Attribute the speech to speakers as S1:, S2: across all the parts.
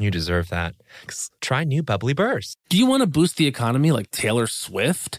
S1: You deserve that. Try new bubbly burst.
S2: Do you want to boost the economy like Taylor Swift?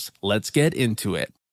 S2: Let's get into it.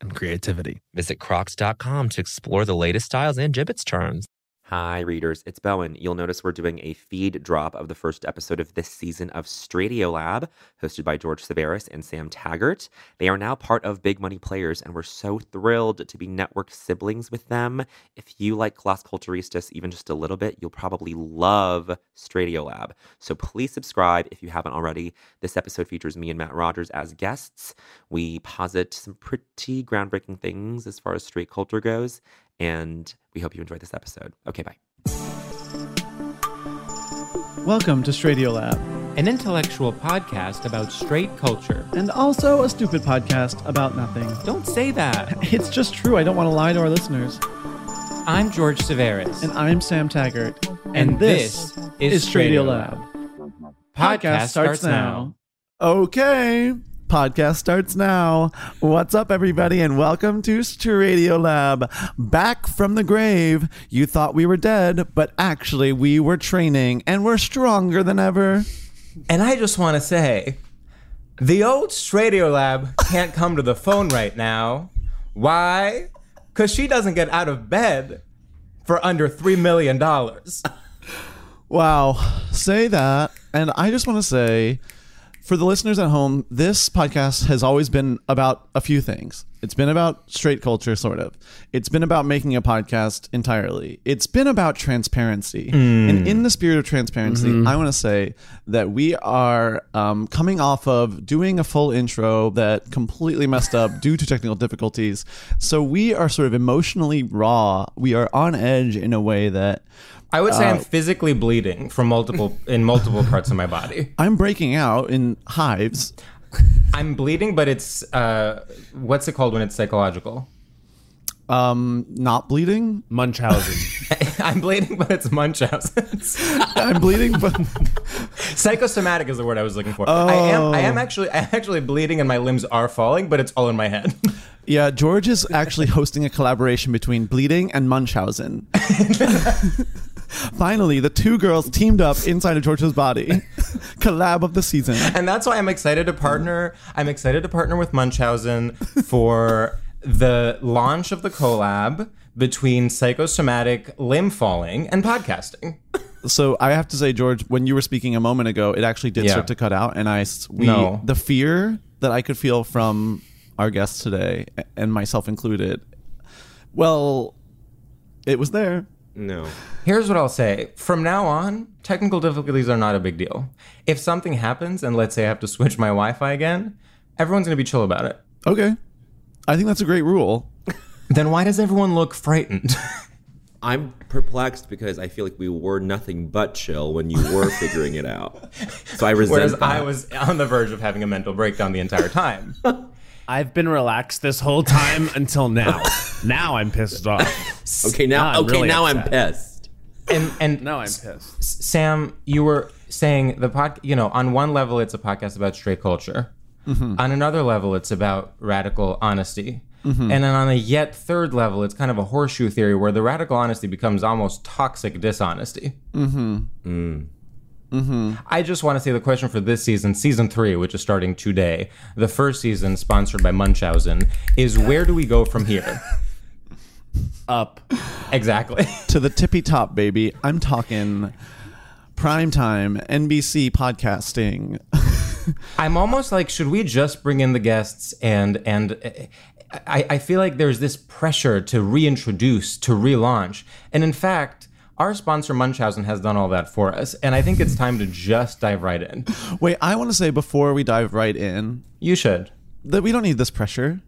S3: and creativity.
S1: Visit crocs.com to explore the latest styles and gibbets charms.
S4: Hi, readers. It's Bowen. You'll notice we're doing a feed drop of the first episode of this season of Stradio Lab, hosted by George Severis and Sam Taggart. They are now part of Big Money Players, and we're so thrilled to be network siblings with them. If you like Las Culturistas even just a little bit, you'll probably love Stradio Lab. So please subscribe if you haven't already. This episode features me and Matt Rogers as guests. We posit some pretty groundbreaking things as far as straight culture goes, and we hope you enjoyed this episode. Okay, bye.
S5: Welcome to Stradiolab,
S6: an intellectual podcast about straight culture.
S5: and also a stupid podcast about nothing.
S6: Don't say that.
S5: It's just true. I don't want to lie to our listeners.
S6: I'm George Severis.
S5: And I'm Sam Taggart.
S6: And this is
S5: Stradiolab.
S6: Podcast starts now.
S5: Okay. Podcast starts now. What's up, everybody, and welcome to Radio Lab. Back from the grave. You thought we were dead, but actually, we were training and we're stronger than ever.
S7: And I just want to say, the old Stradio Lab can't come to the phone right now. Why? Because she doesn't get out of bed for under $3 million.
S5: Wow. Say that. And I just want to say for the listeners at home, this podcast has always been about a few things. It's been about straight culture, sort of. It's been about making a podcast entirely. It's been about transparency. And in the spirit of transparency, I want to say that we are um, coming off of doing a full intro that completely messed up due to technical difficulties. So we are sort of emotionally raw. We are on edge in a way that
S7: I would say I'm physically bleeding from multiple in multiple parts of my body.
S5: I'm breaking out in hives.
S7: I'm bleeding, but it's uh, what's it called when it's psychological?
S5: Um, not bleeding.
S2: Munchausen.
S7: I'm bleeding, but it's Munchausen's.
S5: I'm bleeding, but
S7: Psychosomatic is the word I was looking for. I am I am actually I'm actually bleeding and my limbs are falling, but it's all in my head.
S5: yeah, George is actually hosting a collaboration between bleeding and Munchausen. Finally, the two girls teamed up inside of George's body. Collab of the season.
S7: and that's why I'm excited to partner. I'm excited to partner with Munchausen for the launch of the collab between psychosomatic limb falling and podcasting.
S5: So I have to say, George, when you were speaking a moment ago, it actually did
S7: Yeah.
S5: start to cut out, and I s- we
S7: No.
S5: the fear that I could feel from our guests today a- and myself included. Well, it was there.
S4: No.
S7: Here's what I'll say: from now on, technical difficulties are not a big deal. If something happens, and let's say I have to switch my Wi-Fi again, everyone's gonna be chill about it.
S5: Okay. I think that's a great rule.
S7: Then why does everyone look frightened?
S8: I'm perplexed because I feel like we were nothing but chill when you were figuring it out. So I resent
S7: Whereas
S8: that.
S7: I was on the verge of having a mental breakdown the entire time.
S9: I've been relaxed this whole time until now. now I'm pissed off.
S8: okay, now,
S9: I'm
S8: okay,
S9: really
S8: now I'm
S9: upset.
S8: pissed.
S7: and and
S9: Now I'm pissed.
S7: Sam, you were saying the pod. You know, on one level, it's a podcast about straight culture.
S9: Mm-hmm.
S7: On another level, it's about radical honesty.
S9: Mm-hmm.
S7: And then on a yet third level, it's kind of a horseshoe theory where the radical honesty becomes almost toxic dishonesty. Mm-hmm. Mm-hmm. I just want to say the question for this season, season three, which is starting today, the first season sponsored by Munchausen, is where do we go from here?
S9: Up.
S7: exactly.
S5: To the tippy top, baby. I'm talking primetime NBC podcasting.
S7: I'm almost like, should we just bring in the guests and and uh, I, I feel like there's this pressure to reintroduce, to relaunch, and in fact, our sponsor Munchausen has done all that for us, and I think it's time to just dive right in.
S5: Wait, I want to say before we dive right in
S7: You should.
S5: that we don't need this pressure.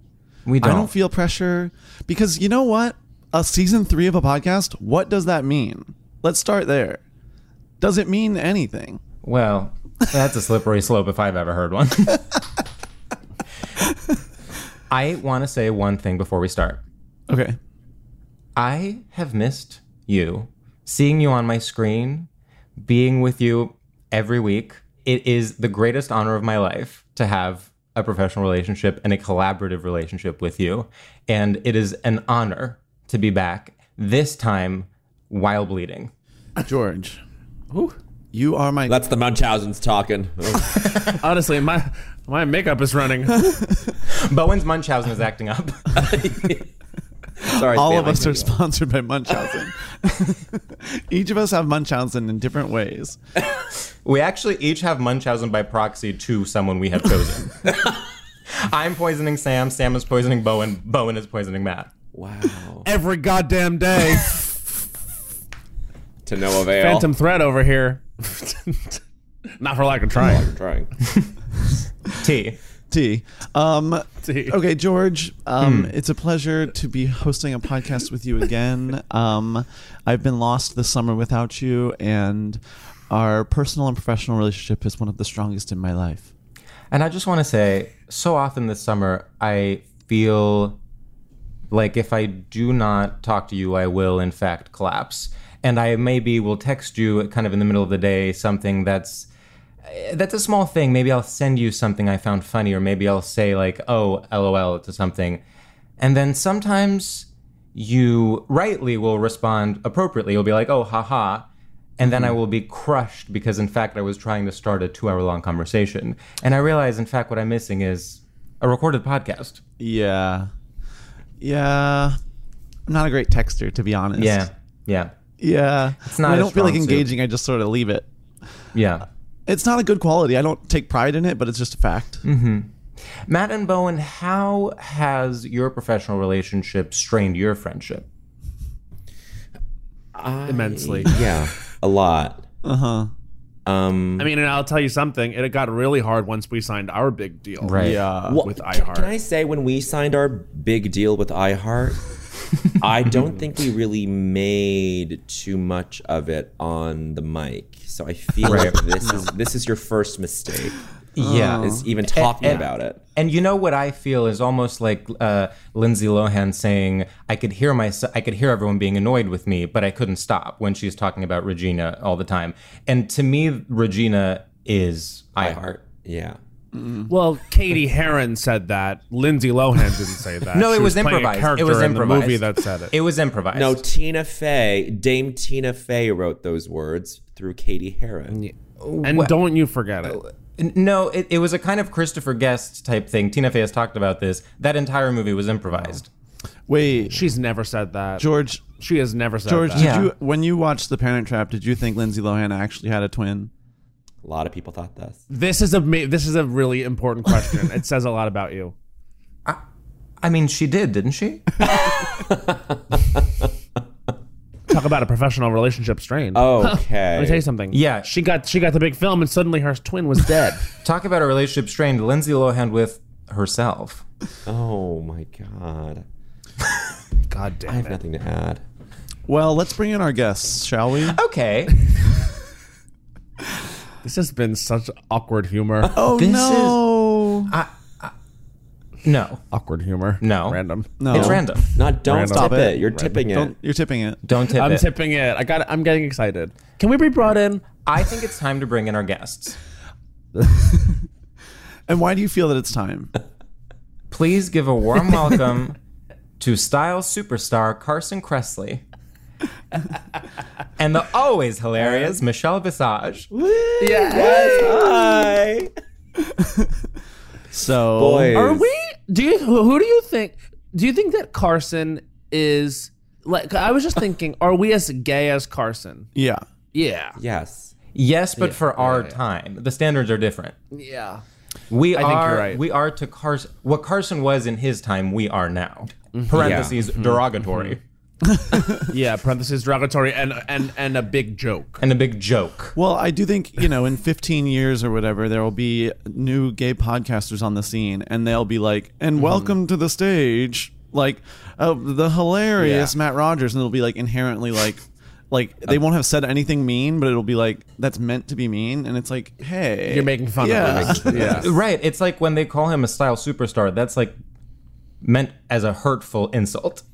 S7: We don't.
S5: I don't feel pressure because you know what? A season three of a podcast, what does that mean? Let's start there. Does it mean anything?
S7: well. That's a slippery slope if I've ever heard one. I want to say one thing before we start.
S5: Okay.
S7: I have missed you. Seeing you on my screen, being with you every week, it is the greatest honor of my life to have a professional relationship and a collaborative relationship with you. And it is an honor to be back, this time while bleeding.
S5: George. You are my
S8: That's the Munchausen's talking. Oh,
S9: Honestly, my my makeup is running.
S7: Bowen's Munchausen is acting up.
S8: sorry,
S5: all
S8: Sam,
S5: of
S8: I
S5: us
S8: hear
S5: are
S8: you.
S5: sponsored by Munchausen. Each of us have Munchausen in different ways.
S7: We actually each have Munchausen by proxy to someone we have chosen. I'm poisoning Sam, Sam is poisoning Bowen, Bowen is poisoning Matt.
S8: Wow.
S9: Every goddamn day.
S8: to no avail.
S9: Phantom threat over here. Not for lack of trying.
S8: Trying.
S7: T.
S5: T. Um,
S9: T.
S5: Okay, George. Um,
S7: Hmm.
S5: It's a pleasure to be hosting a podcast with you again. Um, I've been lost this summer without you, and our personal and professional relationship is one of the strongest in my life.
S7: And I just want to say, so often this summer, I feel like if I do not talk to you, I will in fact collapse. And I maybe will text you kind of in the middle of the day something that's eh, that's a small thing. Maybe I'll send you something I found funny, or maybe I'll say like, "Oh, lol" to something. And then sometimes you rightly will respond appropriately. You'll be like, "Oh, haha." And then I will be crushed because, in fact, I was trying to start a two hour long conversation. And I realize, in fact, what I'm missing is a recorded podcast.
S5: Yeah. Yeah. I'm not a great texter, to be honest.
S7: Yeah. Yeah.
S5: Yeah.
S7: It's not
S5: When I
S7: a
S5: don't feel like
S7: strong suit.
S5: engaging. I just sort of leave it.
S7: Yeah.
S5: It's not a good quality. I don't take pride in it, but it's just a fact.
S7: Mm-hmm. Matt and Bowen, how has your professional relationship strained your friendship?
S9: Immensely.
S8: Yeah, a lot.
S5: Uh huh.
S8: Um,
S9: I mean, and I'll tell you something. It got really hard once we signed our big deal.
S5: Yeah.
S8: Well,
S9: with
S8: can-
S9: iHeart.
S8: Can I say when we signed our big deal with iHeart, I don't think we really made too much of it on the mic. So I feel like this is this is your first mistake.
S7: Yeah.
S8: Is even talking
S7: eh.
S8: about it.
S7: And you know what I feel is almost like uh, Lindsay Lohan saying, "I could hear myself, I could hear everyone being annoyed with me, but I couldn't stop." When she's talking about Regina all the time, and to me, Regina is iHeart.
S8: iHeart. Yeah.
S9: Well, Katie Heron said that. Lindsay Lohan didn't say that.
S7: No, it
S9: Uh, She
S7: was,
S9: playing a
S7: improvised. It
S9: character
S7: was
S9: in the
S7: improvised.
S9: movie that said it.
S7: It was improvised.
S8: No, Tina Fey, Dame Tina Fey wrote those words through Katie Heron.
S9: and don't you forget it.
S7: N- No, it, it was a kind of Christopher Guest type thing. Tina Fey has talked about this. That entire movie was improvised.
S9: Oh.
S5: Wait,
S9: She's never said that.
S5: George.
S9: She has never said
S5: George,
S9: that.
S5: did
S7: Yeah.
S5: you when you watched The Parent Trap? Did you think Lindsay Lohan actually had a twin?
S8: A lot of people thought this.
S9: This is a ma- this is a really important question. it says a lot about you.
S7: I mean, she did, didn't she?
S9: Talk about a professional relationship strain.
S8: Okay.
S9: Let me tell you something.
S7: Oh, Yeah.
S9: she got she got the big film, and suddenly her twin was dead.
S7: Talk about a relationship strained. Lindsay Lohan with herself.
S4: Oh my god.
S9: God damn
S4: I have
S9: it.
S4: nothing to add.
S5: Well, let's bring in our guests, shall we?
S7: Okay.
S9: This has been such awkward humor.
S5: Oh
S7: This
S5: no!
S7: No.
S9: awkward humor.
S7: No.
S9: Random.
S5: no,
S7: It's random.
S4: Not don't
S9: Random.
S4: stop
S5: Stop
S4: it.
S5: it.
S4: You're tipping
S5: Don't,
S4: it.
S5: you're tipping it.
S7: Don't tip
S9: I'm
S7: it.
S9: tipping it. I got it. I'm getting excited. Can we be brought in?
S7: I think it's time to bring in our guests.
S5: And why do you feel that it's time?
S7: Please give a warm welcome to style superstar Carson Kressley and the always hilarious Michelle Visage.
S4: Hi.
S5: So,
S4: Boys.
S9: Are we? Do you? Who who do you think? Do you think that Carson is like? I was just thinking. Are we as gay as Carson?
S5: yeah,
S9: Yeah.
S4: Yes.
S7: Yes, but for our time, the standards are different.
S9: Yeah.
S7: We
S9: think
S7: are
S9: you're right.
S7: we are to Carson what Carson was in his time. We are now. Parentheses derogatory
S9: Yeah. Parentheses derogatory and and and a big joke.
S7: and a big joke.
S5: well, I do think you know, in 15 years or whatever, there will be new gay podcasters on the scene, and they'll be like,
S7: Mm-hmm.
S5: "And welcome to the stage, like oh, the hilarious Matt Rogers," and it'll be like inherently like. Like
S7: Uh,
S5: they won't have said anything mean, but it'll be like that's meant to be mean, and it's like, hey,
S9: You're making fun
S5: yeah.
S9: of him. Yeah.
S7: Right. It's like when they call him a style superstar, that's like meant as a hurtful insult.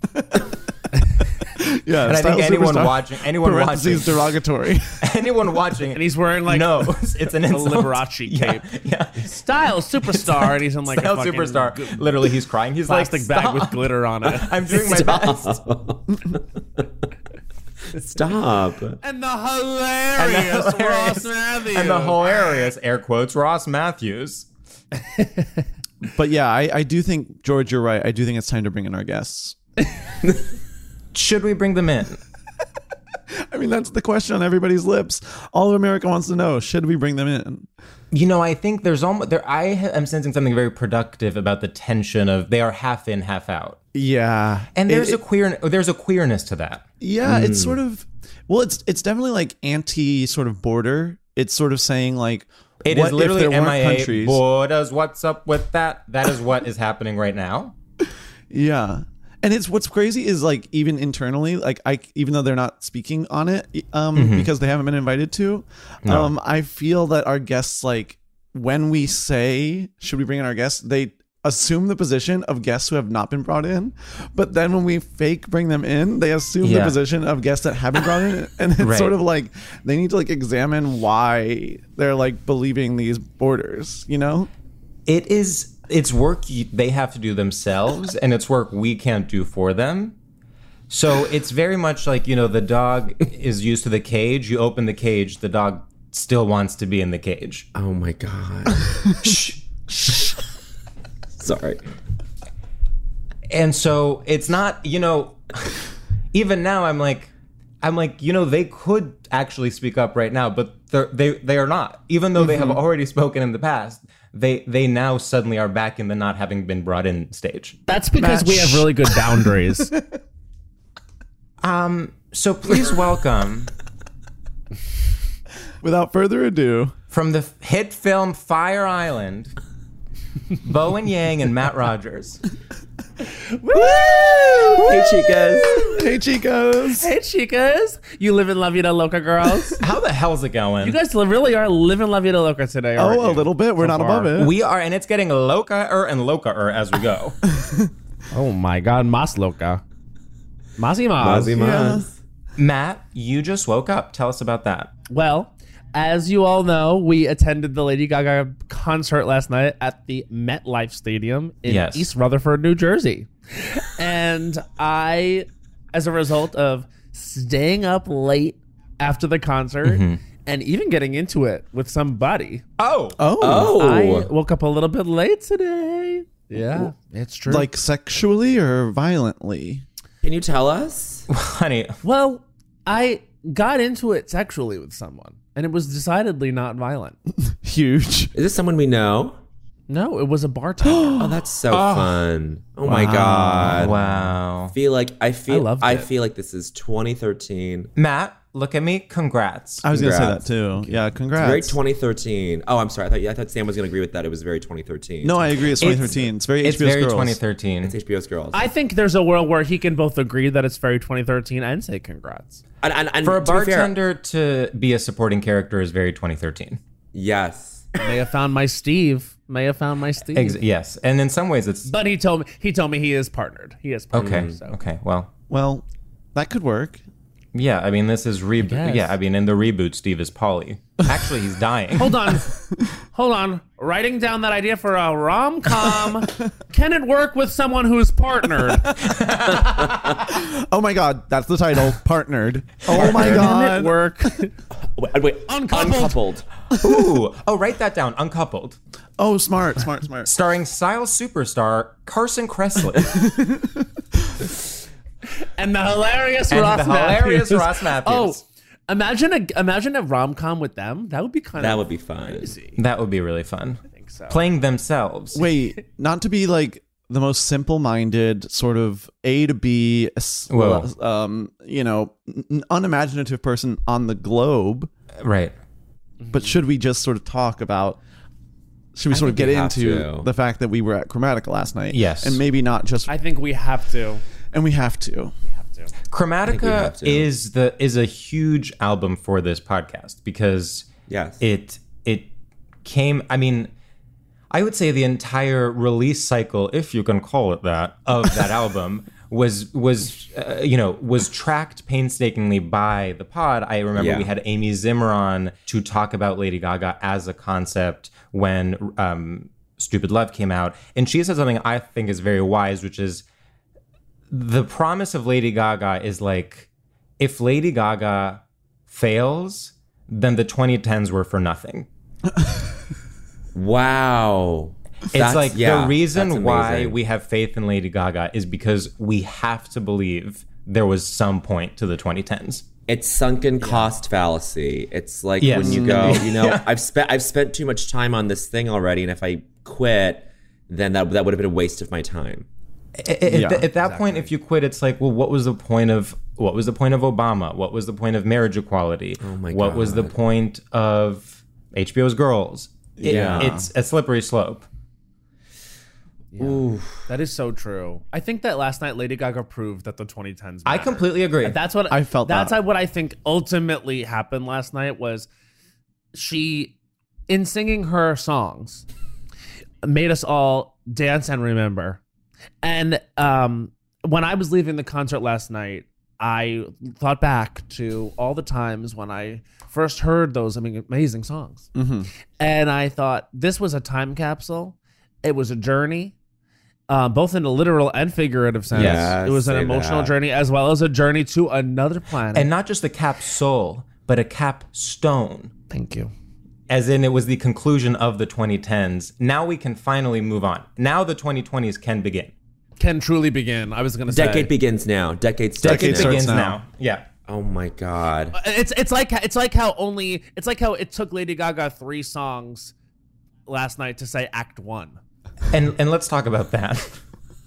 S5: yeah.
S7: And I think
S5: style
S7: anyone
S5: superstar.
S7: watching anyone watching
S5: parentheses derogatory.
S7: anyone watching
S9: And he's wearing like
S7: no, it's an
S9: a
S7: insult.
S9: Liberace cape.
S7: Yeah.
S9: Style superstar, and he's in like
S7: Style
S9: a fucking
S7: superstar.
S9: g-
S7: Literally he's crying. He's
S9: plastic
S7: like
S9: bag
S7: "Stop.
S9: with glitter on it.
S7: I'm doing my best.
S4: Stop.
S9: and the hilarious,
S7: hilarious-
S9: Ross Matthews.
S7: and the hilarious air quotes Ross Matthews.
S5: But yeah, I, I do think George, you're right. I do think it's time to bring in our guests.
S7: Should we bring them in?
S5: I mean, that's the question on everybody's lips. All of America wants to know: Should we bring them in?
S7: You know, I think there's almost there. I am sensing something very productive about the tension of they are half in, half out,
S5: Yeah,
S7: and
S5: It-
S7: there's
S5: it-
S7: a queer there's a queerness to that.
S5: yeah. It's
S7: Hmm.
S5: sort of well, it's it's definitely like anti sort of border. It's sort of saying like
S7: It is
S5: what if
S7: literally
S5: there weren't
S7: MIA
S5: countries?
S7: borders. What's up with that? That is what is happening right now.
S5: Yeah. And it's what's crazy is like even internally, like I even though they're not speaking on it, um,
S7: Mm-hmm.
S5: because they haven't been invited to, um, I feel that our guests like when we say should we bring in our guests, they assume the position of guests who have not been brought in, but then when we fake bring them in, they assume the
S7: Yeah.
S5: position of guests that have been brought in, and it's
S7: Right.
S5: sort of like they need to like examine why they're like believing these borders, you know?
S7: It is it's work you, they have to do themselves, and it's work we can't do for them. So it's very much like you know the dog is used to the cage. You open the cage, the dog still wants to be in the cage.
S4: Oh my god. Shh. Sorry.
S7: And so it's not, you know, even now I'm like, I'm like, you know, they could actually speak up right now, but they're, they they are not. Even though they have already spoken in the past, they they now suddenly are back in the not having been brought in stage.
S9: That's because we have really good boundaries.
S7: Um, so please welcome
S5: Without further ado,
S7: from the hit film Fire Island, Bowen Yang and Matt Rogers.
S4: Hey chicas.
S5: hey chicos.
S9: hey, chicas. You live in La Vida Loca, girls.
S7: How the hell's it going?
S9: You guys really are living La Vida Loca today. aren't
S5: Oh, a
S9: you?
S5: little bit. We're not above it.
S7: we are, and it's getting loca-er and loca-er as we go.
S9: Oh my God, Mas Loca. Masi Mas.
S4: Mazimas.
S7: Matt, you just woke up. Tell us about that.
S9: Well, as you all know, we attended the Lady Gaga concert last night at the MetLife Stadium in
S7: Yes.
S9: East Rutherford, New Jersey. and I, as a result of staying up late after the concert and even getting into it with somebody,
S7: Oh,
S9: I
S4: Oh.
S9: woke up a little bit late today. Yeah, Oh, it's true.
S5: like sexually or violently
S4: Can you tell us?
S7: honey,
S9: well, I got into it sexually with someone, and it was decidedely not violent.
S5: huge
S4: Is this someone we know?
S9: No, it was a bartender.
S4: Oh, that's so fun. Oh my god.
S7: Wow. oh.
S4: I feel like I feel I,
S9: loved it.
S4: feel like this is 2013.
S7: Matt, Look at me. Congrats.
S8: Uh,
S5: I was going to say that
S8: Congrats.
S5: too. Yeah,
S8: It's
S5: congrats.
S8: very 2013. Oh, I'm sorry. I thought, I thought Sam was going to agree with that. It was very 2013.
S5: no, I agree. It's 2013. It's, very
S7: It's
S5: HBO's
S7: very
S5: girls.
S7: 2013.
S8: It's HBO's Girls.
S9: I think there's a world where he can both agree that it's very 2013 and say congrats.
S8: and, and, and
S7: For a
S8: to be fair-
S7: bartender to be a supporting character is very 2013.
S8: yes.
S9: May have found my Steve. May have found my Steve.
S7: Ex- yes, and in some ways it's
S9: But he told me he told me he is partnered. He is partnered.
S7: okay.
S9: So.
S7: Okay, well,
S5: Well, that could work.
S7: yeah. I mean, this is reboot.
S9: guess.
S7: yeah, I mean, in the reboot, Steve is Polly. Actually, he's dying.
S9: Hold on. Hold on. Writing down that idea for a rom com. Can it work with someone who's partnered?
S5: Oh my God, that's the title. Partnered. Oh my
S9: Can it
S5: God.
S9: work?
S8: Wait, wait.
S9: Uncoupled.
S8: Uncoupled.
S7: Ooh, oh, write that down. Uncoupled,
S5: Oh, smart, smart, smart.
S7: starring Style superstar Carson Kressley
S9: And the hilarious
S7: and
S9: Ross
S7: the hilarious
S9: Matthews.
S7: Ross Matthews.
S9: Oh, imagine a imagine a rom com with them. That would be kind
S8: That
S9: of
S8: would be fun.
S7: that would be really fun. I think so. Playing themselves.
S5: Wait, not to be like the most simple-minded sort of A to B, s-
S7: Whoa.
S5: um, you know, n- unimaginative person on the globe.
S7: Right.
S5: But should we just sort of talk about? Should we sort of get
S8: think we have
S5: into
S8: to.
S5: the fact that we were at Chromatica last night?
S7: Yes.
S5: and maybe not just.
S9: I think we have to.
S5: and we have to.
S8: we have
S7: Chromatica
S8: to.
S7: is the is a huge album for this podcast because
S8: Yes.
S7: it it came I mean I would say the entire release cycle if you can call it that of that album was was uh, you know was tracked painstakingly by the pod I remember
S8: Yeah.
S7: we had Amy Zimmeron to talk about Lady Gaga as a concept when um Stupid Love came out and she said something I think is very wise which is the promise of Lady Gaga is like if Lady Gaga fails, then the 2010s were for nothing.
S8: wow.
S7: It's like the reason why we have faith in Lady Gaga is because we have to believe there was some point to the 2010s.
S8: It's sunken cost fallacy. It's like
S7: Yes.
S8: when you go, you know, I've spent I've spent too much time on this thing already, and if I quit, then that that would have been a waste of my time.
S7: I- I- at, th- at that point, if you quit, it's like, well, what was the point of what was the point of Obama? What was the point of marriage equality? Oh
S8: my
S7: what was the point of HBO's Girls? It-
S8: Yeah.
S7: it's a slippery slope.
S9: That is so true. I think that last night Lady Gaga proved that the 2010s.
S7: I
S9: mattered.
S7: completely agree.
S9: That's what
S5: I felt
S9: That's
S5: that.
S9: what I think ultimately happened last night was she, in singing her songs, made us all dance and remember. And um, when I was leaving the concert last night, I thought back to all the times when I first heard those I mean, amazing songs,
S5: Mm-hmm.
S9: and I thought this was a time capsule. It was a journey. Uh, both in a literal and figurative sense,
S8: Yes,
S9: it was an
S8: say
S9: emotional
S8: that.
S9: journey journey as well as a journey to another planet.
S7: and not just a capsule, but a capstone.
S9: thank you.
S7: as in it was the conclusion of the 2010s. Now we can finally move on. Now the 2020s can begin.
S9: Can truly begin. I was gonna say
S8: Decade begins now. Decade starts.
S5: Decade
S7: It
S8: now.
S5: starts
S7: begins
S5: now.
S7: now. Yeah.
S8: Oh my god.
S9: it's it's like it's like how only it's like how it took Lady Gaga three songs last night to say Act One.
S7: And and let's talk about that.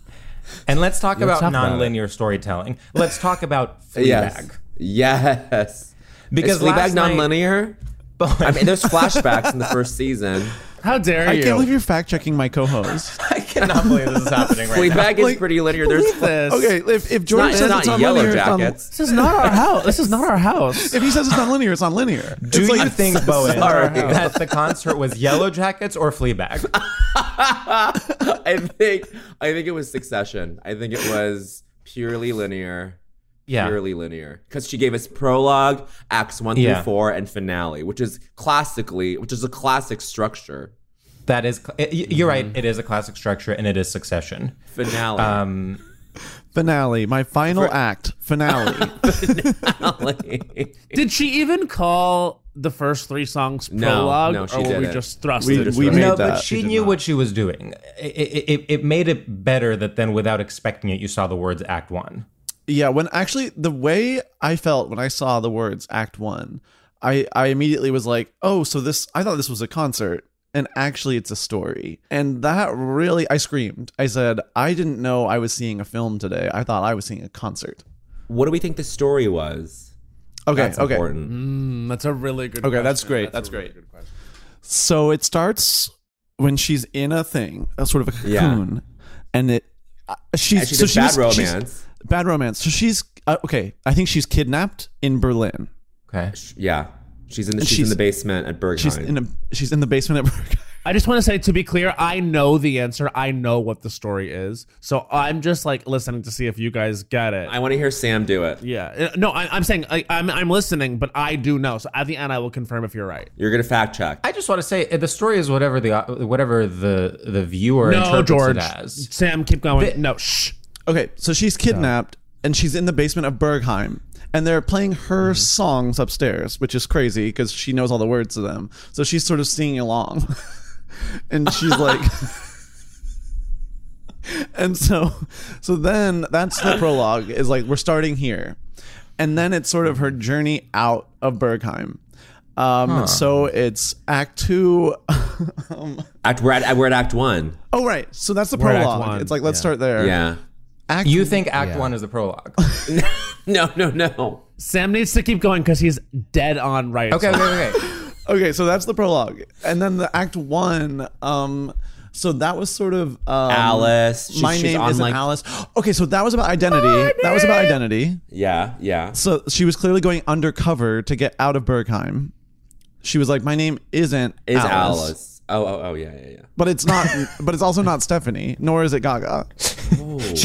S7: and let's talk about
S9: talk about it.
S7: nonlinear storytelling. Let's talk about Fleabag.
S8: Yes. Yes.
S7: Because
S8: Is Fleabag
S7: last night-
S8: nonlinear. I mean, there's flashbacks in the first season.
S9: How dare
S5: I
S9: you?
S5: can't believe you're fact checking my co-host.
S7: I cannot believe this is happening right now.
S8: Fleabag is
S5: Like,
S8: pretty linear. There's
S9: Believe this.
S5: okay, if if Jordan
S8: not, it's
S5: says
S8: not
S5: it's on
S8: yellow
S5: linear, um, it's on-
S8: jackets.
S9: This is not our house. This is not our house.
S5: if he says it's not linear, it's on linear.
S7: Do
S5: it's
S7: you
S5: like,
S7: think, Bowen,
S8: sorry.
S7: that the concert was Yellow Jackets or Fleabag?
S8: I think I think it was Succession. I think it was purely linear.
S7: Yeah.
S8: Purely linear. Because she gave us prologue, acts one
S7: Yeah.
S8: through four, and finale, which is classically, which is a classic structure.
S7: That is, cl- y- y- you're right. It is a classic structure and it is Succession.
S8: Finale.
S7: Um,
S5: finale? My final act finale.
S9: Did she even call the first three songs
S8: No,
S9: prologue,
S8: no, she
S9: or were we
S8: didn't.
S9: just thrust
S5: We-
S9: it?
S5: we made
S7: no,
S5: that.
S7: but she, knew what she was doing. It, it, it- it made it better that then, without expecting it, you saw the words Act One.
S5: Yeah, when actually the way I felt when I saw the words Act One, I I immediately was like, oh, so this I thought this was a concert, and actually it's a story, and that really I screamed. I said, I didn't know I was seeing a film today. I thought I was seeing a concert.
S8: what do we think the story was?
S5: Okay,
S4: That's
S5: okay.
S4: important.
S9: Mm, that's a really good.
S5: Okay, that's
S9: question.
S5: great, that's
S9: a
S5: great.
S9: good question.
S5: So it starts when she's in a thing, a sort of a
S4: Yeah.
S5: cocoon, and it uh, she's
S4: Actually,
S5: so
S4: there's bad
S5: she's, she's-
S4: romance.
S5: bad romance. So she's uh, okay. I think she's kidnapped in Berlin.
S7: Okay.
S4: Yeah, she's in the
S5: And
S4: she's,
S5: she's-
S4: in the basement at Bergheim.
S5: She's in a she's in the basement at Berg.
S9: I just want to say, to be clear, I know the answer. I know what the story is. So I'm just like listening to see if you guys get it.
S4: I want to hear Sam do it.
S9: yeah. Uh, No, I, I'm saying I, I'm, I'm listening, but I do know. So at the end, I will confirm if you're right.
S4: You're gonna fact check.
S7: I just want to say uh, the story is whatever the uh, whatever the the viewer
S9: No,
S7: interprets
S9: George.
S7: it as.
S9: Sam, keep going.
S7: Thi-
S9: no, shh.
S5: Okay, so she's kidnapped and she's in the basement of Bergheim, and they're playing her
S9: Mm-hmm.
S5: songs upstairs, which is crazy because she knows all the words to them. So she's sort of singing along, and she's like, and so, so then that's the prologue is like we're starting here, and then it's sort of her journey out of Bergheim. Um, So it's Act Two. um,
S4: Act, we're at we're at Act One.
S5: oh right, so that's the
S9: We're at Act
S5: prologue.
S9: One,
S5: It's like let's
S9: yeah.
S5: start there.
S4: Yeah.
S5: Act
S7: You think Act One is the prologue? okay,
S4: No, no,
S5: Um,
S4: no.
S9: Sam needs to keep going because he's dead on right.
S7: okay, okay.
S5: Okay, so that's the prologue, and then the act one. Um, so that was sort of um,
S4: Alice. She-
S5: my
S4: she's
S5: name
S4: on,
S5: isn't
S4: like-
S5: Alice. Okay, so that was about identity. That was about identity.
S4: Yeah, yeah.
S5: So she was clearly going undercover to get out of Bergheim. She was like, "My name isn't
S4: Is Alice.
S5: Alice,
S4: Oh, oh, oh, yeah, yeah, yeah.
S5: but it's not. but it's also not Stephanie, nor is it Gaga."
S4: Oh.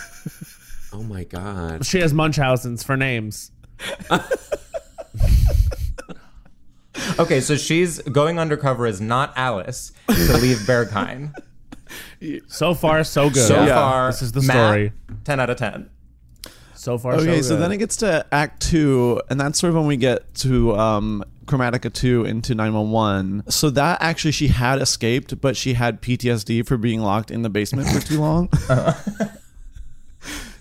S4: oh my God.
S9: She has Munchausen's for names.
S7: Okay, so she's going undercover as not Alice to leave Bergheim.
S9: So far, so good.
S7: So
S5: Yeah.
S7: far,
S9: This is the
S7: Matt,
S9: story.
S7: Ten out of ten.
S9: So far, so
S5: Okay,
S9: good.
S5: so then it gets to Act Two, and that's sort of when we get to um, Chromatica Two into Nine One One. So that actually she had escaped, but she had PTSD for being locked in the basement for too long.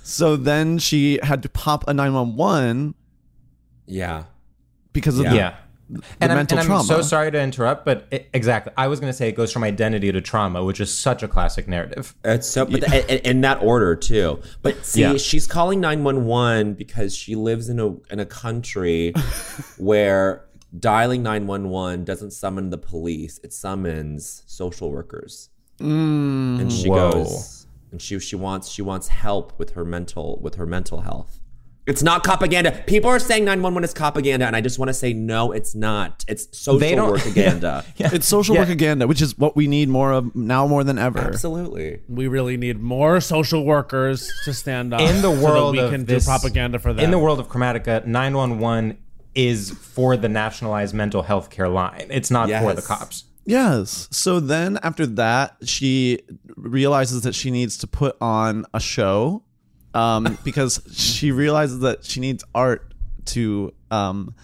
S5: so then she had to pop a Nine One One
S4: Yeah.
S5: because of
S4: Yeah.
S5: the
S7: Yeah. And I'm,
S5: mental
S7: and I'm so
S5: trauma.
S7: sorry to interrupt, but it, exactly. I was going to say it goes from identity to trauma, which is such a classic narrative.
S4: It's so, but th- in- in that order too. But see,
S7: Yeah.
S4: she's calling nine one one because she lives in a in a country where dialing nine one one doesn't summon the police; it summons social workers. and she
S7: Mm, Whoa.
S4: goes, and she she wants she wants help with her mental with her mental health. It's not propaganda. People are saying nine one one is propaganda, and I just want to say no, it's not. It's
S7: They
S4: social
S7: don't-
S4: propaganda.
S5: it's social propaganda, which is what we need more of now more than ever.
S4: Absolutely.
S9: we really need more social workers to stand up
S7: in the world
S9: so that we
S7: of
S9: can
S7: this,
S9: do propaganda for them.
S7: In the world of Chromatica, 911 is for the nationalized mental health care line. It's not for
S4: Yes.
S7: the cops.
S5: Yes. So then after that, she realizes that she needs to put on a show um, because she realizes that she needs art to um,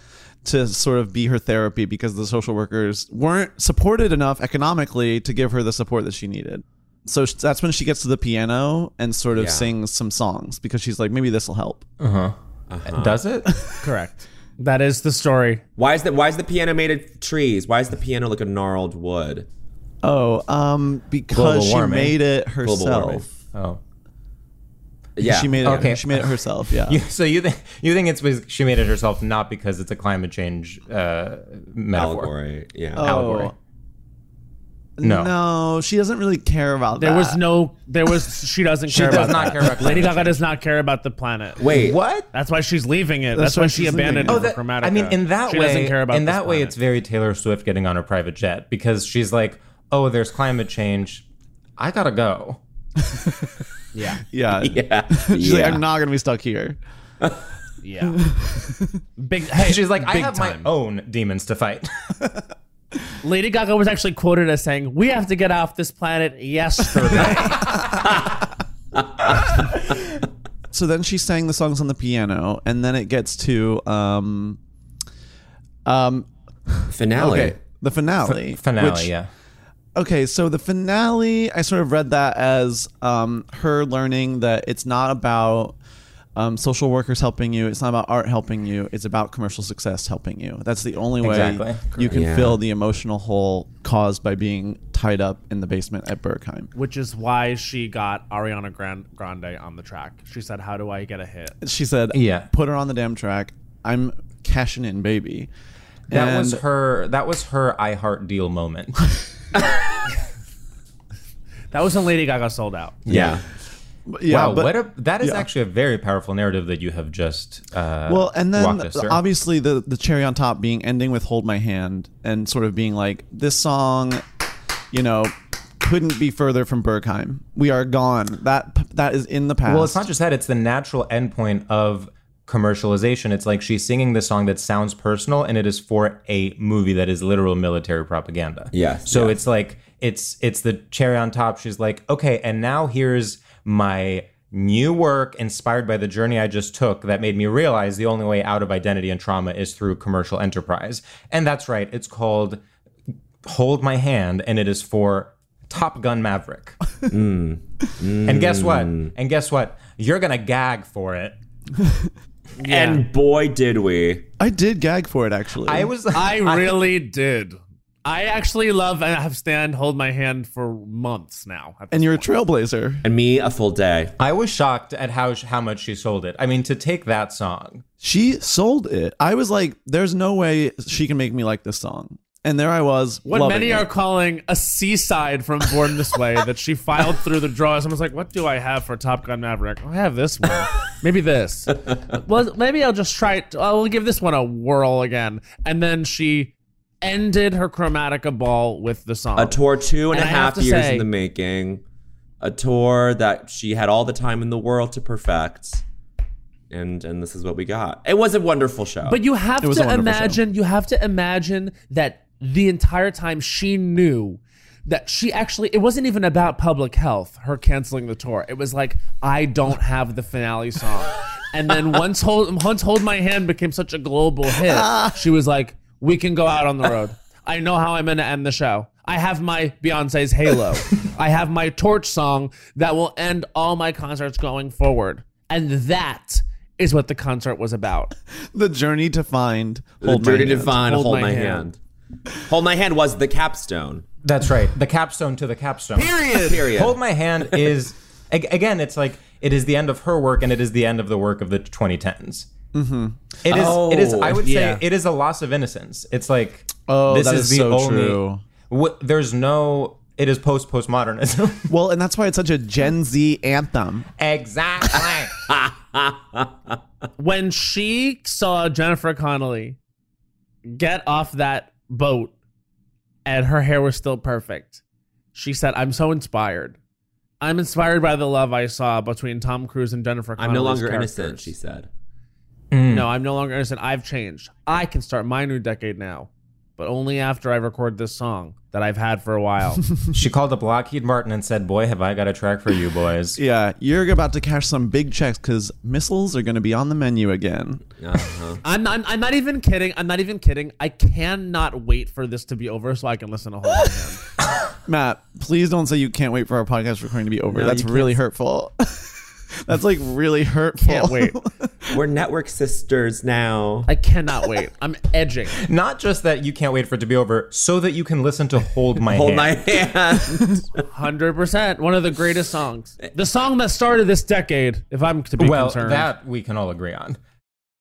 S5: to sort of be her therapy because the social workers weren't supported enough economically to give her the support that she needed. So sh- that's when she gets to the piano and sort of
S4: Yeah. Uh-huh.
S5: sings some songs because she's like, maybe this will help.
S7: Does it?
S9: Correct. That is the story.
S4: Why is the why is the piano made of trees? Why is the piano like a gnarled wood?
S5: Oh, um,
S7: Global
S5: because she
S7: warming.
S5: made it
S4: Global warming.
S5: herself.
S7: oh.
S4: Yeah.
S5: She made it.
S7: Okay.
S5: She made it herself. Yeah.
S7: You, so you think you think it's because she made it herself, not because it's a climate change uh, metaphor?
S4: allegory. Yeah.
S5: Oh.
S7: Allegory. No.
S5: No, she doesn't really care about
S9: There
S5: that.
S9: was no. There was. She doesn't care
S7: Uh, does
S9: about.
S7: not
S9: that.
S7: care about
S9: Lady
S7: climate
S9: Gaga does not care about the planet.
S4: Wait.
S7: What?
S9: That's why she's leaving it.
S5: That's
S9: That's,
S5: why
S9: why she
S5: she's
S9: abandoned
S5: leaving
S9: her
S5: it.
S7: Oh, that-
S9: Chromatica.
S7: I mean, in that
S9: she
S7: way,
S9: doesn't care about
S7: in
S9: this
S7: that way,
S9: planet.
S7: it's very Taylor Swift getting on her private jet because she's like, "Oh, there's climate change. I gotta go."
S5: Yeah.
S4: Yeah.
S5: She's
S4: yeah.
S5: like, I'm not gonna be stuck here.
S9: yeah. Big. Hey,
S7: She's like, "I
S9: big
S7: have
S9: time.
S7: my own demons to fight."
S9: Lady Gaga was actually quoted as saying, "We have to get off this planet yesterday."
S5: So then she sang the songs on the piano, and then it gets to um, um,
S4: Finale.
S5: okay, the finale.
S7: Finale,
S5: which-
S7: yeah.
S5: Okay, so the finale, I sort of read that as um, her learning that it's not about um, social workers helping you, it's not about art helping you, it's about commercial success helping you. That's the only way
S7: Exactly.
S5: you can
S4: Yeah.
S5: fill the emotional hole caused by being tied up in the basement at Bergheim.
S9: which is why she got Ariana Gran- Grande on the track. She said, "How do I get a hit?"
S5: She said,
S7: Yeah.
S5: put her on the damn track. I'm cashing in, baby.
S7: That
S5: And-
S7: was her. That was her I heart deal moment.
S9: That was when Lady Gaga sold out.
S7: yeah.
S5: yeah,
S7: wow,
S5: but-
S7: what a, that is
S5: yeah.
S7: actually a very powerful narrative that you have just uh,
S5: well and then
S7: walked us through.
S5: obviously the the cherry on top being ending with hold my hand and sort of being like this song you know couldn't be further from Bergheim. We are gone. That that is in the past.
S7: Well, it's not just that; it's the natural endpoint of commercialization. It's like she's singing this song that sounds personal, and it is for a movie that is literal military propaganda.
S8: Yes,
S7: So
S8: yeah.
S7: it's like it's it's the cherry on top. She's like, okay, and now here's my new work inspired by the journey I just took that made me realize the only way out of identity and trauma is through commercial enterprise. And that's right; it's called "Hold My Hand," and it is for Top Gun Maverick. Mm. And guess what? And guess what? You're gonna gag for it.
S8: And boy, did we.
S5: I did gag for it actually.
S7: I was.
S9: I really did. I actually love and have stand hold my hand for months now.
S5: and you're a trailblazer.
S8: And me a full day.
S7: I was shocked at how how much she sold it. I mean, to take that song.
S5: She sold it. I was like, there's no way she can make me like this song. And there I was.
S9: what
S5: loving
S9: many
S5: it.
S9: are calling a seaside from Born This Way that she filed through the drawer. Someone's like, "What do I have for Top Gun Maverick? Oh, I have this one. Maybe this. well, maybe I'll just try it. I'll give this one a whirl again." And then she ended her chromatica ball with the song.
S8: A tour two and a
S9: Oh. And I have
S8: half
S9: to
S8: years
S9: say-
S8: in the making. A tour that she had all the time in the world to perfect. And and this is what we got. It was a wonderful show.
S9: But you have
S5: was a
S9: to
S5: wonderful show.
S9: imagine. You have to imagine that the entire time she knew that she actually it wasn't even about public health her canceling the tour it was like i don't have the finale song and then once hold once hold my hand became such a global hit she was like we can go out on the road i know how i'm gonna end the show i have my beyonce's halo i have my torch song that will end all my concerts going forward and that is what the concert was about
S5: the journey to find.
S8: the
S5: Hold My
S8: dirty
S5: Hand.
S8: divine,
S9: Hold
S8: hold,
S9: My
S8: my,
S9: Hand.
S8: hand. Hold my hand was the capstone.
S7: That's right. The capstone to the capstone.
S8: Period.
S7: Hold my hand is ag- again. It's like it is the end of her work, and it is the end of the work of the 2010s. Mm-hmm. It is. it is. I would
S8: Oh, yeah.
S7: say it is a loss of innocence. It's like
S5: Oh,
S7: this
S5: that
S7: is
S5: is
S7: the
S5: so
S7: only.
S5: true.
S7: What, there's no. It is post postmodernism.
S5: Well, and that's why it's such a Gen Z anthem.
S7: exactly.
S9: when she saw Jennifer Connolly get off that boat and her hair was still perfect, she said, I'm so inspired. I'm inspired by the love I saw between Tom Cruise and Jennifer
S8: I'm
S9: Connolly.
S8: no longer innocent, she said.
S9: No, I'm no longer innocent. I've changed. I can start my new decade now, but only after I record this song that I've had for a while.
S7: She called up Lockheed Martin and said, "Boy, have I got a track for you, boys."
S5: Yeah, you're about to cash some big checks because missiles are going to be on the menu again.
S8: Uh-huh.
S9: I'm, I'm, I'm not even kidding. I'm not even kidding. I cannot wait for this to be over so I can listen to Hold My Hand.
S5: Matt, please don't say you can't wait for our podcast recording to be over.
S8: No,
S5: That's
S8: you
S5: really hurtful. That's like really hurtful.
S9: Can't wait.
S8: We're network sisters now.
S9: I cannot wait. I'm edging.
S7: Not just that you can't wait for it to be over, so that you can listen to "Hold My
S8: Hold
S7: Hand."
S8: my hand.
S9: Hundred percent. One of the greatest songs. The song that started this decade, if I'm to be
S7: well,
S9: concerned.
S7: that we can all agree on.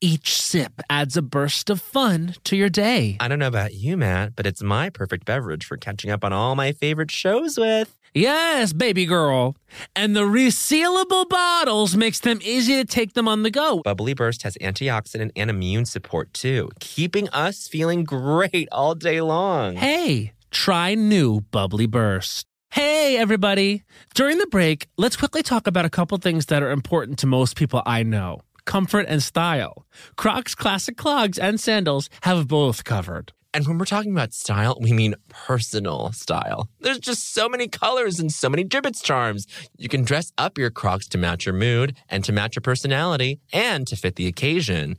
S3: Each sip adds a burst of fun to your day.
S4: I don't know about you, Matt, but it's my perfect beverage for catching up on all my favorite shows with.
S3: Yes, baby girl. And the resealable bottles makes them easy to take them on the go.
S4: Bubbly Burst has antioxidant and immune support too, keeping us feeling great all day long.
S3: Hey, try new Bubbly Burst. Hey, everybody. During the break, let's quickly talk about a couple things that are important to most people I know comfort and style. Crocs classic clogs and sandals have both covered.
S4: And when we're talking about style, we mean personal style. There's just so many colors and so many gibbets charms. You can dress up your crocs to match your mood and to match your personality and to fit the occasion.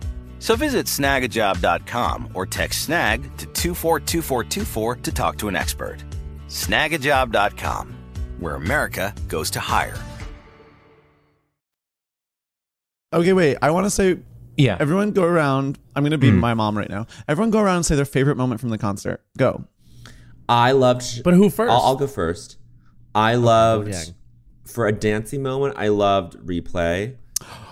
S10: So visit snagajob.com or text snag to 242424 to talk to an expert. Snagajob.com, where America goes to hire.
S5: Okay, wait. I want to say,
S7: Yeah.
S5: everyone go around. I'm going to be
S8: Hmm.
S5: my mom right now. Everyone go around and say their favorite moment from the concert. Go.
S8: I loved.
S3: But who 1st
S8: I'll, I'll go first. I loved for a dancing moment. I loved replay,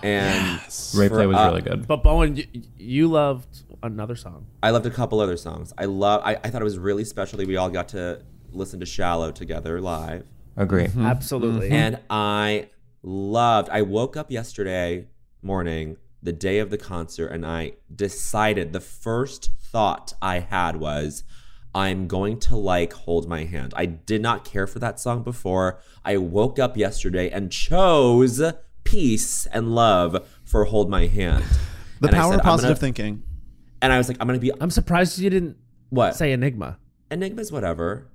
S8: and
S7: Replay
S8: for,
S7: was
S8: uh,
S7: really good.
S3: but Bowen, you, you loved another song.
S8: I loved a couple other songs. I love. I, I thought it was really special that we all got to listen to "Shallow" together live,
S7: Agree.
S8: Mm-hmm.
S3: Absolutely.
S5: Hmm.
S8: and I loved. I woke up yesterday morning, the day of the concert, and I decided the first thought I had was. I'm going to like Hold My Hand. I did not care for that song before. I woke up yesterday and chose peace and love for Hold My Hand.
S5: The
S8: And I
S5: power of
S8: said, I'm gonna-
S5: positive thinking.
S8: And I was like, I'm going to be.
S3: Mm-hmm. I'm surprised you didn't
S8: What?
S3: say Enigma.
S8: Enigma's whatever.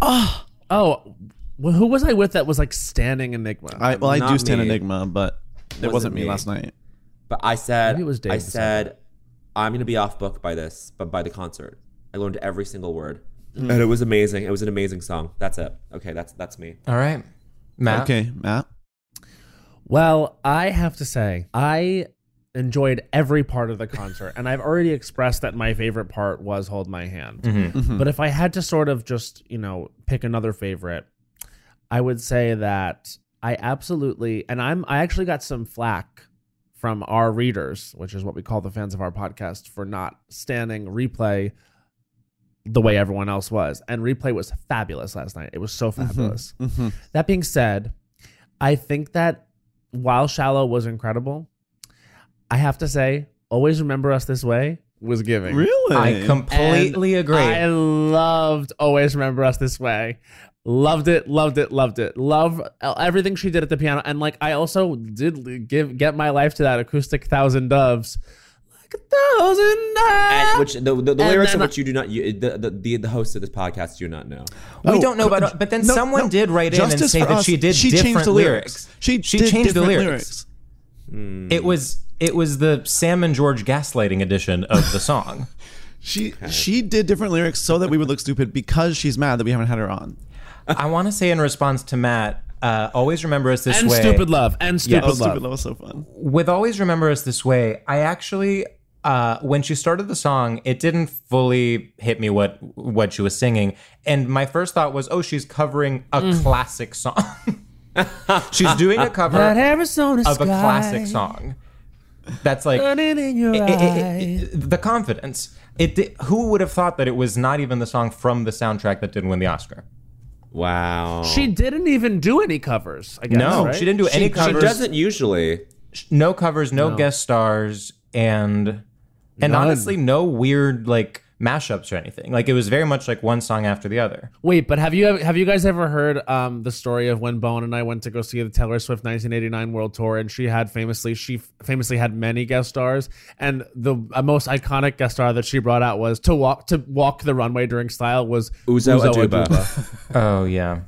S3: Oh, well, who was I with that was like standing Enigma?
S5: I, well, I do
S8: Not
S5: stand
S8: me.
S5: Enigma, but it
S8: Wasn't
S5: wasn't, me
S8: me.
S5: last night.
S8: But I said,
S3: Maybe it was Dave
S8: I
S3: who said
S8: said, I'm gonna be off book by this, but by the concert, I learned every single word, and it was amazing. It was an amazing song. That's it. Okay, that's that's me.
S7: All right. Matt.
S5: Okay, Matt.
S3: Well, I have to say, I enjoyed every part of the concert, and I've already expressed that my favorite part was Hold My Hand. But if I had to sort of just, you know, pick another favorite, I would say that I absolutely and I'm I actually got some flack from our readers, which is what we call the fans of our podcast, for not standing replay the way everyone else was. And replay was fabulous last night. It was so fabulous. That being said, I think that while Shallow was incredible, I have to say, always remember us this way was giving.
S5: Really?
S7: I completely agree.
S3: I loved Always Remember Us This Way. Loved it, loved it, loved it. Love e, everything she did at the piano. And like I also did give get my life to that acoustic thousand doves. Like a thousand doves.
S8: And which the, the, the lyrics
S3: then-
S8: of which you do not you, the, the the the hosts of this podcast do not know.
S7: we
S5: Oh,
S7: don't know about, but then
S5: No,
S7: someone
S5: no.
S7: did write in and
S5: Justice
S7: say
S5: for
S7: that
S5: us.
S7: she did
S5: She
S7: different
S5: changed the lyrics.
S7: lyrics.
S5: She did
S7: changed the
S5: different
S7: lyrics.
S5: lyrics.
S7: It was it was the Sam and George gaslighting edition of the song.
S5: She she did different lyrics so that we would look stupid because she's mad that we haven't had her on.
S7: I want to say in response to Matt, Uh, always remember us this
S9: and
S7: way.
S9: stupid love and stupid
S7: Oh,
S9: love.
S5: was so fun.
S7: With always remember us this way, I actually uh, when she started the song, it didn't fully hit me what what she was singing, and my first thought was, oh, she's covering a
S11: Mm.
S7: classic song. she's doing a cover
S11: That Arizona
S7: of a
S11: sky.
S7: classic song. That's like it- it- it- it- the confidence. It di- who would have thought that it was not even the song from the soundtrack that did win the Oscar?
S8: Wow.
S9: She didn't even do any covers. I guess,
S7: no,
S9: right?
S7: she didn't do any covers.
S8: She doesn't usually.
S7: no covers, no,
S9: No.
S7: guest stars, and and
S9: None.
S7: honestly, no weird like mashups or anything. Like it was very much like one song after the other.
S9: Wait, but have you have you guys ever heard um, the story of when Bowen and I went to go see the Taylor Swift 1989 World Tour, and she had famously she famously had many guest stars, and the uh, most iconic guest star that she brought out was to walk to walk the runway during style was
S8: Uzo
S9: Uzo
S8: Aduba.
S7: Oh yeah.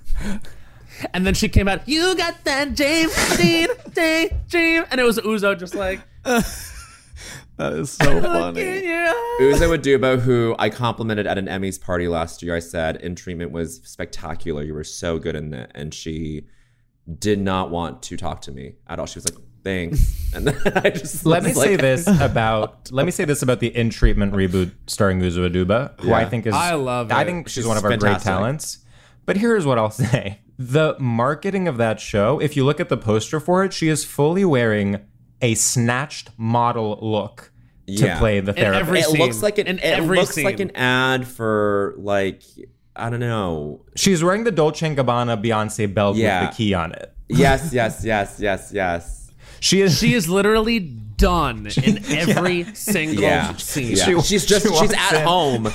S9: and then she came out, you got that James Dean Dean James, and it was Uzo just like
S5: That is so funny.
S9: yeah.
S8: Uzo Adubo, who I complimented at an Emmys party last year, I said in treatment was spectacular. You were so good in that, and she did not want to talk to me at all. She was like, "Thanks," and then I just
S7: Let me
S8: was like-
S7: say this about let me say this about the in treatment reboot starring Uzo Aduba, who I
S8: Yeah.
S7: think is
S9: I love
S7: I
S9: it.
S7: think she's,
S8: She's
S7: one of our great
S8: fantastic.
S7: talents. But here's what I'll say: the marketing of that show. If you look at the poster for it, she is fully wearing a snatched model look to
S8: Yeah.
S7: play the
S9: In
S7: therapist.
S9: every
S8: It
S9: scene.
S8: looks like an
S9: In
S8: it
S9: every
S8: looks like
S9: scene.
S8: an ad for like I don't know.
S7: She's wearing the Dolce and Gabbana Beyonce belt
S8: Yeah.
S7: with the key on it.
S8: Yes, yes, yes, yes, yes.
S7: She is.
S9: she is literally done in every single
S8: Yeah.
S9: scene.
S8: Yeah.
S7: She-
S8: she's just
S7: she
S8: she's
S7: walks
S8: at
S7: in.
S8: home.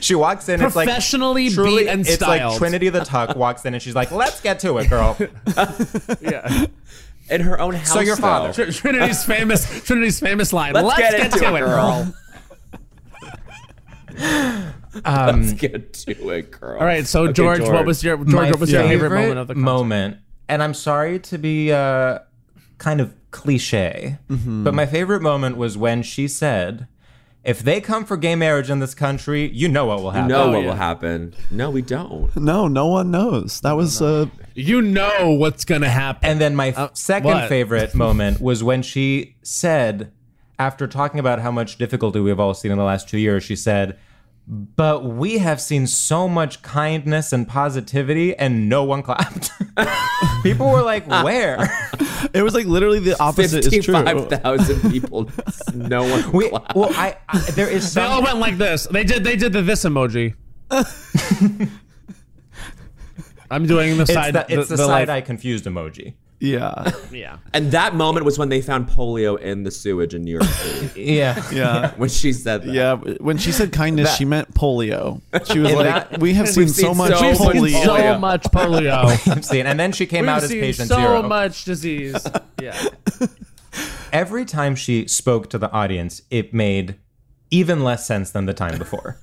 S7: she walks in. It's like
S9: Professionally
S7: truly,
S9: beat and
S7: it's like
S9: styled.
S7: Trinity the Tuck walks in and she's like, "Let's get to it, girl."
S9: Yeah.
S8: In her own house.
S7: So your
S8: though.
S7: father.
S9: Tr- Trinity's famous Trinity's famous line.
S8: Let's,
S9: Let's,
S8: get, into it, girl.
S7: Um,
S8: Let's get to it, girl.
S9: All right, so
S8: Okay,
S9: George, what was your George? What was your favorite moment of the concert?
S7: moment? And I'm sorry to be uh, kind of cliche,
S9: Mm-hmm.
S7: but my favorite moment was when she said, "If they come for gay marriage in this country, you know what will happen."
S8: know what
S9: Oh, yeah.
S8: will happen? No, we don't.
S5: No, no one knows. That was uh,
S9: You know what's gonna happen.
S7: And then my f- second
S9: Uh, what?
S7: favorite moment was when she said, after talking about how much difficulty we've all seen in the last two years, she said, but we have seen so much kindness and positivity, and no one clapped. People were like, "Where?"
S5: it was like literally the opposite is true.
S8: Fifty-five thousand people. No one.
S7: We,
S8: clapped.
S7: well, I, I there is
S9: they all
S7: some,
S9: went like this. They did. They did the this emoji. I'm doing the
S7: it's
S9: side.
S7: the, it's the, side
S9: like-
S7: eye confused emoji.
S5: Yeah,
S9: Yeah.
S8: And that moment was when they found polio in the sewage in New York City.
S7: Yeah,
S5: yeah.
S8: when she said that.
S5: Yeah, when she said kindness, she meant polio. She was like,
S7: that-
S5: "We have seen so
S8: seen
S5: much
S8: so
S9: We've
S8: much
S9: seen
S5: polio."
S9: so much polio.
S7: I've seen. And then she came out
S9: We've
S7: as
S9: seen
S7: patient
S9: so
S7: zero.
S9: much disease. Yeah.
S7: Every time she spoke to the audience, it made even less sense than the time before.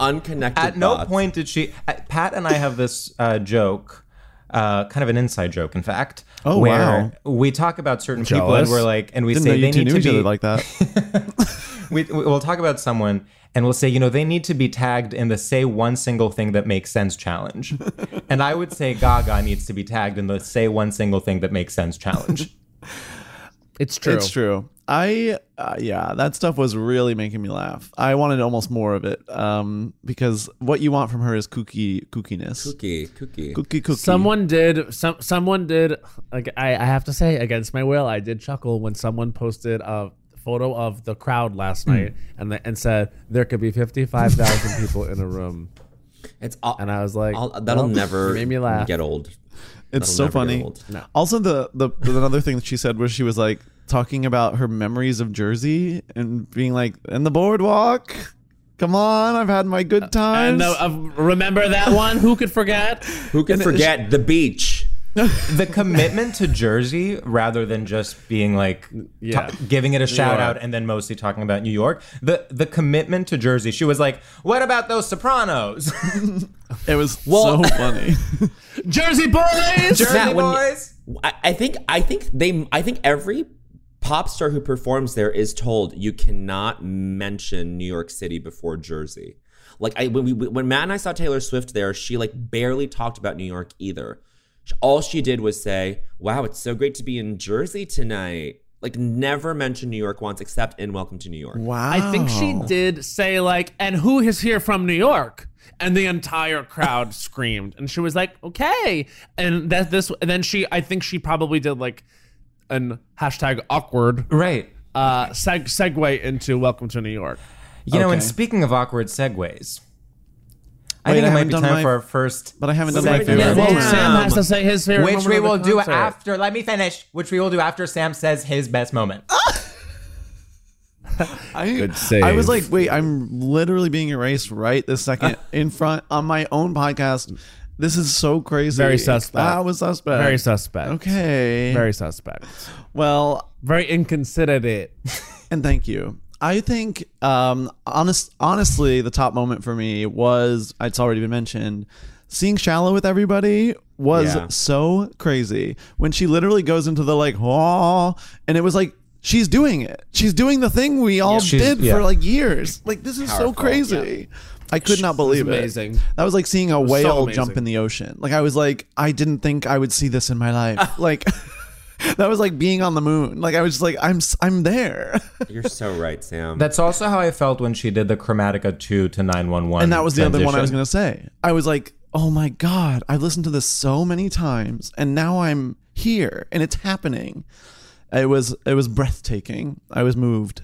S8: Unconnected.
S7: At no
S8: thoughts.
S7: point did she. uh, Pat and I have this uh, joke, uh, kind of an inside joke, in fact.
S5: Oh,
S7: where we talk about certain people and
S5: Jealous.
S7: we're like, and we
S5: Didn't know
S7: say
S5: you
S7: they
S5: two
S7: need
S5: knew
S7: to
S5: each
S7: be.
S5: other like that.
S7: we, we'll talk about someone and we'll say, you know, they need to be tagged in the say one single thing that makes sense challenge. and I would say Gaga needs to be tagged in the say one single thing that makes sense challenge.
S9: It's true.
S5: It's true. I uh, yeah, that stuff was really making me laugh. I wanted almost more of it um, because what you want from her is kooky kookiness,
S8: Cookie, cookie.
S5: kooky kooky.
S9: Someone did. Some someone did. Like I, I have to say, against my will, I did chuckle when someone posted a photo of the crowd last
S8: Hmm.
S9: night and the, and said there could be fifty five thousand people in a room,
S8: It's all,
S9: and I was like,
S8: all- that'll
S9: well,
S8: never
S9: you made me laugh.
S8: get old.
S5: it's
S8: That'll
S5: so
S8: never get
S5: funny.
S8: old.
S5: Also, the, the the another thing that she said was she was like talking about her memories of Jersey and being like, "And the boardwalk, come on, I've had my good
S9: And
S5: times."
S9: the, uh, remember that one? Who could forget?
S8: Who can forget the beach?
S7: The commitment to Jersey rather than just being like ta-
S9: Yeah.
S7: giving it a shout
S9: York.
S7: out and then mostly talking about New York. The the commitment to Jersey. She was like, "What about those Sopranos?
S5: it was
S8: Well-
S5: so funny.
S9: Jersey boys.
S7: Jersey
S8: Matt, when-
S7: boys."
S8: I, I think I think they I think every pop star who performs there is told you cannot mention New York City before Jersey. Like I when we when Matt and I saw Taylor Swift there, she like barely talked about New York either. All she did was say, "Wow, it's so great to be in Jersey tonight." Like never mentioned New York once, except in Welcome to New York.
S5: Wow.
S9: I think she
S7: Oh.
S9: did say like, and who is here from New York? And the entire crowd screamed, and she was like, okay. And that this, and then she, I think she probably did like an hashtag awkward
S7: Right.
S9: uh seg- segue into Welcome to New York.
S7: You know, and
S5: Okay.
S7: speaking of awkward segues, I
S5: Wait,
S7: think
S5: I
S7: it might
S5: haven't
S7: be
S5: done
S7: time
S5: my-
S7: for our first,
S5: But I haven't done my
S7: Second.
S5: favorite
S7: Yeah,
S5: moment.
S7: Sam
S9: Sam has to say his favorite,
S7: which we will do
S9: do after.
S7: after. Let me finish. Which we will do after Sam says his best moment.
S5: Ah! I,
S8: Good save.
S5: I was like, wait, I'm literally being erased right this second in front on my own podcast. This is so crazy.
S9: Very suspect.
S5: That was suspect.
S9: Very suspect.
S5: Okay.
S9: Very suspect.
S5: well,
S9: Very inconsiderate.
S5: and thank you. I think, um, honest, honestly, the top moment for me was it's already been mentioned. Seeing Shallow with everybody was
S8: Yeah.
S5: so crazy when she literally goes into the like, oh, and it was like she's doing it. She's doing the thing we all
S7: She's-
S5: did
S7: yeah.
S5: for like years. Like this is so crazy. I could not believe it.
S9: amazing.
S5: That was like seeing a whale
S9: amazing.
S5: jump in the ocean. Like I was like, I didn't think I would see this in my life. like that was like being on the moon. Like I was just like, I'm s- I'm there.
S8: You're so right, Sam.
S7: That's also how I felt when she did the Chromatica 2 to 911.
S5: And that was the other one I was
S7: transition.
S5: going to say. I was like, oh my God, I've listened to this so many times and now I'm here and it's happening. It was it was breathtaking. I was moved.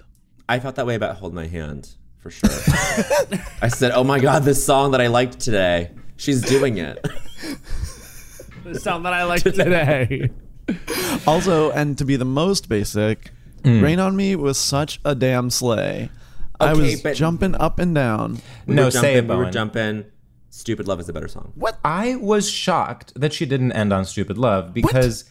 S8: I felt that way about Hold My Hand, for sure. I said, oh my God, this song that I liked today, she's doing it.
S9: the sound that I like today.
S5: Also, and to be the most basic, Rain on Me was such a damn sleigh. I
S8: Okay,
S5: was
S8: but-
S5: jumping up and down.
S8: We
S7: No,
S8: were
S7: say
S8: jumping,
S7: it,
S8: We were
S7: Bowen.
S8: jumping. Stupid Love is a better song.
S7: What? I was shocked that she didn't end on Stupid Love because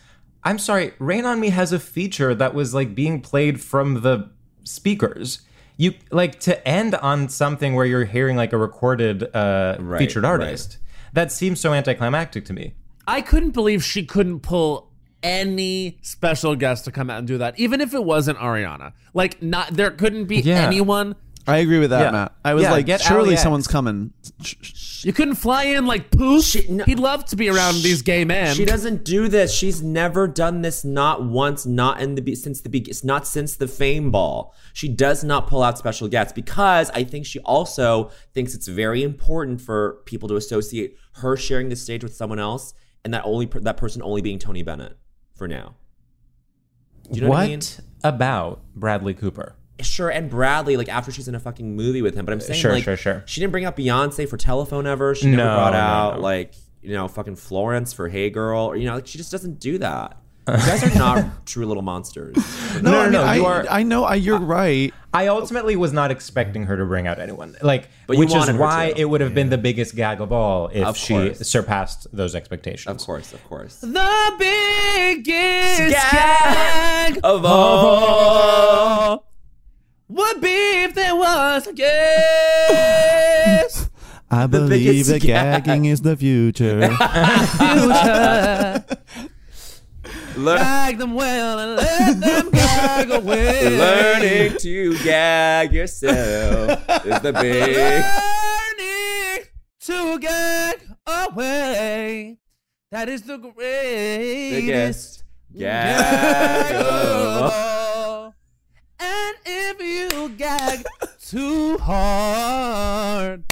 S7: I'm sorry, Rain on Me has a feature that was like being played from the speakers. You like to end on something where you're hearing like a recorded uh,
S8: Right,
S7: featured artist. That seems so anticlimactic to me.
S9: I couldn't believe she couldn't pull any special guest to come out and do that, even if it wasn't Ariana. Like, not there couldn't be
S7: Yeah.
S9: anyone.
S5: I agree with that,
S7: Yeah.
S5: Matt. I was
S7: Yeah,
S5: like,
S7: get
S5: surely
S7: Ally X.
S5: someone's coming. Sh- sh-
S9: You couldn't fly in like poof.
S8: no.
S9: He'd love to be around these gay men.
S8: She doesn't do this. She's never done this. Not once. Not in the be- since the be- it's not since the Fame Ball. She does not pull out special guests because I think she also thinks it's very important for people to associate her sharing the stage with someone else, and that only per- that person only being Tony Bennett for now. Do you know what? I mean?
S7: about Bradley Cooper?
S8: Sure, and Bradley, like after she's in a fucking movie with him, but I'm saying
S7: sure,
S8: like
S7: sure, sure.
S8: she didn't bring up Beyonce for telephone ever. She
S7: No,
S8: never brought
S7: no,
S8: out
S7: no.
S8: like you know fucking Florence for Hey Girl, or you know like she just doesn't do that. You guys are not true little monsters.
S7: No,
S5: No, I
S7: no,
S5: mean,
S7: no, you
S5: I,
S7: are-
S5: I know I, you're right.
S7: I ultimately was not expecting her to bring out anyone, like,
S8: But you
S7: which is
S8: wanted her
S7: why
S8: to.
S7: it would have been the biggest gag of all if
S8: Of
S7: she
S8: course.
S7: surpassed those expectations.
S8: Of course, of course.
S9: the biggest
S8: Skag
S9: gag
S8: Of all,
S9: would be Oh, if there was a guest.
S5: I believe
S8: biggest
S5: that
S8: gag.
S5: gagging is the future.
S8: lear-
S9: Gag them well and let them gag away.
S8: learning to gag yourself is the big.
S9: Learning to gag away. That is the greatest
S8: biggest gag
S9: Uh-huh.
S8: of all.
S9: And if you gag too hard,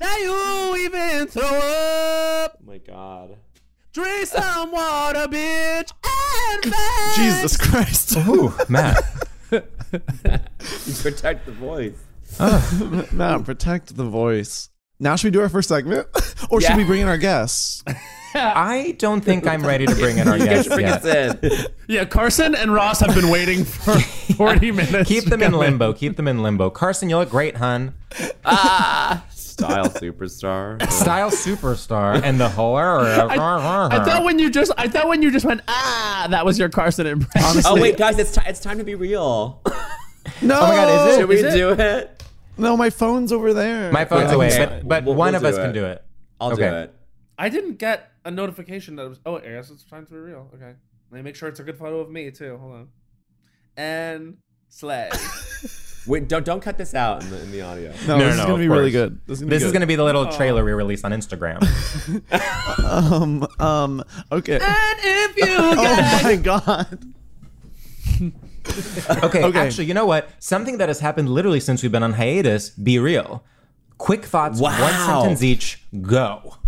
S9: now you even throw up.
S8: Oh my god.
S9: Drink some water, bitch, and back.
S5: Jesus Christ.
S7: Ooh, Matt.
S8: Protect the voice.
S5: Matt, protect the voice. Now should we do our first segment? or
S8: Yeah.
S5: should we bring in our guests?
S7: I don't think I'm ready to bring in our
S8: You guys
S7: guests
S8: should bring
S7: yet.
S8: us in.
S9: Yeah, Carson and Ross have been waiting for 40 minutes.
S7: Keep them in limbo. Keep them in limbo. Carson, you look great, hun.
S8: Style superstar.
S7: Style superstar and the whole.
S9: I thought when you just I thought when you just went ah that was your Carson impression.
S8: oh wait, guys, it's ti it's time to be real.
S5: No.
S7: my God, is it?
S8: Should we
S7: Is it?
S8: do it?
S5: No, my phone's over there.
S7: my phone's
S8: Okay.
S7: away, but, but
S8: We'll-
S7: one
S8: we'll
S7: of
S8: do
S7: us
S8: it.
S7: can do it.
S8: I'll do
S7: Okay.
S8: it.
S9: I didn't get a notification that it was. Oh, I guess it's time to be real. Okay, let me make sure it's a good photo of me too. Hold on. And slay.
S8: Wait, don't don't cut this out in the, in the audio.
S5: No, this is gonna
S7: of
S5: be really
S7: course.
S5: good. This is gonna be good.
S7: the little trailer we release on Instagram.
S5: um, um, okay. oh my god.
S7: okay,
S5: Okay.
S7: actually, you know what? Something that has happened literally since we've been on hiatus. Be real. Quick thoughts, one
S8: Wow.
S7: sentence each. Go.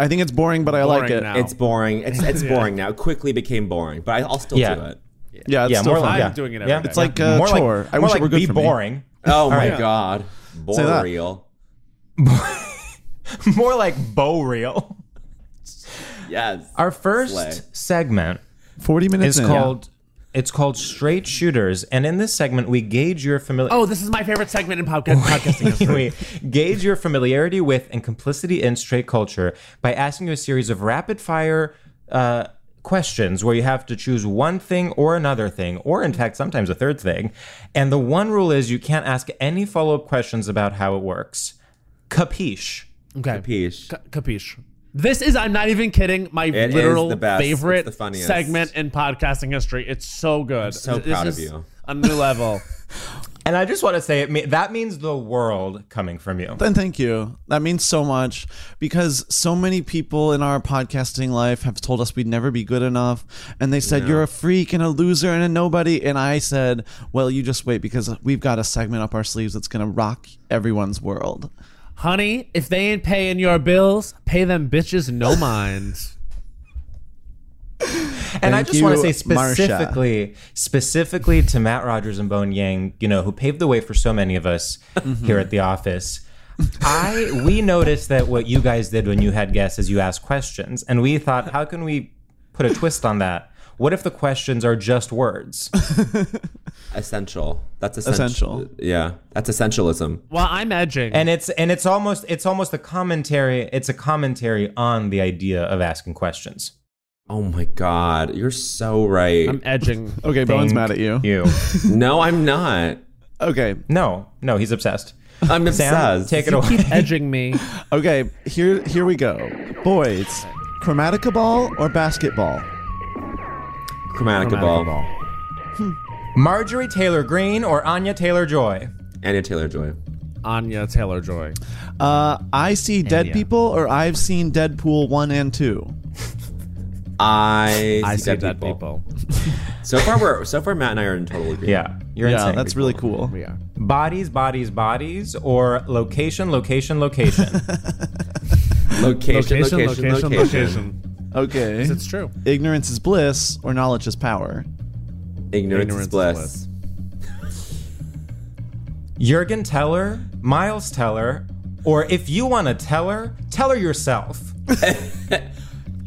S5: I think it's boring, but I like
S3: Boring
S5: it.
S3: now.
S8: It's boring. It's it's boring now. It quickly became boring, but I, I'll still
S7: Yeah.
S8: do it.
S5: Yeah, it's
S7: yeah, more
S5: still fun.
S7: like
S3: I'm
S7: yeah.
S3: doing it every
S7: yeah.
S3: day.
S5: It's like a
S7: more
S5: chore.
S7: Like,
S5: I
S7: more
S5: wish
S7: like
S5: it were good
S7: be
S5: for me.
S7: boring.
S8: Oh my god,
S5: that.
S8: boreal.
S7: more like bow reel.
S8: Yes.
S7: Our first
S8: Slay.
S7: segment
S5: Forty minutes
S7: is
S5: in.
S7: called it's called Straight Shooters, and in this segment we gauge your familiar.
S3: Oh, this is my favorite segment in podcast, podcasting history.
S7: we gauge your familiarity with and complicity in straight culture by asking you a series of rapid fire uh, questions where you have to choose one thing or another thing, or in fact, sometimes a third thing. And the one rule is you can't ask any follow up questions about how it works. Capiche.
S9: Oh,
S3: Okay.
S8: Capiche.
S3: C- capiche. This is, I'm not even kidding, my
S8: is
S3: literal
S8: the best. It's
S3: favorite
S8: the funniest.
S3: segment in podcasting history. It's so good.
S8: so
S3: This
S8: proud of
S3: is
S8: you.
S3: A new level.
S7: And I just want to say it, me- that means the world coming from you.
S5: And thank you. That means so much because so many people in our podcasting life have told us we'd never be good enough. And they said, You're a freak and a loser and a nobody. And I said, Well, you just wait because we've got a segment up our sleeves that's going to rock everyone's world.
S3: Honey, if they ain't paying your bills, pay them bitches no mind.
S7: And I
S5: Thank
S7: just want to
S5: you,
S7: say
S5: Marsha.
S7: specifically, specifically to Matt Rogers and Bone Yang, you know, who paved the way for so many of us
S5: Mm-hmm.
S7: here at the office. I we noticed that what you guys did when you had guests is you asked questions, and we thought, how can we put a twist on that? What if the questions are just words?
S8: Essential. That's
S5: Essential.
S8: essential. Yeah, that's essentialism.
S3: Well, I'm edging.
S7: And it's and it's almost it's almost a commentary. It's a commentary on the idea of asking questions.
S8: Oh my god, you're so right.
S3: I'm edging.
S5: Okay, Bowen's
S7: Thank
S5: mad at you.
S7: You
S8: no, I'm not.
S5: Okay,
S7: no no he's obsessed.
S8: I'm
S7: Sam,
S8: obsessed.
S7: take it away.
S3: Keep edging me.
S5: okay, here, here we go. Boys, chromatica ball or basketball?
S8: Chromatica ball.
S7: Marjorie Taylor Greene or Anya Taylor Joy?
S8: Anna Taylor Joy.
S3: Anya Taylor Joy.
S5: Uh, I see dead people or I've seen Deadpool 1 and 2.
S8: I,
S3: I
S8: see
S3: see
S8: dead
S3: that
S8: people.
S3: people.
S8: So far, we're so far. Matt and I are in total agreement.
S7: Yeah, you're
S5: Yeah,
S7: insane.
S5: that's really cool.
S3: Yeah.
S7: bodies, bodies, bodies, or location, location, location.
S8: Location, location, location,
S5: Okay.
S3: It's true.
S5: Ignorance is bliss or knowledge is power.
S8: Ignorance,
S3: Ignorance
S8: is
S3: is
S8: bliss.
S3: bliss.
S7: Jurgen Teller, Miles Teller, or if you want to tell her, tell her yourself.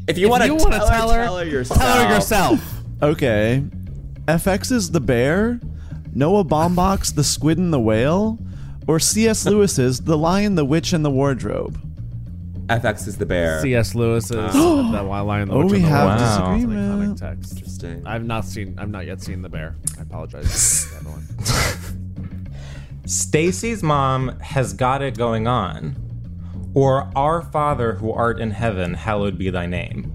S8: If you want to
S3: you
S8: tell,
S3: wanna
S8: her,
S3: tell her,
S8: tell her yourself.
S3: Tell her yourself.
S5: Okay. FX is the bear, Noah Baumbach's the squid and the whale, or C.S. Lewis's the lion, the witch, and the wardrobe.
S8: FX is the bear.
S3: C.S. Lewis's The Lion, the
S5: Oh,
S3: Witch,
S5: we
S3: and the
S5: have
S3: Wardrobe.
S7: Wow.
S3: It's an
S5: disagreement.
S3: iconic text.
S9: Mm,
S8: Interesting.
S3: I've not seen. I've not yet seen the bear. I apologize. to everyone.
S7: Stacy's mom has got it going on, or our Father who art in heaven, hallowed be thy name.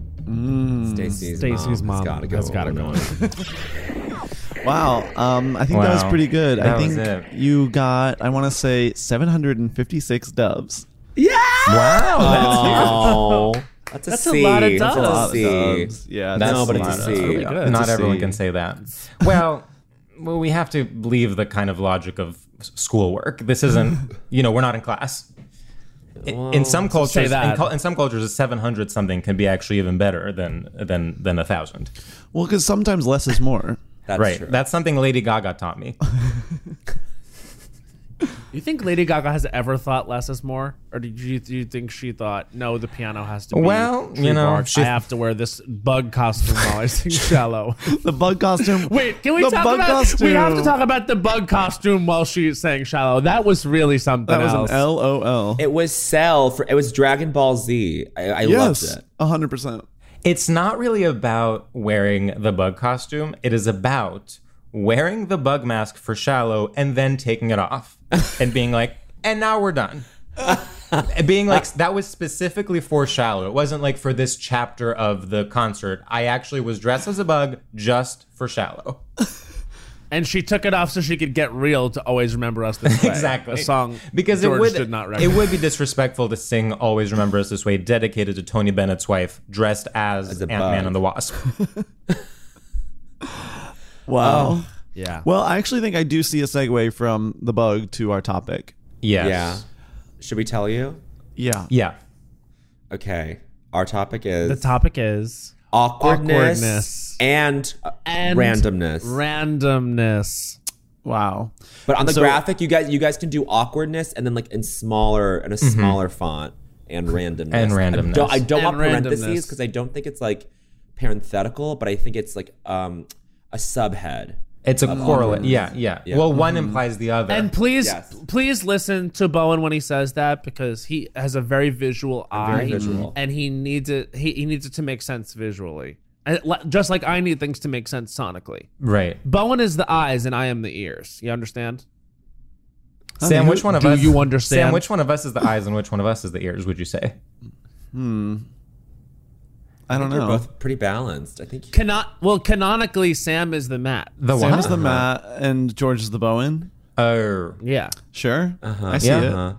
S8: Stacy's,
S3: Stacy's mom
S8: has gotta go.
S3: has gotta go.
S8: on.
S5: Wow. Um, I think that was
S7: Wow.
S5: pretty good. I
S7: That was
S5: think
S7: it.
S5: you got, I want to say, 756 doves.
S7: Uh, Wow,
S8: Oh, that's a C.
S3: lot of
S8: That's
S3: doves.
S8: a C.
S5: Doves. Yeah,
S7: That's
S8: No,
S5: that's
S8: but
S7: a
S8: it's
S7: lot
S8: a
S7: of
S8: C.
S7: doves.
S3: Pretty good.
S8: It's
S7: not
S8: a
S7: everyone
S8: C.
S7: can say that. Well, well, we have to leave the kind of logic of s- schoolwork. This isn't, you know, we're not in class. I- in some
S3: say
S7: cultures, in,
S3: that.
S7: cul- in some cultures, a seven hundred something can be actually even better than than than a thousand.
S5: Well, because sometimes less is more.
S8: That's
S7: Right.
S8: true.
S7: That's something Lady Gaga taught me.
S3: You think Lady Gaga has ever thought less is more, or did you do you think she thought no? The piano has to be
S7: Well,
S3: true
S7: you know,
S3: bark.
S7: she-
S3: I have to wear this bug costume while I sing shallow.
S5: The bug costume.
S3: Wait, can we
S5: the
S3: talk
S5: bug
S3: about?
S5: costume.
S3: We have to talk about the bug costume while she sang shallow. That was really something
S5: That was
S3: else.
S5: an LOL.
S8: It was Cell for it was Dragon Ball Z. I, I
S5: yes,
S8: loved it.
S5: 100%.
S7: It's not really about wearing the bug costume. It is about wearing the bug mask for shallow and then taking it off and being like, and now we're done. And being like, that was specifically for shallow. It wasn't like for this chapter of the concert. I actually was dressed as a bug just for shallow.
S9: And she took it off so she could get real to always remember us this way.
S7: Exactly.
S9: A song
S7: because
S9: George
S7: it would
S9: did not
S7: it
S9: recognize.
S7: would be disrespectful to sing "Always Remember Us This Way" dedicated to Tony Bennett's wife, dressed as, Ant
S8: a
S7: Man
S8: bug.
S7: and the Wasp.
S5: Wow.
S9: yeah.
S5: Well, I actually think I do see a segue from the bug to our topic.
S7: yes.
S8: Yeah. Should we tell you?
S5: Yeah.
S7: Yeah.
S8: Okay. Our topic is
S9: The topic is
S8: awkwardness,
S9: Awkwardness.
S8: And, uh, randomness.
S9: Randomness.
S5: Wow.
S8: but on the
S9: so-
S8: graphic, you guys you guys can do awkwardness and then like in smaller in a smaller font and randomness.
S7: Mm-hmm. And
S8: I
S7: randomness.
S8: don't, I don't
S9: And
S8: want parentheses
S9: randomness.
S8: because I don't think it's like parenthetical, but I think it's like um a subhead.
S7: It's a
S8: Of
S7: correlate.
S8: awkwardness.
S7: Yeah, yeah,
S8: Yeah.
S7: Well, one implies the other.
S9: And please,
S8: Yes.
S9: please listen to Bowen when he says that because he has a very visual eye,
S8: very visual.
S9: and he needs it. He, he needs it to make sense visually, and li- just like I need things to make sense sonically.
S7: right.
S9: Bowen is the eyes, and I am the ears. You understand?
S7: Sam, which one of
S9: do
S7: us
S9: you understand?
S7: Sam, which one of us is the eyes and which one of us is the ears? Would you say?
S5: I
S9: Oh.
S5: don't
S8: They're
S5: know.
S8: both pretty balanced. I think
S9: Canon- well, canonically, Sam is the mat.
S7: The
S5: Sam is
S7: what?
S5: the Matt and George is the Bowen.
S7: Oh,
S9: Yeah,
S5: Sure. I see
S7: Yeah.
S5: it.
S8: uh-huh.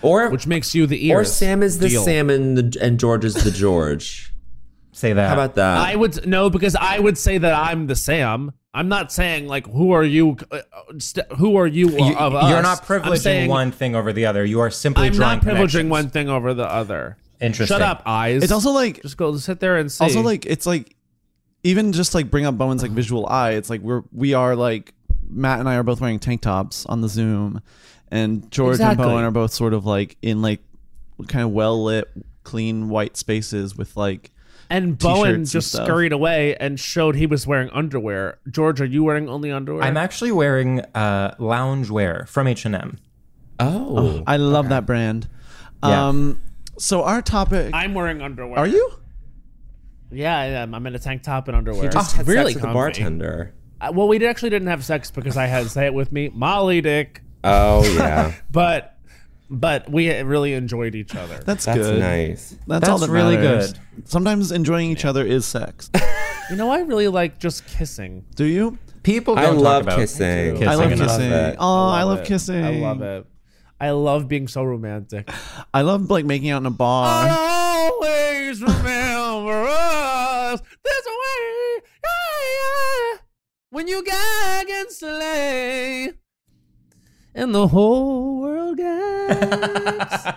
S8: Or
S9: which makes you the
S8: or
S9: ears.
S8: Sam is the
S9: Deal.
S8: Sam and the, and George is the George.
S7: say that.
S8: How about that?
S9: I would no because I would say that I'm the Sam. I'm not saying like who are you, uh, st- who are you,
S7: you,
S9: of us.
S7: are not
S9: I'm
S7: privileging
S9: saying
S7: one thing over the other. You are simply
S9: I'm
S7: drawing
S9: not privileging
S7: connections.
S9: one thing over the other.
S7: Interesting.
S9: Shut up, eyes.
S5: It's also like
S9: just go sit there and see.
S5: also like it's like even just like bring up Bowen's like visual eye. It's like we're we are like Matt and I are both wearing tank tops on the Zoom, and George
S9: Exactly.
S5: and Bowen are both sort of like in like kind of well lit, clean white spaces with like
S9: and
S5: t-shirts
S9: Bowen
S5: and
S9: just
S5: stuff.
S9: scurried away and showed he was wearing underwear. George, are you wearing only underwear?
S7: I'm actually wearing uh, loungewear from H and M.
S8: oh,
S5: I love that brand.
S7: Yeah.
S5: Um, so our topic
S9: I'm wearing underwear.
S5: are you?
S9: Yeah, I am. I'm in a tank top and underwear.
S8: you just had
S9: really
S8: sex with the
S9: comfy.
S8: bartender.
S9: Uh, well, we actually didn't have sex because I had say it with me, Molly Dick.
S8: Oh yeah,
S9: But but we really enjoyed each other.
S5: That's,
S8: that's
S5: good.
S8: nice.
S5: That's, all that
S7: That's really
S5: matters.
S7: good.
S5: Sometimes enjoying each other is sex.
S9: You know, I really like just kissing.
S5: Do you?
S7: People don't
S8: I
S7: talk
S8: love
S7: about
S8: kissing.
S7: kissing
S5: I love
S7: enough.
S5: kissing.
S8: it.
S5: Oh, I love,
S9: it.
S5: kissing.
S9: I love it. I love being so romantic.
S5: I love like making out in a bar.
S9: Uh-huh. always remember us this way. Yeah, yeah. When you gag and slay, and the whole world gags,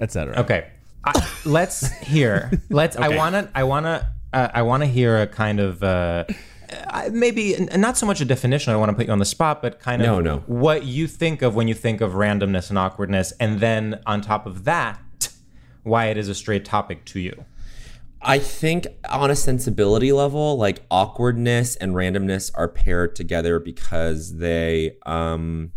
S9: etc.
S7: Okay, I, let's hear. Let's. I wanna. I wanna. Uh, I wanna hear a kind of. Uh, I- maybe n- not so much a definition. I don't want to put you on the spot, but kind of
S8: No, no.
S7: what you think of when you think of randomness and awkwardness, and then on top of that, why it is a straight topic to you.
S8: I think on a sensibility level, like awkwardness and randomness are paired together because they um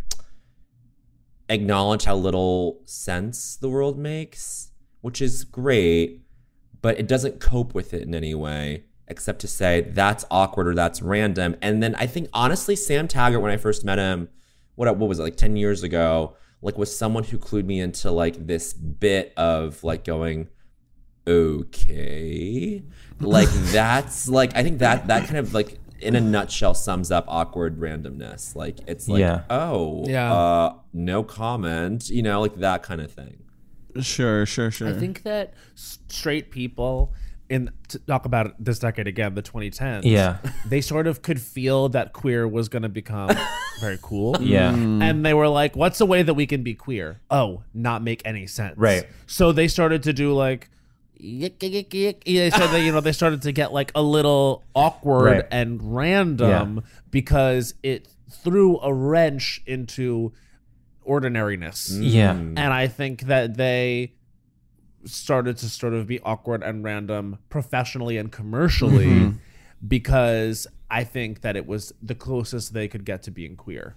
S8: acknowledge how little sense the world makes, which is great, but it doesn't cope with it in any way except to say that's awkward or that's random. And then I think honestly Sam Taggart when I first met him, what what was it like 10 years ago, like was someone who clued me into like this bit of like going okay like that's like i think that that kind of like in a nutshell sums up awkward randomness like it's like
S7: Yeah.
S8: oh
S9: Yeah.
S8: uh no comment you know like that kind of thing
S5: Sure, sure, sure.
S9: I think that s- straight people in to talk about this decade again, the 2010s.
S7: Yeah.
S9: they sort of could feel that queer was going to become very cool.
S7: Yeah.
S8: Mm-hmm.
S7: Mm.
S9: and they were like, "What's a way that we can be queer?" Oh, not make any sense.
S7: Right.
S9: So they started to do like. Yick, yick, yick, yick. Yeah, so they, you know, they started to get like a little awkward
S7: Right.
S9: and random because it threw a wrench into ordinariness.
S7: Yeah.
S9: And I think that they started to sort of be awkward and random professionally and commercially
S8: Mm-hmm.
S9: because I think that it was the closest they could get to being queer.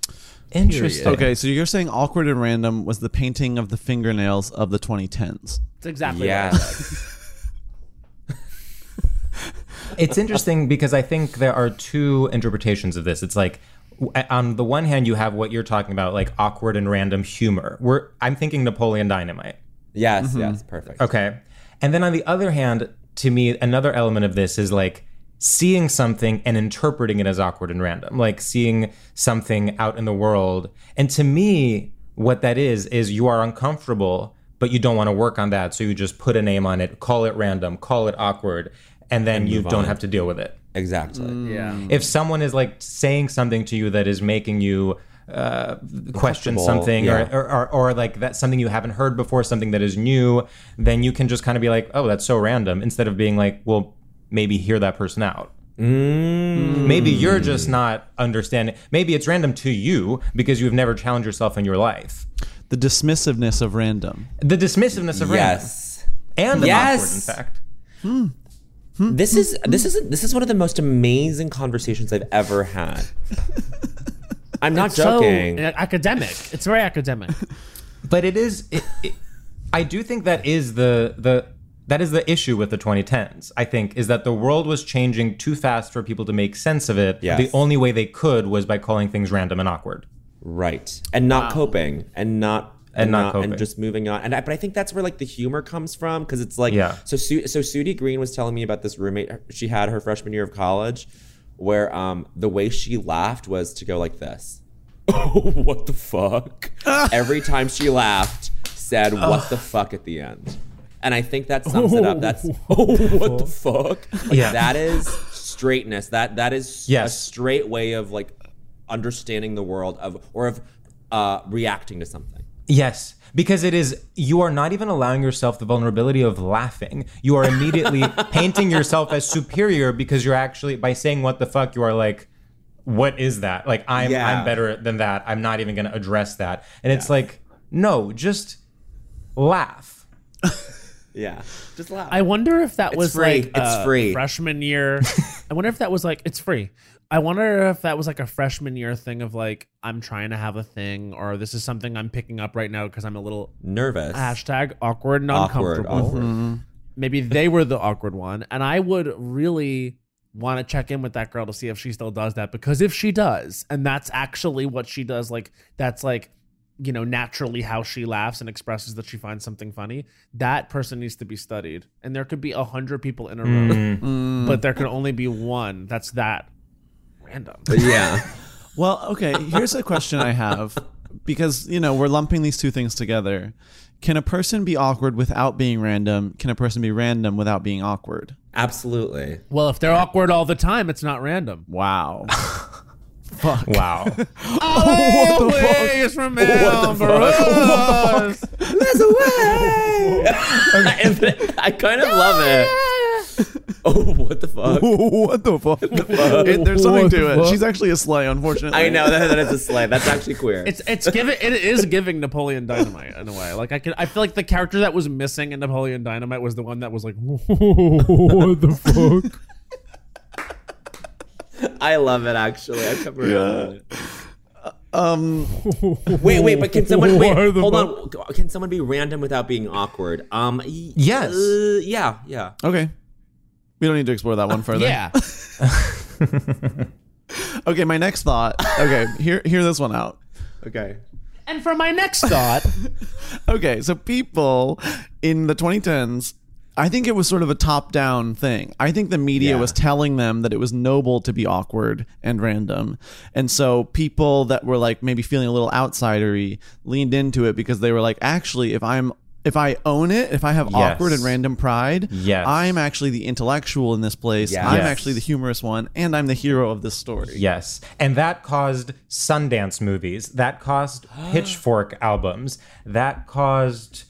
S7: Interesting.
S5: Okay, so you're saying awkward and random was the painting of the fingernails of the 2010s.
S9: It's exactly
S8: yeah
S7: It's interesting because I think there are two interpretations of this. It's like w- on the one hand you have what you're talking about like awkward and random humor. We're I'm thinking Napoleon Dynamite.
S8: yes yes perfect
S7: Uh, Okay. And then on the other hand, to me another element of this is like seeing something and interpreting it as awkward and random, like seeing something out in the world. And to me, what that is, is you are uncomfortable, but you don't want to work on that. So you just put a name on it, call it random, call it awkward, and then
S8: And
S7: you
S8: move
S7: don't
S8: on.
S7: have to deal with it.
S8: Exactly.
S3: Yeah.
S7: If someone is like saying something to you that is making you uh, question
S8: Uncomfortable,
S7: something
S8: yeah.
S7: or, or, or, or like that's something you haven't heard before, something that is new, then you can just kind of be like, oh, that's so random, instead of being like, well, maybe hear that person out.
S8: Mm.
S7: Maybe you're just not understanding. Maybe it's random to you because you've never challenged yourself in your life.
S5: The dismissiveness of random.
S7: The dismissiveness of
S8: Yes.
S7: random and the awkward, in
S8: Yes.
S7: fact.
S8: This is this is this is one of the most amazing conversations I've ever had. I'm not joking.
S9: So uh, academic. It's very academic.
S7: But it is. It, it, I do think that is the the that is the issue with the 2010s. I think is that the world was changing too fast for people to make sense of it.
S8: Yes.
S7: The only way they could was by calling things random and awkward.
S8: Right. And not coping and not
S7: And not coping.
S8: and just moving on. And I, but I think that's where like the humor comes from because it's like
S7: Yeah.
S8: so Su- so Sudie Green was telling me about this roommate she had her freshman year of college where um the way she laughed was to go like this. Oh, what the fuck? Every time she laughed, said what the fuck at the end. And I think that sums it up. That's oh, what the fuck? Like,
S7: Yeah.
S8: That is straightness. That that is
S7: Yes.
S8: a straight way of like understanding the world of or of uh, reacting to something.
S7: Yes, because it is you are not even allowing yourself the vulnerability of laughing. You are immediately painting yourself as superior because you're actually by saying what the fuck you are like what is that? Like I'm
S8: Yeah.
S7: I'm better than that. I'm not even going to address that. And it's like no, just laugh.
S8: Yeah, just laugh.
S9: I wonder if that
S8: It's
S9: was
S8: free.
S9: like
S8: It's
S9: uh,
S8: free.
S9: freshman year. I wonder if that was like it's free. I wonder if that was like a freshman year thing of like I'm trying to have a thing or this is something I'm picking up right now because I'm a little
S8: Nervous.
S9: hashtag awkward and
S8: Awkward,
S9: uncomfortable.
S8: awkward.
S9: Maybe they were the awkward one, and I would really want to check in with that girl to see if she still does that because if she does, and that's actually what she does, like that's like you know naturally how she laughs and expresses that she finds something funny that person needs to be studied and there could be a hundred people in a room
S8: Mm.
S9: but there can only be one that's that random
S8: But yeah,
S5: Well, okay, here's a question I have because, you know, we're lumping these two things together. Can a person be awkward without being random? Can a person be random without being awkward?
S8: absolutely.
S9: well if they're awkward all the time it's not random
S5: Wow.
S7: Wow.
S9: always remember us.
S8: There's a way. I kind of love it. Oh, what the fuck?
S5: what the fuck? It- there's something to it. She's actually a sleigh, unfortunately.
S8: I know that, that is a slay. That's actually queer.
S9: It's it's giving it is giving Napoleon Dynamite in a way. Like I could I feel like the character that was missing in Napoleon Dynamite was the one that was like what the fuck.
S8: I love it actually. I come around.
S5: Yeah. Um,
S8: Wait, wait, but can someone wait?
S9: Why the
S8: Hold on. Can someone be random without being awkward? Um. y-
S7: Yes.
S8: uh, yeah. Yeah.
S5: okay. We don't need to explore that one further.
S9: Yeah.
S5: Okay, my next thought. Okay, hear hear this one out.
S8: Okay.
S9: And for my next thought,
S5: Okay, so people in the 2010s, I think it was sort of a top down thing. I think the media
S8: Yeah.
S5: was telling them that it was noble to be awkward and random. And so people that were like maybe feeling a little outsidery leaned into it because they were like, actually, if I'm if I own it, if I have awkward and random pride,
S7: Yes.
S5: I'm actually the intellectual in this place.
S8: Yes.
S5: I'm
S7: Yes.
S5: actually the humorous one, and I'm the hero of this story.
S7: Yes. And that caused Sundance movies. That caused Pitchfork albums. That caused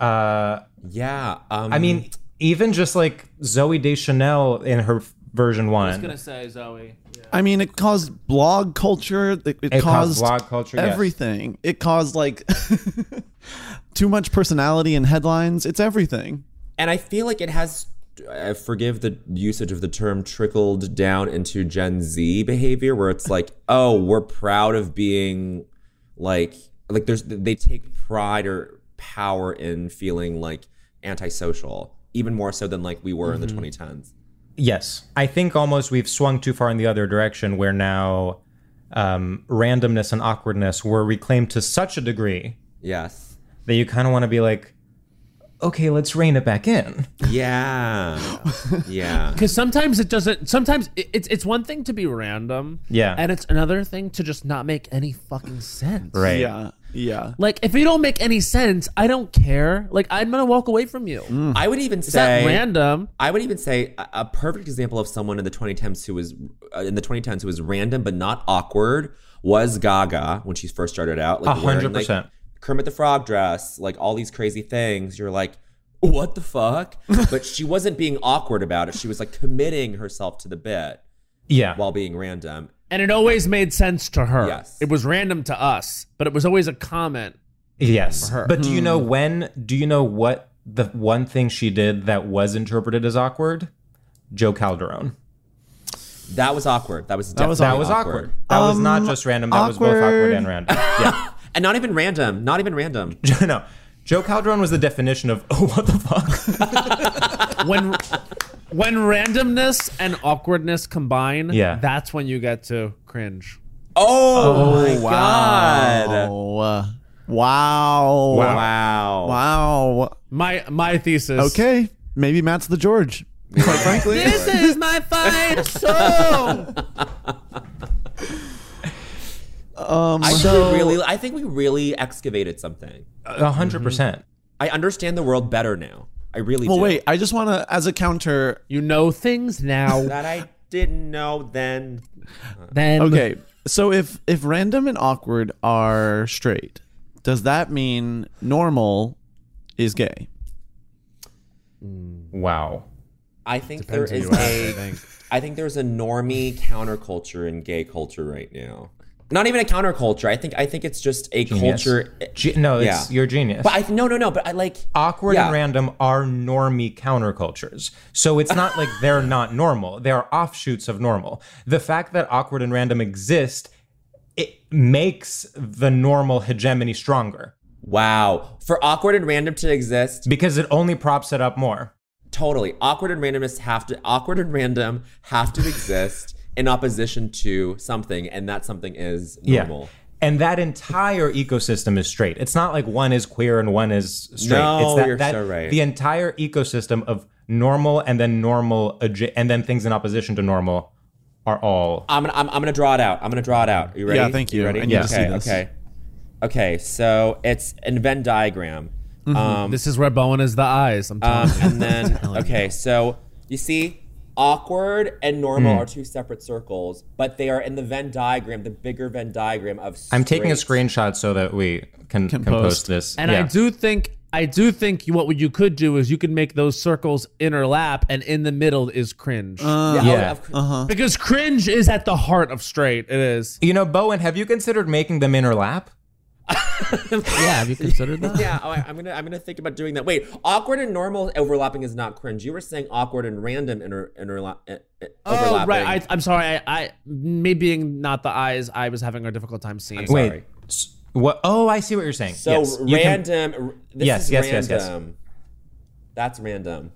S7: uh
S8: Yeah. Um,
S7: I mean, even just like Zoe Deschanel in her f- version one.
S9: say Zoe.
S5: I mean, it caused blog culture. It, it
S7: It
S5: caused,
S7: caused blog culture, yes.
S5: Everything. It caused like too much personality in headlines. It's everything.
S8: and I feel like it has. I forgive the usage of the term trickled down into Gen Z behavior, where it's like, oh, we're proud of being like, like there's they take pride or power in feeling like antisocial, even more so than like we were
S7: Mm-hmm.
S8: in the 2010s.
S7: yes. I think almost we've swung too far in the other direction where now um, randomness and awkwardness were reclaimed to such a degree
S8: Yes.
S7: that you kind of want to be like, okay, let's rein it back in.
S8: Yeah. Yeah.
S9: Because sometimes it doesn't. Sometimes it- it's it's one thing to be random.
S7: Yeah.
S9: And it's another thing to just not make any fucking sense.
S7: Right.
S5: Yeah. Yeah.
S9: Like if you don't make any sense, I don't care. Like I'm gonna walk away from you.
S7: Mm. Hmm.
S8: I would even
S9: Is
S8: say
S9: that random?
S8: I would even say a, a perfect example of someone in the 2010s who was uh, in the 2010s who was random but not awkward was Gaga when she first started
S7: A
S8: out. wearing,
S7: hundred percent.
S8: Kermit the Frog dress, like all these crazy things. You're like, what the fuck? but she wasn't being awkward about it. She was like committing herself to the bit.
S7: Yeah.
S8: While being random.
S9: And it always made sense to her.
S8: Yes.
S9: It was random to us, but it was always a comment.
S7: Yes.
S9: For her.
S7: But do you know
S9: Hmm.
S7: when? Do you know what the one thing she did that was interpreted as awkward? Joe Calderone.
S8: That was awkward. That was
S7: That was
S8: definitely
S7: awkward. That was not
S8: Um,
S7: just random. That was both awkward
S8: awkward.
S7: and random. Yeah.
S8: and not even random. Not even random.
S7: no. Joe Calderon was the definition of oh, what the fuck.
S9: when when randomness and awkwardness combine,
S7: Yeah.
S9: that's when you get to cringe.
S5: my
S8: Oh,
S5: Oh, uh,
S9: God. Wow.
S8: Wow.
S5: Wow.
S9: My my thesis.
S5: Okay. Maybe Matt's the George. Quite frankly.
S9: This is my fine soul.
S5: Um,
S8: I think
S5: so-
S8: we really, I think we really excavated something.
S7: A hundred percent.
S8: I understand the world better now. I really
S5: well,
S8: do.
S5: wait. I just want to, as a counter.
S9: You know things now.
S8: that I didn't know then.
S9: Then
S5: Okay. So if if random and awkward are straight, does that mean normal is gay?
S7: Wow.
S8: I think
S5: Depends
S8: there
S5: who
S8: is
S5: you ask,
S8: a. I
S5: I
S8: think.
S5: think.
S8: there's a normie counterculture in gay culture right now. Not even a counterculture. I think I think it's just a
S7: Genius.
S8: culture.
S7: Ge- no, it's
S8: Yeah.
S7: you're genius.
S8: But I no no no. But I like
S7: awkward
S8: Yeah.
S7: and random are normie countercultures. So it's not like they're not normal. They are offshoots of normal. The fact that awkward and random exist, it makes the normal hegemony stronger
S8: wow for awkward and random to exist.
S7: because it only props it up more.
S8: Totally awkward and randomness have to awkward and random have to exist in opposition to something, and that something is
S7: Yeah.
S8: normal.
S7: And that entire ecosystem is straight. It's not like one is queer and one is straight.
S8: No,
S7: it's that,
S8: you're
S7: that-
S8: so right.
S7: The entire ecosystem of normal and then normal adj- and then things in opposition to normal are all
S8: I'm gonna I'm, I'm gonna draw it out. I'm gonna draw it out. Are you ready?
S5: Yeah, thank you.
S8: ready?
S5: I need to
S8: okay,
S5: see this.
S8: Okay. Okay. So it's in Venn diagram. Um,
S9: this is where Bowen is the eyes. I'm telling
S8: um,
S9: you.
S8: and then okay, so you see, awkward and normal are two separate circles, but they are in the Venn diagram, the bigger Venn diagram of.
S7: I'm taking a
S8: straight-
S7: screenshot so that we can, can, post.
S5: post.
S7: this.
S9: And I
S7: Yeah.
S9: do think I do think you- what you could do is you could make those circles interlap, and in the middle is cringe.
S8: Yeah.
S7: Yeah.
S8: Oh, of cou-
S9: because cringe is at the heart of straight. It is.
S7: You know, Bowen, have you considered making them interlap?
S9: Yeah, have you considered that?
S8: yeah, oh, I, I'm gonna I'm gonna think about doing that. Wait, awkward and normal overlapping is not cringe. You were saying awkward and random inter, interla- eh, eh,
S9: Oh
S8: overlapping.
S9: right, I, I'm sorry. I, I me being not the eyes, I was having a difficult time seeing.
S8: sorry.
S7: Wait. s- What? Oh, I see what you're saying.
S8: So
S7: yes, you can-
S8: random. r- this
S7: Yes,
S8: is
S7: yes, yes,
S8: random.
S7: yes.
S8: That's random.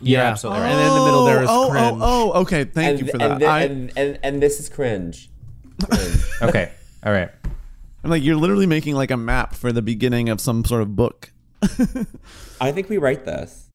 S7: you're
S9: Yeah.
S7: absolutely right.
S9: And then in the middle there is
S5: oh,
S9: cringe.
S5: Oh, oh, okay. Thank
S8: and,
S5: you for
S8: and
S5: that.
S8: thi-
S5: I,
S8: and, and, and this is cringe. Cringe.
S7: okay. All right.
S5: I'm like, you're literally making like a map for the beginning of some sort of book.
S8: I think we write this.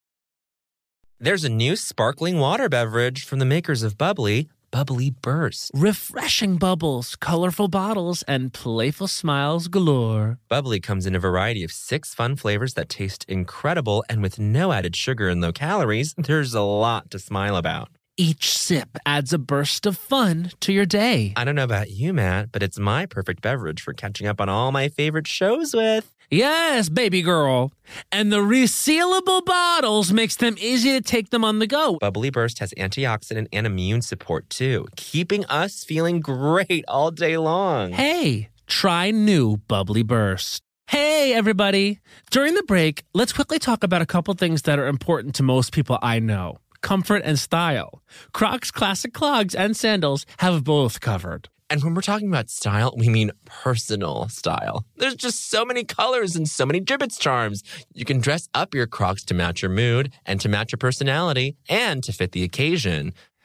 S4: There's a new sparkling water beverage from the makers of Bubbly, Bubbly Burst.
S2: Refreshing bubbles, colorful bottles, and playful smiles galore.
S4: Bubbly comes in a variety of six fun flavors that taste incredible, and with no added sugar and low calories, there's a lot to smile about.
S2: Each sip adds a burst of fun to your day.
S4: I don't know about you, Matt, but it's my perfect beverage for catching up on all my favorite shows with.
S2: Yes, baby girl. And the resealable bottles makes them easy to take them on the go.
S4: Bubbly Burst has antioxidant and immune support too, keeping us feeling great all day long.
S2: Hey, try new Bubbly Burst. Hey, everybody. During the break, let's quickly talk about a couple things that are important to most people I know comfort and style. Crocs classic clogs and sandals have both covered.
S4: And when we're talking about style, we mean personal style. There's just so many colors and so many gibbets charms. You can dress up your crocs to match your mood and to match your personality and to fit the occasion.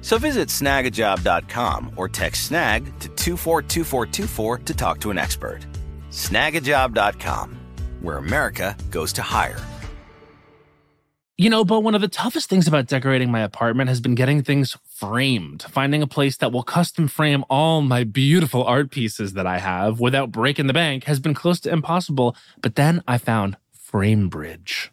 S10: So visit snagajob.com or text snag to 242424 to talk to an expert. Snagajob.com, where America goes to hire.
S3: You know, but one of the toughest things about decorating my apartment has been getting things framed, finding a place that will custom frame all my beautiful art pieces that I have without breaking the bank has been close to impossible. But then I found Framebridge.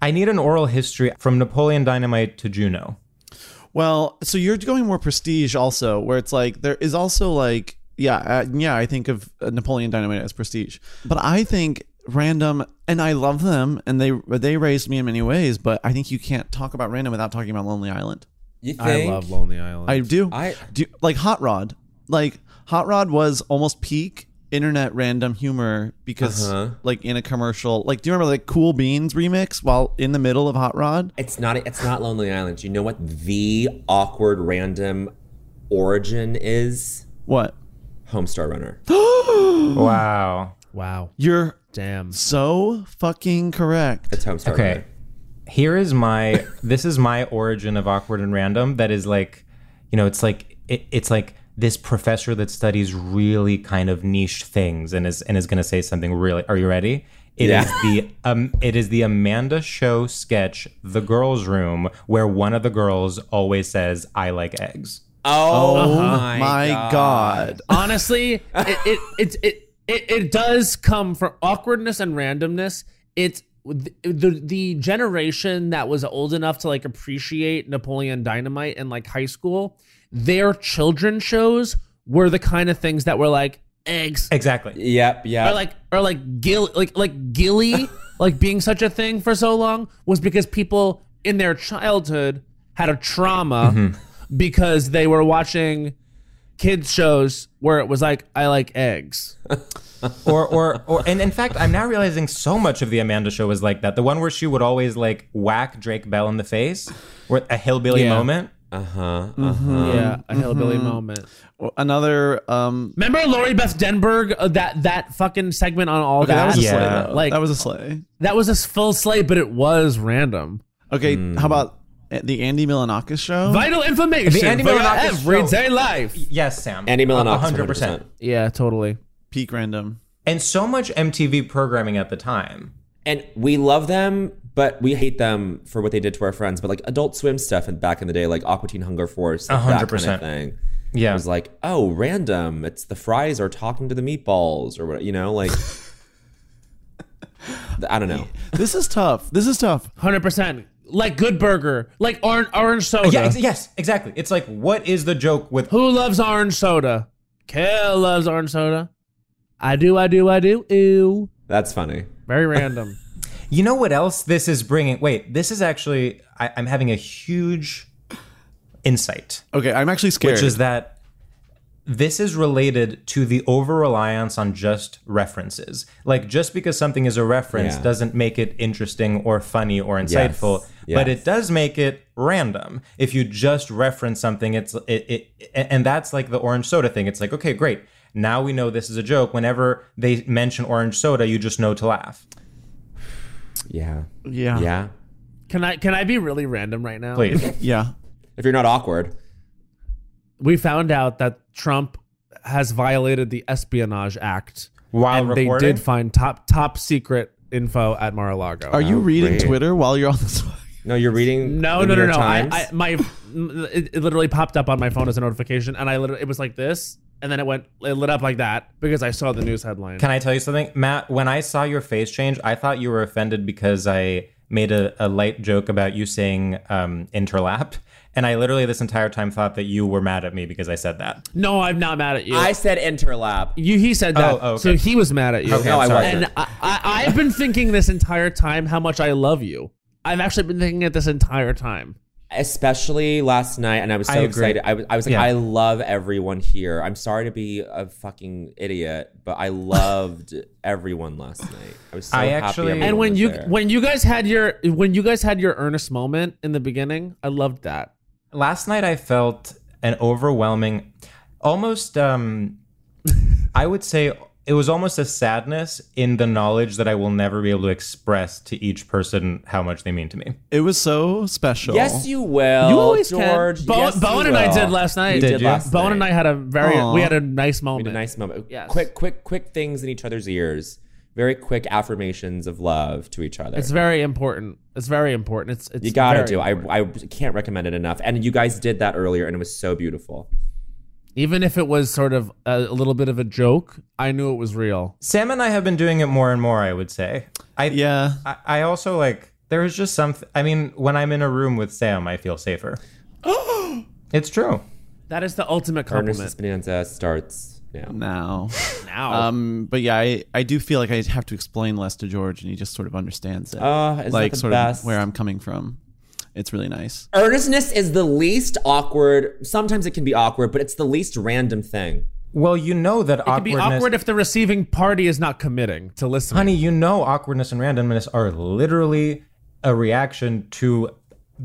S7: I need an oral history from Napoleon Dynamite to Juno.
S5: Well, so you're going more prestige also, where it's like there is also like yeah, uh, yeah. I think of uh, Napoleon Dynamite as prestige, but I think random, and I love them, and they they raised me in many ways. But I think you can't talk about random without talking about Lonely Island.
S8: You
S9: I
S8: think?
S9: love Lonely Island.
S5: I do.
S8: I-
S5: do like Hot Rod. Like Hot Rod was almost peak internet random humor because
S8: Uh-huh.
S5: like in a commercial. Like do you remember like Cool Beans remix while in the middle of Hot Rod?
S8: It's not. It's not Lonely Island. You know what the awkward random origin is?
S5: What?
S8: Homestar Runner. Hmm.
S7: Wow.
S9: Wow.
S5: You're
S9: Damn.
S5: so fucking correct.
S8: It's Homestar
S7: Okay.
S8: Runner.
S7: Here is my this is my origin of awkward and random that is like, you know, it's like it, it's like this professor that studies really kind of niche things and is and is going to say something really Are you ready? It is
S8: Yeah.
S7: the um it is the Amanda Show sketch The Girls Room where one of the girls always says I like eggs.
S8: Oh
S5: Uh-huh.
S8: my,
S5: My
S8: god.
S5: God.
S9: Honestly, it it it, it it it does come from awkwardness and randomness. It's the, the the generation that was old enough to like appreciate Napoleon Dynamite in like high school. Their children shows were the kind of things that were like eggs
S7: Exactly.
S8: Yep. Yeah.
S9: or like or like gill like like gilly like being such a thing for so long was because people in their childhood had a trauma
S5: Mm-hmm.
S9: because they were watching kids shows where it was like I like eggs.
S7: or or or and in fact i'm now realizing so much of the amanda show is like that the one where she would always like whack drake bell in the face with a hillbilly
S9: Yeah.
S7: moment
S8: uh huh.
S5: Uh-huh.
S9: yeah, a hillbilly
S5: Mm-hmm.
S9: moment.
S5: Well, Another um
S9: Remember Lori Beth Denberg uh, that that fucking segment on all
S5: Okay,
S9: that?
S5: that was a
S7: Yeah.
S5: sleigh. Though.
S9: Like-
S5: that was a sleigh.
S9: that was a full slate, but it was random.
S5: Okay,
S8: Hmm.
S5: how about the Andy Milanakis show?
S9: Vital information.
S7: The Andy
S9: for your
S7: Milonakis
S9: everyday life.
S7: yes sam
S8: Andy Milonakis.
S7: 100%,
S8: 100%.
S9: Yeah, totally.
S5: Peak random.
S7: and so much MTV programming at the time.
S8: And we love them, but we hate them for what they did to our friends. But like Adult Swim stuff and back in the day, like Aqua Teen Hunger Force, like that kind of
S7: 100%.
S8: thing.
S7: Yeah.
S8: it was like oh, random. It's the fries are talking to the meatballs or what you know, like. I don't know.
S5: This is tough. This is tough.
S9: Hundred percent. Like Good Burger, like orange orange soda.
S7: Oh, Yeah, ex- yes, exactly. It's like what is the joke with
S9: Who loves orange soda? Kale loves orange soda. I do, I do, I do. Ew.
S8: That's funny.
S9: Very random.
S7: You know what else this is bringing? Wait, this is actually I, I'm having a huge insight.
S5: Okay, I'm actually scared.
S7: Which is that this is related to the over reliance on just references. Like just because something is a reference
S8: Yeah.
S7: doesn't make it interesting or funny or
S8: Yes.
S7: insightful, but
S8: Yes.
S7: it does make it random. If you just reference something, it's it, it and that's like the orange soda thing. It's like okay, great. Now we know this is a joke. Whenever they mention orange soda, you just know to laugh.
S8: Yeah.
S5: Yeah.
S8: Yeah.
S9: can I can I be really random right now?
S7: Please.
S5: Yeah.
S8: If you're not awkward.
S9: We found out that Trump has violated the Espionage Act.
S7: While
S9: and they
S7: recording?
S9: did find top top secret info at Mar-a-Lago.
S5: Are you reading
S8: great.
S5: Twitter while you're on this?
S8: No, you're reading.
S9: No,
S8: the
S9: no,
S8: New
S9: no,
S8: York
S9: no. I,
S8: Times?
S9: I, my, it, it literally popped up on my phone as a notification, and I literally it was like this, and then it went, it lit up like that because I saw the news headline.
S7: Can I tell you something, Matt? When I saw your face change, I thought you were offended because I made a, a light joke about you saying um, interlap, and I literally this entire time thought that you were mad at me because I said that.
S9: no, I'm not mad at you.
S8: I said interlap.
S9: you he said that,
S7: Oh, oh, okay.
S9: so he was mad at you.
S7: Okay,
S8: no, I
S7: sorry.
S8: wasn't.
S9: And I, I, I've been thinking this entire time how much I love you. I've actually been thinking it this entire time.
S8: especially last night and i was so
S7: I agree.
S8: excited I was, I was like
S7: Yeah.
S8: i love everyone here i'm sorry to be a fucking idiot but i loved everyone last night i was so
S7: I
S8: happy
S7: actually-
S8: everyone
S9: And when
S8: was
S9: you
S8: there.
S9: when you guys had your when you guys had your earnest moment in the beginning, I loved that.
S7: Last night I felt an overwhelming, almost um, I would say it was almost a sadness in the knowledge that I will never be able to express to each person how much they mean to me.
S5: It was so special.
S8: yes you will
S9: You always can.
S8: george
S9: Bo-
S8: yes, you
S9: Bowen and I
S8: will.
S9: did last night.
S8: We
S7: Did
S8: did
S7: you?
S8: last
S9: Bone and I
S8: night.
S9: had a very
S5: Aw.
S9: we had a nice
S8: We had
S9: moment.
S8: a nice moment
S9: Yes.
S8: quick quick quick things in each other's ears very quick affirmations of love to each other
S9: It's very important. It's very important. It's, it's
S8: you gotta
S9: very
S8: do I,
S9: important.
S8: I can't recommend it enough and you guys did that earlier and it was so beautiful
S9: Even if it was sort of a, a little bit of a joke, I knew it was real.
S7: Sam and I have been doing it more and more. I would say. I
S5: Yeah.
S7: I, I also like there is just something. I mean, when I'm in a room with Sam, I feel safer. it's true.
S9: That is the ultimate
S8: Ernest
S9: compliment.
S8: Espinosa starts now
S5: Now.
S9: Now,
S5: Um, but yeah, I, I do feel like I have to explain less to George, and he just sort of understands it.
S8: Oh, isn't
S5: like
S8: that the
S5: sort
S8: best?
S5: of where I'm coming from. It's really nice.
S8: Earnestness is the least awkward. Sometimes it can be awkward, but it's the least random thing.
S7: Well, you know that
S9: it'd be
S7: awkwardness.
S9: awkward if the receiving party is not committing to listening.
S7: honey, you know awkwardness and randomness are literally a reaction to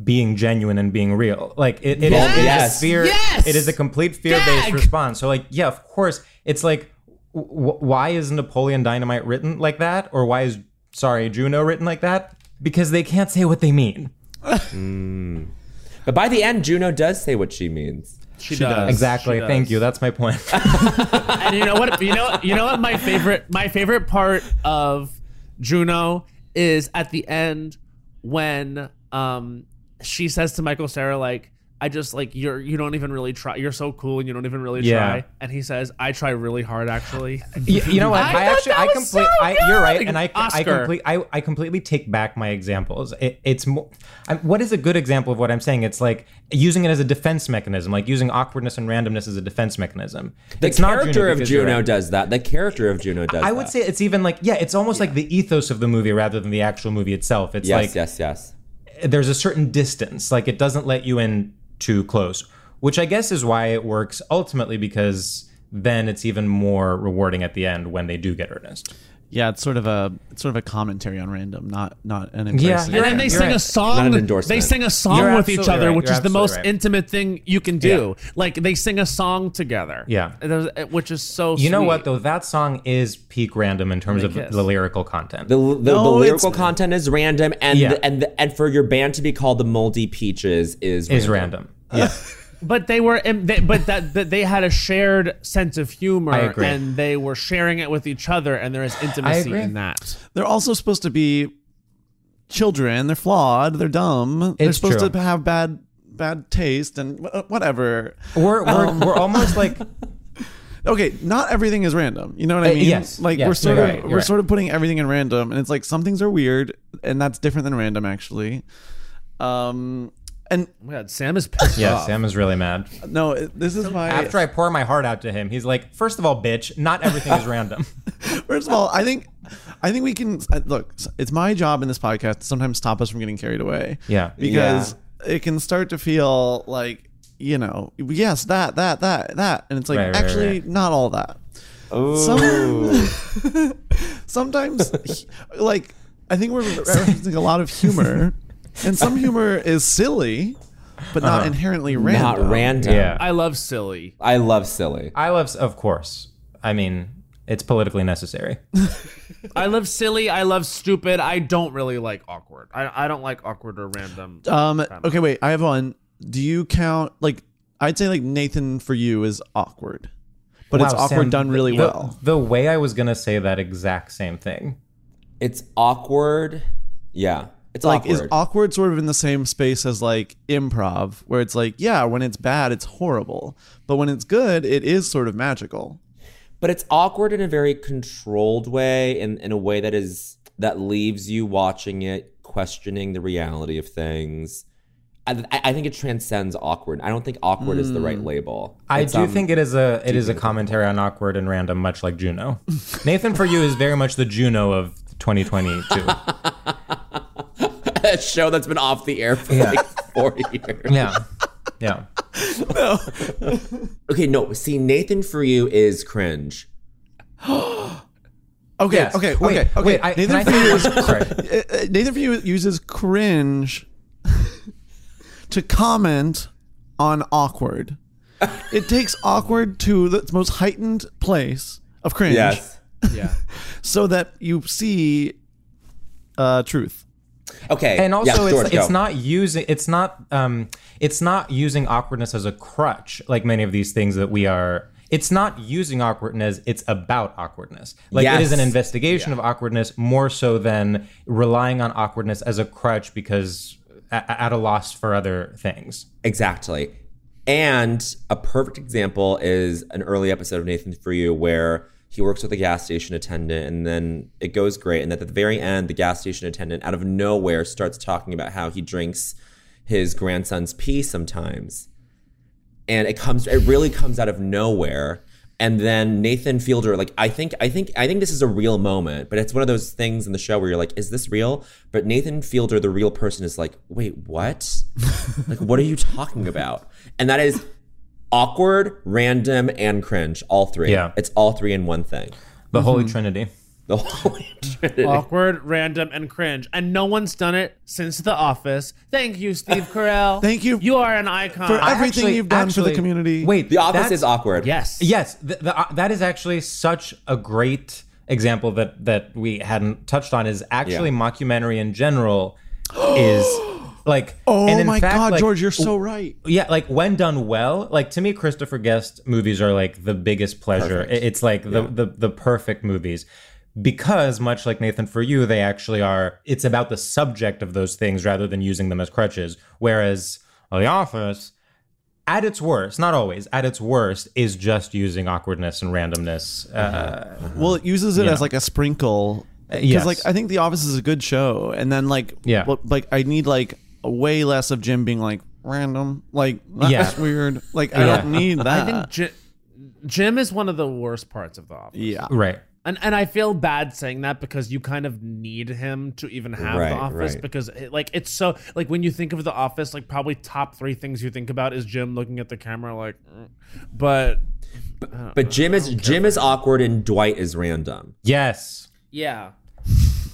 S7: being genuine and being real. Like it, it is
S8: Yes!
S7: it is
S8: Yes!
S7: a fear.
S9: Yes!
S7: It is a complete fear-based
S9: Gag!
S7: response. So, like, yeah, of course, it's like, w- w- why is Napoleon Dynamite written like that, or why is sorry Juno written like that? Because they can't say what they mean.
S8: But by the end, Juno does say what she means.
S9: she, does.
S7: Exactly.
S9: She
S7: Thank
S9: does.
S7: you. That's my point.
S9: and you know what? You know, you know what? My favorite, my favorite part of Juno is at the end when um she says to Michael Sarah like, "I just like you're you don't even really try. You're so cool and you don't even really
S7: Yeah.
S9: try." And he says, "I try really hard, actually."
S7: Y- you know what? I,
S9: thought
S7: actually,
S9: that
S7: I
S9: was
S7: complete.
S9: so
S7: I,
S9: good.
S7: you're right, and I, I
S9: Oscar.
S7: complete. I, I completely take back my examples. It, it's more. I'm, what is a good example of what I'm saying? It's like using it as a defense mechanism, like using awkwardness and randomness as a defense mechanism.
S8: The
S7: it's not
S8: character of
S7: because you're
S8: Juno
S7: right.
S8: does that. The character of Juno does.
S7: I would
S8: that.
S7: say it's even like yeah, it's almost like the ethos of the movie rather than the actual movie itself. It's
S8: yes,
S7: like
S8: yes, yes.
S7: there's a certain distance, like it doesn't let you in too close, which I guess is why it works ultimately because then it's even more rewarding at the end when they do get earnest.
S5: Yeah, it's sort of a it's sort of a commentary on random, not not an
S7: Yeah,
S5: embrace.
S7: you're
S9: and then they
S7: right,
S9: sing
S7: right.
S9: a
S8: Not
S9: song.
S8: an
S9: They
S8: endorsement.
S9: sing a song
S7: You're
S9: with each
S7: absolutely
S9: other,
S7: right.
S9: which
S7: You're
S9: is the most
S7: absolutely right.
S9: intimate thing you can do. Like they sing a song together.
S7: Yeah.
S9: And there's- which is so.
S7: You know
S9: sweet.
S7: what though? That song is peak random in terms of
S9: kiss.
S7: the lyrical content.
S8: The, the, the
S5: No,
S8: lyrical
S5: it's-
S8: content is random, and
S7: Yeah.
S8: the, and the, and for your band to be called the Moldy Peaches is
S7: is random. Yeah.
S9: But they were, and they, but that, that they had a shared sense of humor,
S5: I agree.
S9: and they were sharing it with each other, and there is intimacy
S5: agree.
S9: in that.
S5: They're also supposed to be children. They're flawed. They're dumb. they're
S9: It's
S5: supposed
S9: true.
S5: to have bad bad taste and wh- whatever.
S7: We're we're,
S5: Um,
S7: we're almost like
S5: okay. Not everything is random. You know what I
S7: Uh,
S5: mean?
S7: yes,
S5: Like
S7: yes,
S5: we're sort
S7: you're
S5: of
S7: right, you're
S5: we're
S7: right.
S5: sort of putting everything in random, and it's like some things are weird, and that's different than random actually. Um. And
S9: oh my God, Sam is pissed
S7: Yeah, off. Sam is really mad.
S5: No, it- this is my
S7: after I pour my heart out to him, he's like, first of all, bitch, not everything is random.
S5: First of all, I think I think we can uh, look. It's my job in this podcast to sometimes stop us from getting carried away.
S7: Yeah.
S5: because it can start to feel like you know, yes, that, that, that, that, and it's like
S7: Right, right,
S5: actually
S7: right.
S5: not all that. Some- sometimes, hu- like I think we're referencing a lot of humor, and some humor is silly, but not
S8: Uh-huh.
S5: inherently
S8: Not
S5: random.
S8: random. Yeah.
S9: I love silly.
S8: I love silly.
S7: I love, of course. I mean, it's politically necessary.
S9: I love silly. I love stupid. I don't really like awkward. I, I don't like awkward or random.
S5: Um.
S9: comedy.
S5: Okay. Wait. I have one. Do you count like I'd say like Nathan for you is awkward, but it's
S7: Wow,
S5: awkward
S7: Sam,
S5: done really
S7: the-
S5: well.
S7: The way I was gonna say that exact same thing.
S8: It's awkward. Yeah, it's
S5: like is
S8: awkward.
S5: awkward sort of in the same space as like improv, where it's like yeah, when it's bad, it's horrible, but when it's good, it is sort of magical.
S8: but it's awkward in a very controlled way in, in a way that is that leaves you watching it questioning the reality of things i, I- I think it transcends awkward i don't think awkward is the right
S7: Mm.
S8: label
S7: I
S8: It's,
S7: do
S8: um,
S7: think it is a it
S8: do
S7: is a commentary on awkward and random, much like Juno. Nathan for you is very much the Juno of 2022.
S8: a show that's been off the air for
S7: Yeah.
S8: like four years
S7: yeah yeah
S8: okay no see nathan for you is cringe
S5: Okay,
S8: Yes.
S5: okay,
S8: Wait,
S5: okay, okay.
S8: wait, I-
S5: Nathan,
S8: can
S5: for
S8: I-
S5: you is,
S8: Sorry.
S5: Uh, uh, Nathan for you uses cringe to comment on awkward. It takes awkward to the most heightened place of cringe.
S8: Yes. Yeah.
S5: so that you see uh, truth.
S8: Okay.
S7: and also it's, it's not using it's not um it's not using awkwardness as a crutch like many of these things that we are it's not using awkwardness it's about awkwardness like it is an
S8: Yes.
S7: investigation of awkwardness more so than relying on awkwardness as a crutch because a- at a loss for other things
S8: Exactly. And a perfect example is an early episode of Nathan for You where he works with a gas station attendant and then it goes great. And at the very end, the gas station attendant out of nowhere starts talking about how he drinks his grandson's pee sometimes. And it comes it really comes out of nowhere. And then Nathan Fielder, like I think I think I think this is a real moment, but it's one of those things in the show where you're like, is this real? But Nathan Fielder, the real person, is like, wait, what? like what are you talking about and that is awkward random and cringe all three
S7: Yeah.
S8: it's all three in one thing
S7: the holy
S5: Mm-hmm.
S7: trinity
S8: the holy trinity
S9: awkward, random, and cringe. And no one's done it since The Office. Thank you, Steve Carell. Thank
S5: you.
S9: You are an icon
S5: For everything you've done for the community.
S7: Wait,
S8: the office
S7: that's-
S8: is awkward
S9: yes
S7: Yes, th- the, uh, that is actually such a great example that that we hadn't touched on is actually
S5: Yeah.
S7: mockumentary in general is like
S5: Oh
S7: and in
S5: my
S7: fact,
S5: God,
S7: like,
S5: George, you're so
S7: w-
S5: right.
S7: Yeah, like when done well, like to me, Christopher Guest movies are like the biggest pleasure.
S8: Perfect.
S7: I- It's like the,
S8: Yeah.
S7: the the perfect movies because much like Nathan for you, they actually are. It's about the subject of those things rather than using them as crutches. Whereas The Office, at its worst, not always at its worst, is just using awkwardness and randomness. Uh,
S5: Well, it uses it
S7: you
S5: as
S7: know.
S5: like a sprinkle.
S7: Uh,
S5: Because
S7: yes.
S5: like I think The Office is a good show, and then like
S7: Yeah.
S5: well, like I need like way less of Jim being like random, like that's
S9: Yeah.
S5: weird. Like I don't need that.
S9: I think Jim, Jim is one of the worst parts of The Office.
S5: yeah,
S7: right.
S9: And and I feel bad saying that because you kind of need him to even have
S7: Right,
S9: the office
S7: right.
S9: because it, like it's so like when you think of the office like probably top 3 things you think about is Jim looking at the camera like mm. but
S8: but jim is jim is awkward and dwight is random
S7: yes
S9: yeah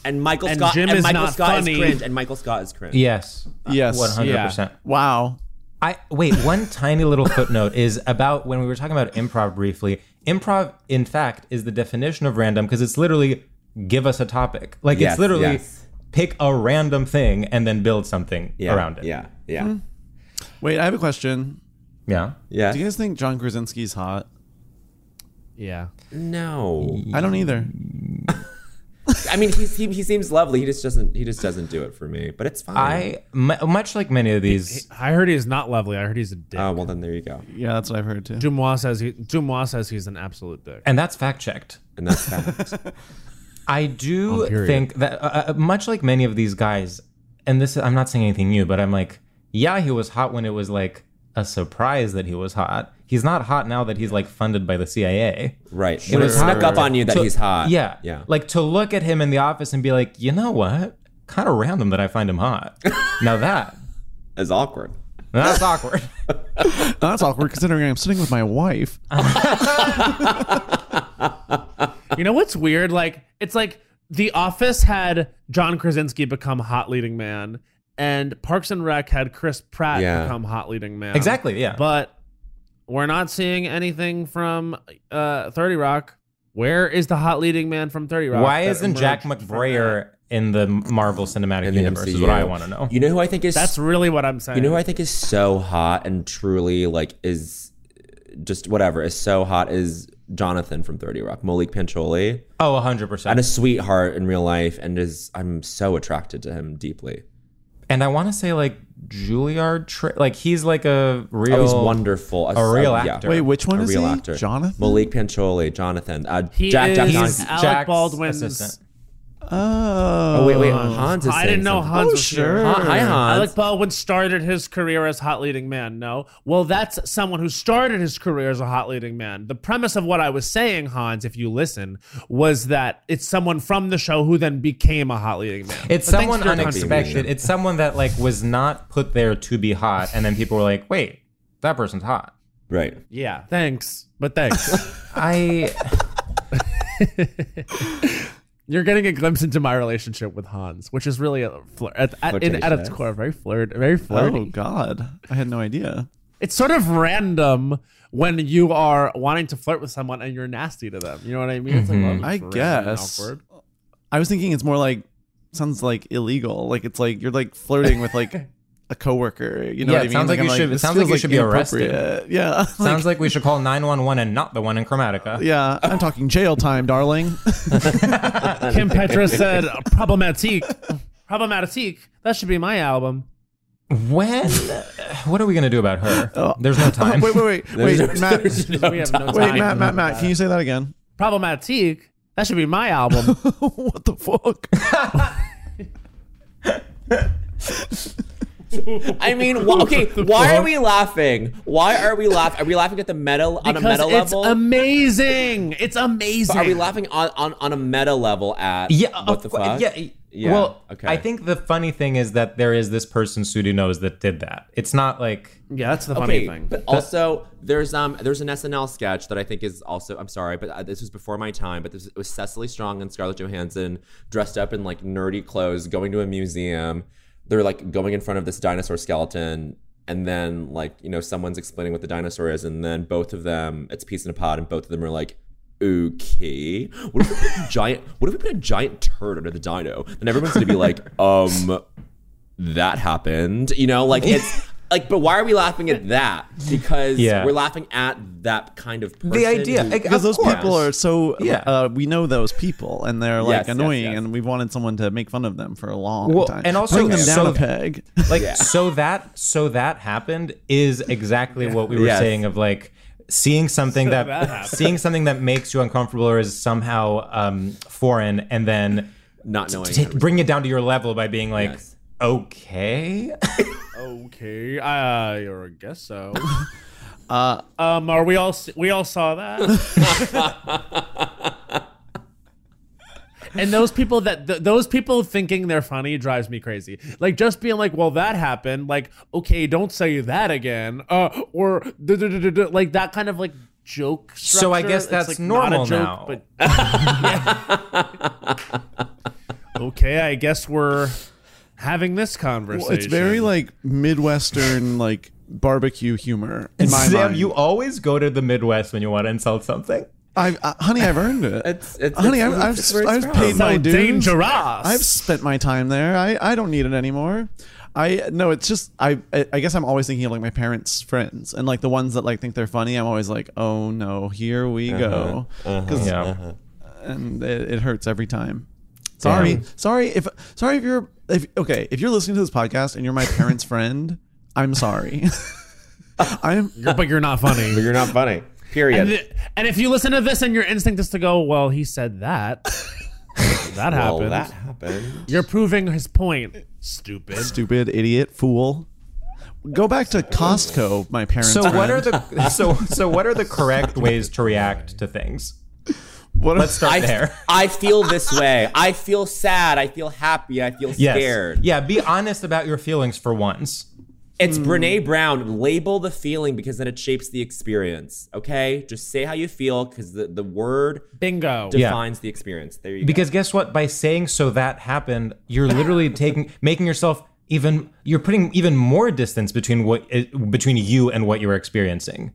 S8: and michael
S9: And
S8: scott
S9: Jim
S8: and
S9: is
S8: michael
S9: not
S8: scott
S9: funny.
S8: is cringe and michael scott is cringe
S7: Yes.
S5: Yes.
S7: One hundred percent.
S5: Wow.
S7: I wait. One tiny little footnote is about when we were talking about improv briefly. Improv, in fact, is the definition of random because it's literally give us a topic. Like
S8: Yes,
S7: it's literally
S8: yes.
S7: pick a random thing and then build something
S8: Yeah,
S7: around it.
S8: Yeah. Yeah.
S5: Wait, I have a question.
S7: Yeah.
S4: Yeah.
S5: Do you guys think John Krasinski's hot?
S9: Yeah.
S4: No.
S5: I don't either.
S4: I mean, he's, he he seems lovely. He just doesn't he just doesn't do it for me. But it's fine.
S7: I m- much like many of these.
S9: I heard he's not lovely. I heard he's a dick.
S4: Oh well, then there you go.
S5: Yeah, that's what I've heard too.
S9: Dumois says he Dumois says he's an absolute dick.
S7: And that's fact checked.
S4: And that's fact.
S7: I
S9: Oh,
S7: do
S9: period.
S7: think that, uh, uh, much like many of these guys, and this I'm not saying anything new, but I'm like, yeah, he was hot when it was like a surprise that he was hot. He's not hot now that he's like funded by the CIA.
S4: Right.
S7: When
S4: When it
S7: it's hot-
S4: snuck up on you that
S7: So-
S4: he's hot.
S7: Yeah.
S4: Yeah.
S7: Like to look at him in the office and be like, you know what? Kind of random that I find him hot. now that,
S4: It's awkward.
S7: that's awkward.
S5: No, that's awkward considering I'm sitting with my wife.
S9: You know what's weird? Like it's like The Office had John Krasinski become hot leading man, and Parks and Rec had Chris Pratt
S4: Yeah.
S9: become hot leading man.
S7: Exactly. Yeah.
S9: But we're not seeing anything from uh, Thirty Rock. Where is the hot leading man from Thirty Rock?
S7: Why
S9: that
S7: isn't Jack
S9: emerged from that?
S7: McBrayer in the Marvel Cinematic
S4: In the
S7: Universe? Is what I
S4: MCU.
S7: want to know.
S4: You know who I think is
S9: That's really what I'm saying.
S4: You know who I think is so hot and truly like is just whatever is so hot is Jonathan from 30 Rock, Malik Pancholi,
S7: Oh, 100%.
S4: and a sweetheart in real life and is I'm so attracted to him deeply.
S7: and I want to say like Juilliard, tra- like he's like a real.
S4: Oh, he's wonderful.
S7: a real
S4: yeah.
S7: actor.
S5: Wait, which one
S4: a
S5: is
S4: real
S5: he?
S4: actor.
S5: Jonathan?
S4: Malik Pancholi, Jonathan. Uh,
S9: He
S4: Jack, Jack,
S9: is
S4: Hans.
S9: Alec
S7: Jack's
S9: Baldwin's.
S7: assistant.
S5: Oh.
S4: Oh, wait, wait. Hans is
S9: I
S4: saying
S9: didn't know
S4: something.
S9: Hans
S5: Oh,
S9: was
S5: sure.
S9: here.
S4: Hi, hi, Hans.
S9: Alec Baldwin started his career as hot leading man. No, well, that's someone who started his career as a hot leading man. The premise of what I was saying, Hans, if you listen, was that it's someone from the show who then became a hot leading man.
S7: It's
S9: But thanks
S7: someone
S9: for your
S7: unexpected. It's someone that like was not put there to be hot, and then people were like, "Wait, that person's hot."
S4: right.
S9: Yeah, thanks, but thanks.
S7: I
S9: You're getting a glimpse into my relationship with Hans, which is really a flir- at, at, in, at its
S4: Flirtatious.
S9: core very flirt, very flirty.
S5: Oh God, I had no idea.
S9: It's sort of random when you are wanting to flirt with someone and you're nasty to them. You know what I mean? It's like, well,
S5: Mm-hmm. I
S9: it's random and
S5: guess.
S9: awkward.
S5: I was thinking it's more like sounds like illegal. Like it's like you're like flirting with like a coworker. You know
S7: Yeah,
S5: what I
S7: it
S5: mean?
S7: sounds like
S5: I'm
S7: you should-
S5: this
S7: sounds like
S5: feels
S7: you should be arrested.
S5: inappropriate. Yeah.
S7: sounds like we should call nine one one and not the one in Chromatica.
S5: yeah, I'm talking jail time, darling.
S9: Kim Petra said problematique. Problematique. That should be my album.
S7: When? What are we gonna do about her?
S4: Uh,
S7: There's no time.
S5: wait, wait, wait, wait, Matt.
S9: we have no
S5: Wait,
S9: time.
S5: Matt, Matt, Matt. Can you say that again?
S9: Problematique. That should be my album.
S5: what the fuck?
S4: I mean, wh- okay, why are we laughing? Why are we laughing? Are we laughing at the meta on a
S9: because
S4: meta
S9: it's
S4: level?
S9: amazing. It's amazing.
S4: are we laughing on, on, on a meta level at
S7: Yeah.
S4: what
S7: of
S4: the
S7: cour-
S4: fuck?
S7: Yeah. y-
S4: Yeah,
S7: Well,
S4: okay.
S7: I think the funny thing is that there is this person Sudo knows that did that. It's not like
S9: yeah, that's the funny
S4: Okay,
S9: thing.
S4: but also there's um there's an SNL sketch that I think is also I'm sorry, but uh, this was before my time. But this it was Cecily Strong and Scarlett Johansson dressed up in like nerdy clothes, going to a museum. They're like going in front of this dinosaur skeleton, and then like you know someone's explaining what the dinosaur is, and then both of them it's peace in a pod, and both of them are like. Okay. What if we put a giant? What if we put a giant turd under the dino? And everyone's gonna be like, um, that happened. You know, like it's like, but why are we laughing at that? Because
S7: Yeah.
S4: we're laughing at that kind of person.
S7: the idea.
S4: who-
S7: like,
S5: Because
S7: of
S5: those
S7: course.
S5: people are so.
S7: Yeah.
S5: Uh, we know those people, and they're like
S4: Yes, yes,
S5: annoying,
S4: yes.
S5: and we've wanted someone to make fun of them for a long
S7: Well,
S5: time.
S7: and also-
S5: bring them down
S7: so-
S5: a peg.
S7: like so that so that happened is exactly what we were
S4: Yes.
S7: saying of like seeing something that,
S9: that happened.
S7: seeing something that makes you uncomfortable or is somehow um, foreign and then
S4: Not knowing.
S7: t-
S4: how to-
S7: bring it down to your level by being like
S4: Yes.
S7: okay
S9: okay, I or guess so.
S7: Uh,
S9: um, are we all s- we all saw that? and those people that th- those people thinking they're funny drives me crazy. Like just being like, "Well, that happened." Like, okay, don't say that again. Uh, or duh, duh, duh, duh, duh, like that kind of like joke.
S7: So I
S9: structure.
S7: guess
S9: It's,
S7: that's
S9: like,
S7: normal
S9: not a joke,
S7: now.
S9: But okay, I guess we're having this conversation.
S5: Well, it's very like Midwestern, like barbecue humor. In my
S7: sam
S5: mind.
S7: you always go to the midwest when you want to insult something
S5: I've, uh, honey, I've earned it.
S4: It's- it's-
S5: honey,
S4: it's-
S5: I've, I've,
S4: it's where it's
S5: I've
S4: from.
S5: paid
S9: so
S5: my dues.
S9: dangerous.
S5: I've spent my time there. I, I don't need it anymore. I no, it's just I. I I guess I'm always thinking of like my parents' friends and like the ones that like think they're funny. I'm always like, oh no, here we go,
S8: Uh-huh, uh-huh,
S5: 'Cause-
S8: uh-huh.
S5: and it, it hurts every time. Sorry,
S8: Damn.
S5: sorry if sorry if you're if okay if you're listening to this podcast and you're my parents' friend, I'm sorry. I'm
S9: but you're not funny.
S8: But you're not funny.
S9: And,
S8: Period.
S9: th- and if you listen to this and your instinct is to go, well, he said that. that
S8: Well,
S9: happened.
S8: that happened.
S9: You're proving his point. Stupid.
S5: stupid idiot fool. Go back to Costco, my parents.
S7: So what
S5: friend.
S7: are the so so what are the correct ways to react to things?
S5: What
S7: Let's start
S12: I,
S7: there.
S12: I feel this way. I feel sad. I feel happy. I feel
S7: Yes.
S12: scared.
S7: Yeah, Hmm. be honest about your feelings for once.
S12: It's Brene Brown. Label the feeling because then it shapes the experience. Okay? Just say how you feel because the, the word
S9: Bingo.
S12: defines the experience. There you go.
S7: Because guess what? By saying so that happened, you're literally taking making yourself even you're putting even more distance between what eh, between you and what you're experiencing.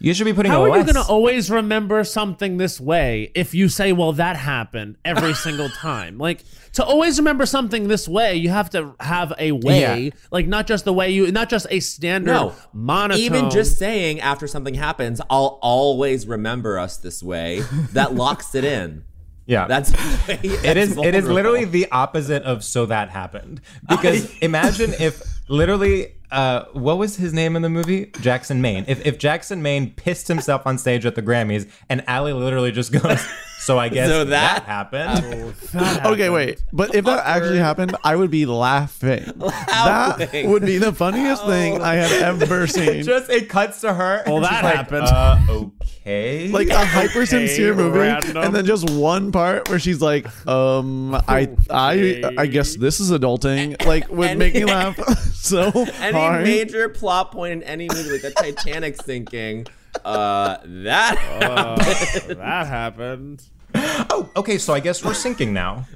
S7: You should be putting
S9: How
S7: a
S9: are you
S7: less.
S9: going to always remember something this way if you say, well, that happened every single time? Like, to always remember something this way, you have to have a way, like, not just the way you, not just a standard
S12: No.
S9: monotone.
S12: Even just saying after something happens, I'll always remember us this way. That locks it in.
S7: yeah.
S12: That's
S7: it is it is literally the opposite of so that happened because imagine if literally uh, what was his name in the movie Jackson Maine if, if Jackson Maine pissed himself on stage at the Grammys and Ali literally just goes so I guess
S12: So that
S7: that, happened
S9: Oh,
S5: Okay, wait. But if that actually happened, I would be laughing. That
S12: Laughing.
S5: would be the funniest thing I have ever seen.
S7: just it cuts to her well
S9: that happened.
S7: uh, okay
S5: like a hyper sincere movie,
S9: random.
S5: and then just one part where she's like, "Um, I, I, I guess this is adulting." Like, would
S12: And-
S5: make me laugh so
S12: any
S5: hard.
S12: major plot point in any movie, like the Titanic sinking. Uh, that
S9: that happened.
S7: oh okay so I guess we're sinking now.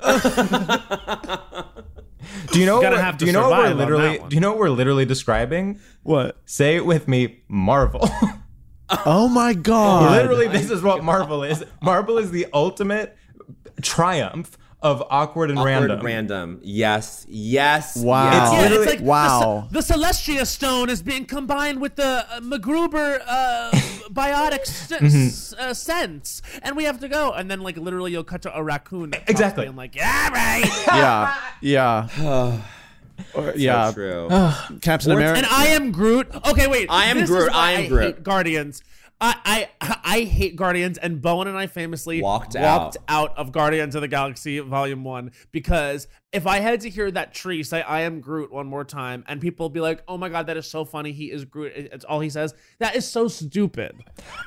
S7: Do you know?
S9: Gotta
S7: what-
S9: have to
S7: do you know what we're
S9: survive on that
S7: literally?
S9: one.
S7: Do you know what we're literally describing?
S5: what?
S7: Say it with me, Marvel.
S5: Oh my god!
S7: Literally, this is what Marvel is. Marvel is the ultimate triumph of awkward and
S12: Awkward
S7: random.
S12: random. Yes, yes.
S5: Wow.
S12: yes.
S9: Yeah,
S5: Literally-
S9: it's like the
S5: wow.
S9: Ce- The, Celestia Stone is being combined with the uh, MacGruber uh, biotic s- s- uh, sense, and we have to go. And then, like, literally, you'll cut to a raccoon. that talks
S7: Exactly.
S9: Being like, yeah, right.
S5: Yeah, yeah, Or- yeah.
S12: So true.
S5: Captain
S9: and
S5: America.
S9: I am Groot. Okay, wait.
S12: I am
S9: this is
S12: Groot.
S9: why
S12: I am
S9: hate
S12: Groot.
S9: Guardians. I, I I hate Guardians, and Bowen and I famously
S12: Walked
S9: walked out of Guardians of the Galaxy Volume One because if I had to hear that tree say "I am Groot" one more time, and people be like, "Oh my god, that is so funny! He is Groot." It- It's all he says. That is so stupid.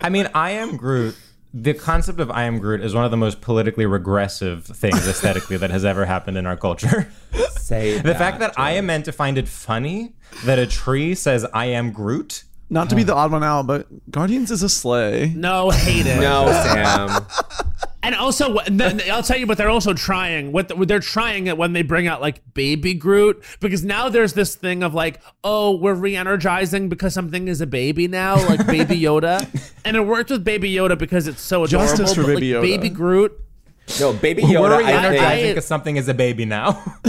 S7: I mean, I am Groot. The concept of I am Groot is one of the most politically regressive things aesthetically that has ever happened in our culture.
S12: Say
S7: The fact that I am meant to find it funny that a tree says I am Groot.
S5: Not to be the odd one out, but Guardians is a sleigh.
S9: No, hate it.
S12: no, Sam.
S9: And also, wh- and then- I'll tell you, but they're also trying. What the, they're trying it when they bring out like baby Groot, because now there's this thing of like, oh, we're re-energizing because something is a baby now, like Baby Yoda, and it worked with Baby Yoda because it's so adorable.
S5: Justice for
S9: but, like,
S5: Baby Yoda.
S9: Baby Groot,
S12: No, baby
S7: We're
S12: Yoda. I think.
S7: re-energizing because something is a baby now.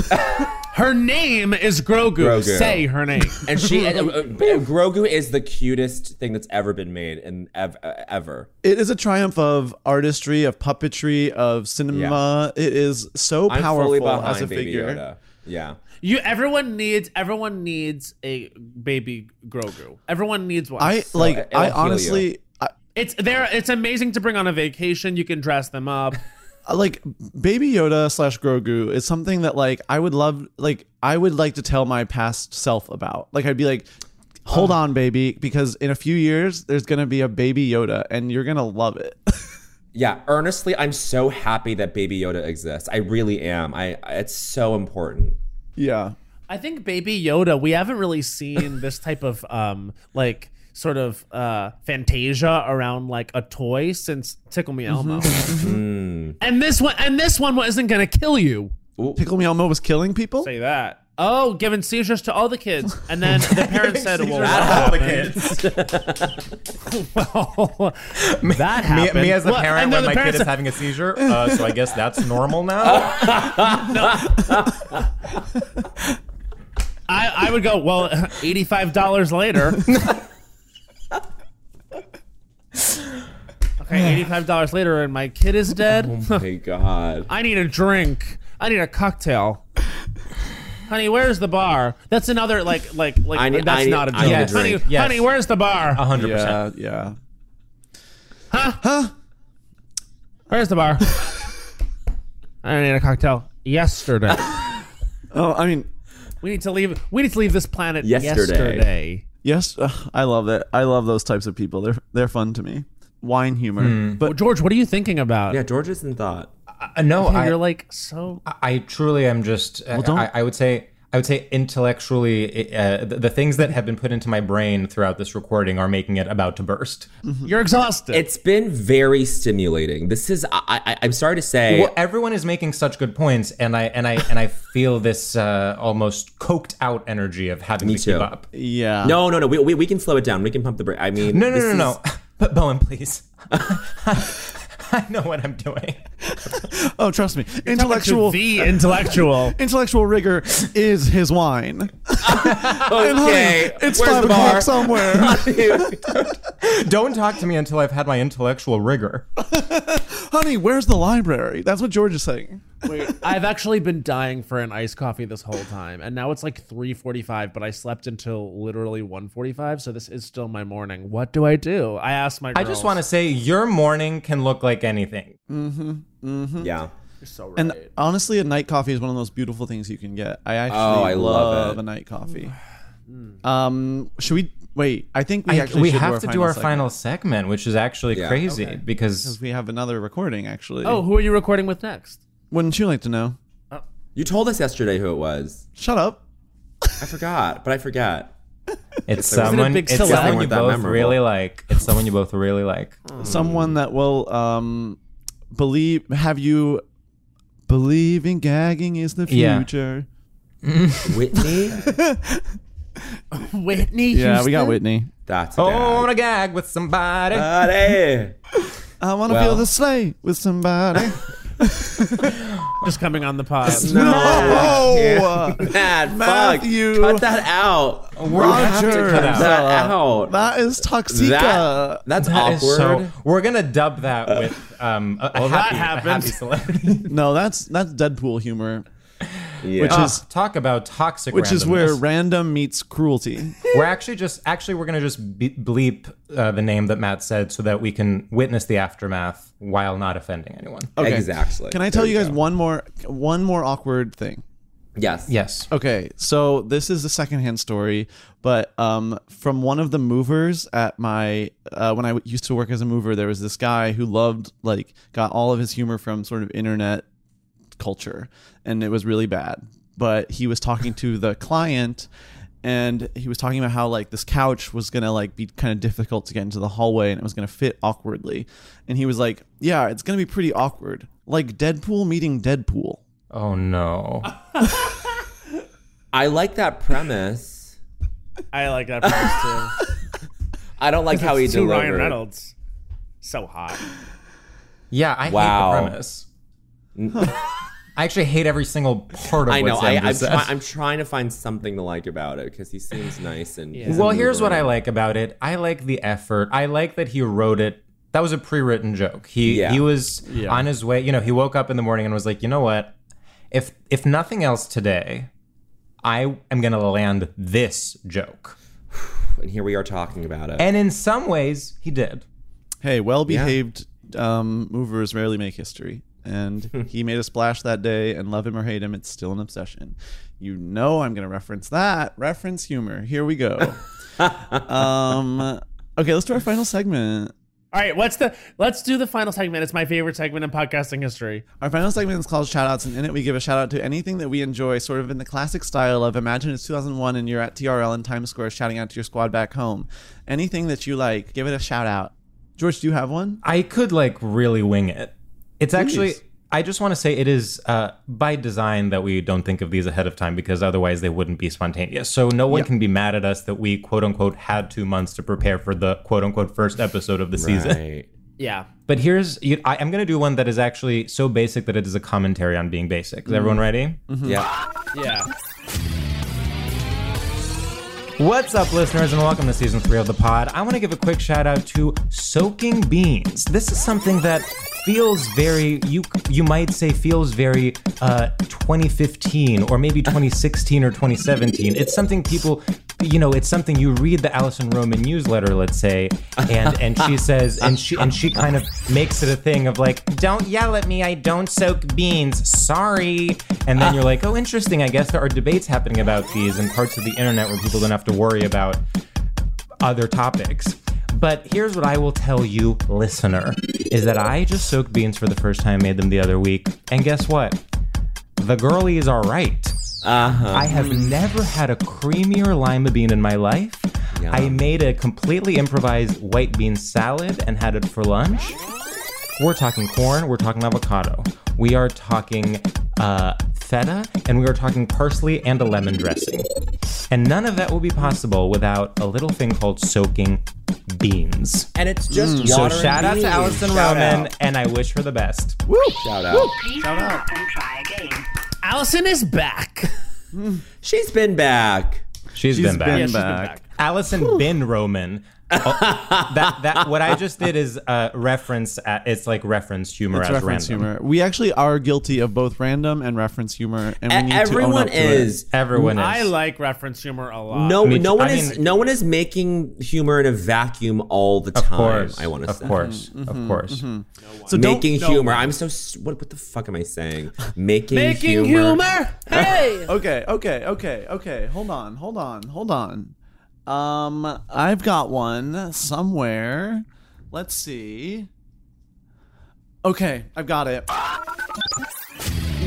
S9: her name is Grogu.
S12: Grogu.
S9: Say her name.
S12: And she, uh, uh, Grogu is the cutest thing that's ever been made and ev- uh, ever.
S5: It is a triumph of artistry, of puppetry, of cinema. It is so
S12: I'm
S5: powerful
S12: fully behind
S5: as a
S12: Baby
S5: figure.
S12: Yoda. Yeah.
S9: you, everyone needs, everyone needs a baby Grogu. Everyone needs one.
S5: I like.
S12: it'll
S5: I
S12: heal you.
S5: honestly, I,
S9: it's there. It's amazing to bring on a vacation. You can dress them up.
S5: I like Baby Yoda slash Grogu is something that like I would love. Like I would like to tell my past self about. Like I'd be like, hold on, baby, because in a few years there's gonna be a Baby Yoda, and you're gonna love it.
S12: Yeah, earnestly, I'm so happy that Baby Yoda exists. I really am. I I- it's so important.
S5: yeah.
S9: I think Baby Yoda, we haven't really seen this type of um like sort of uh fantasia around like a toy since Tickle Me Elmo.
S7: Mm-hmm.
S9: and this one and this one wasn't gonna kill you.
S5: Pickle Me Elmo was killing people.
S9: Say that. Oh, giving seizures to all the kids. And then the parents said, Well,
S7: Seizures to all the kids.
S9: well that
S7: Me,
S9: happened.
S7: me as a
S9: Well,
S7: parent,
S9: and then
S7: when
S9: the
S7: my kid
S9: parents
S7: is
S9: said-
S7: having a seizure, uh, so I guess that's normal now.
S9: I, I would go, well, $85 later. okay, $85 later, and my kid is dead.
S8: Oh my god.
S9: I need a drink. I need a cocktail. Honey, where's the bar? That's another like like like
S8: I need-
S9: that's
S8: I need-
S9: not a
S8: I
S9: joke.
S8: need a drink.
S9: Honey,
S8: Yes. Uh-huh.
S9: honey, where's the bar?
S5: hundred percent. Yeah.
S9: Huh? Huh? Where's the bar? I need a cocktail. Yesterday.
S5: oh, I mean,
S9: we need to leave. We need to leave this planet yesterday.
S5: yesterday. Yes, ugh, I love that. I love those types of people. They're they're fun to me. Wine humor,
S8: Hmm.
S5: but
S9: George, what are you thinking about?
S8: Yeah, George is in thought.
S7: Uh, no,
S9: Yeah,
S7: I,
S9: you're like so.
S7: I- I truly am just. uh,
S9: don't-
S7: I, I would say. I would say intellectually, uh, the, the things that have been put into my brain throughout this recording are making it about to burst.
S9: You're exhausted.
S8: It's been very stimulating. This is I, I I'm sorry to say
S7: Well, E, everyone is making such good points, and I and I and I feel this uh, almost coked out energy of having
S8: Me
S7: to
S8: too.
S7: keep up.
S5: yeah.
S8: No, no, no. We, we, we can slow it down. We can pump the brake. I mean,
S7: No, no,
S8: this
S7: no,
S8: is-
S7: no. But Bowen, please. I know what I'm doing.
S5: Oh, trust me,
S9: Intellectual.
S5: intellectual
S9: The intellectual.
S5: intellectual rigor is his wine. And honey,
S8: Okay,
S5: it's
S8: where's
S5: five
S8: the bar?
S5: o'clock somewhere.
S7: Don't talk to me until I've had my intellectual rigor.
S5: honey, where's the library? That's what George is saying.
S9: I've actually been dying for an iced coffee this whole time, and now it's like 3:45, but I slept until literally 1:45, so this is still my morning. What do I do? I asked my.
S7: I
S9: Girls.
S7: just want to say your morning can look like anything.
S5: Mm-hmm. Mm-hmm.
S8: Yeah.
S9: You're so right.
S5: And honestly, a night coffee is one of those beautiful things you can get. I actually
S8: Oh, I love
S5: love
S8: it.
S5: a night coffee. Um, should we wait? I think we
S7: I-
S5: actually
S7: we
S5: should
S7: have to do our
S5: segment.
S7: final segment, which is actually
S8: Yeah.
S7: crazy
S9: Okay.
S7: because
S5: because we have another recording. Actually,
S9: oh, who are you recording with next?
S5: wouldn't you like to know?
S8: You told us yesterday who it was.
S5: Shut up.
S8: I forgot, but I forgot.
S7: it's
S8: Isn't it
S7: someone,
S9: big
S7: it's
S9: sellout?
S7: someone you
S8: Weren't that
S7: both
S8: memorable.
S7: really like. It's someone you both really like.
S5: Someone that will um believe have you believing gagging is the
S7: Yeah.
S5: future.
S8: Whitney.
S9: Whitney.
S5: Yeah, we got Whitney.
S8: That's a
S7: Oh, I
S8: gag.
S7: want to gag with somebody.
S8: Uh, Buddy.
S5: I want to
S8: Well-
S5: feel the sleigh with somebody.
S9: Just coming on the pod.
S5: no,
S8: Matt, fuck.
S5: Matthew.
S8: Cut that out.
S5: Roger,
S7: cut
S8: Cut that out.
S5: that is toxica.
S8: That- that's
S7: That is
S8: awkward.
S7: so. We're gonna dub that with um, a, a
S9: that
S7: happy, a
S9: happened.
S7: happy celebrity.
S5: no, that's that's Deadpool humor,
S8: Yeah.
S5: which
S7: Ah,
S5: is
S7: talk about toxic.
S5: which is where
S7: randomness.
S5: random meets cruelty.
S7: we're actually just actually we're gonna just be- bleep uh, the name that Matt said so that we can witness the aftermath while not offending anyone.
S5: Okay.
S8: Exactly.
S5: Can I tell
S8: There
S5: you guys
S8: go.
S5: one more one more awkward thing?
S8: Yes.
S7: Yes.
S5: Okay, so this is a secondhand story, but um, from one of the movers at my uh, when I w- used to work as a mover, there was this guy who loved like got all of his humor from sort of internet culture, and it was really bad. But he was talking to the client, and he was talking about how like this couch was gonna like be kind of difficult to get into the hallway, and it was gonna fit awkwardly. And he was like, "Yeah, it's gonna be pretty awkward, like Deadpool meeting Deadpool."
S7: Oh no.
S8: I like that premise.
S9: I like that premise
S8: I don't like how
S9: too.
S8: he
S9: It's to Ryan
S8: delivered.
S9: Reynolds. So hot.
S7: Yeah, I hate
S8: Wow.
S7: the premise. I actually hate every single part of
S8: I
S7: what
S8: know. I,
S7: Xander
S8: I'm,
S7: said.
S8: try- I'm trying to find something to like about it because he seems nice and. he's a
S7: well, here's what
S8: mover.
S7: I like about it. I like the effort. I like that he wrote it. That was a pre-written joke. He
S8: Yeah.
S7: he was on his way. You know, he woke up in the morning and was like, you know what? If if nothing else today, I am gonna land this joke.
S8: And here we are talking about it.
S7: And in some ways, he did.
S5: Hey, well behaved um, movers rarely make history. And he made a splash that day, and love him or hate him, it's still an obsession. You know, I'm going to reference that. Reference humor. Here we go. um, okay, let's do our final segment.
S9: All right, what's the? Let's do the final segment. It's my favorite segment in podcasting history.
S5: Our final segment is called Shoutouts, and in it we give a shout out to anything that we enjoy, sort of in the classic style of imagine it's 2001 and you're at TRL in Times Square shouting out to your squad back home. Anything that you like, give it a shout out. George, do you have one?
S7: I could like really wing it. It's actually.
S5: Please.
S7: I just want to say it is uh, by design that we don't think of these ahead of time because otherwise they wouldn't be spontaneous. So no one can be mad at us that we quote unquote had two months to prepare for the quote unquote first episode of the season.
S8: Right.
S9: Yeah,
S7: But here's you, I, I'm going to do one that is actually so basic that it is a commentary on being basic. Is everyone ready?
S8: Yeah.
S9: yeah.
S7: What's up, listeners, and welcome to season three of the pod. I want to give a quick shout out to soaking beans. This is something that feels very you you might say feels very uh, 2015 or maybe 2016 or 2017. It's something people, you know, it's something you read the Allison Roman newsletter, let's say, and and she says and she and she kind of makes it a thing of like, don't yell at me, I don't soak beans. Sorry. And then you're like, oh, interesting. I guess there are debates happening about these in parts of the internet where people don't have to worry about other topics. But here's what I will tell you, listener, is that I just soaked beans for the first time, made them the other week, and guess what? The girlies are right.
S4: Uh-huh.
S7: I have never had a creamier lima bean in my life. I made a completely improvised white bean salad and had it for lunch. We're talking corn, we're talking avocado, we are talking uh, feta, and we are talking parsley and a lemon dressing. And none of that will be possible without a little thing called soaking beans.
S4: And it's just
S7: so
S4: water and
S7: shout out
S4: beans.
S7: to Allison
S4: Shout
S7: Roman,
S4: out.
S7: and I wish her the best.
S4: Woo! Shout out.
S9: Shout out. Allison is back.
S4: She's been back.
S7: She's been back.
S9: Yeah, she's been back.
S7: Allison Bin Roman. Oh, that that what I just did is uh, reference. At, it's like reference humor
S5: It's
S7: as
S5: reference
S7: random.
S5: humor. We actually are guilty of both random and reference humor, and we
S4: E-
S5: need to own
S4: everyone
S5: up to it.
S4: is.
S7: Everyone
S9: I
S7: is.
S9: like reference humor a lot.
S4: No,
S7: Me
S4: no
S7: too.
S4: one
S7: I
S4: is
S7: mean-
S4: no one is making humor in a vacuum all the
S7: Of
S4: time.
S7: course,
S4: I want to
S7: of
S4: say,
S7: course,
S5: Mm-hmm,
S7: of course.
S5: So don't-
S4: making
S5: no.
S4: humor. I'm so s- what? What the fuck am I saying? Making,
S9: Making humor.
S4: humor.
S9: Hey.
S5: Okay, okay, okay, okay. Hold on, hold on, hold on. Um, I've got one somewhere. Let's see. Okay, I've got it.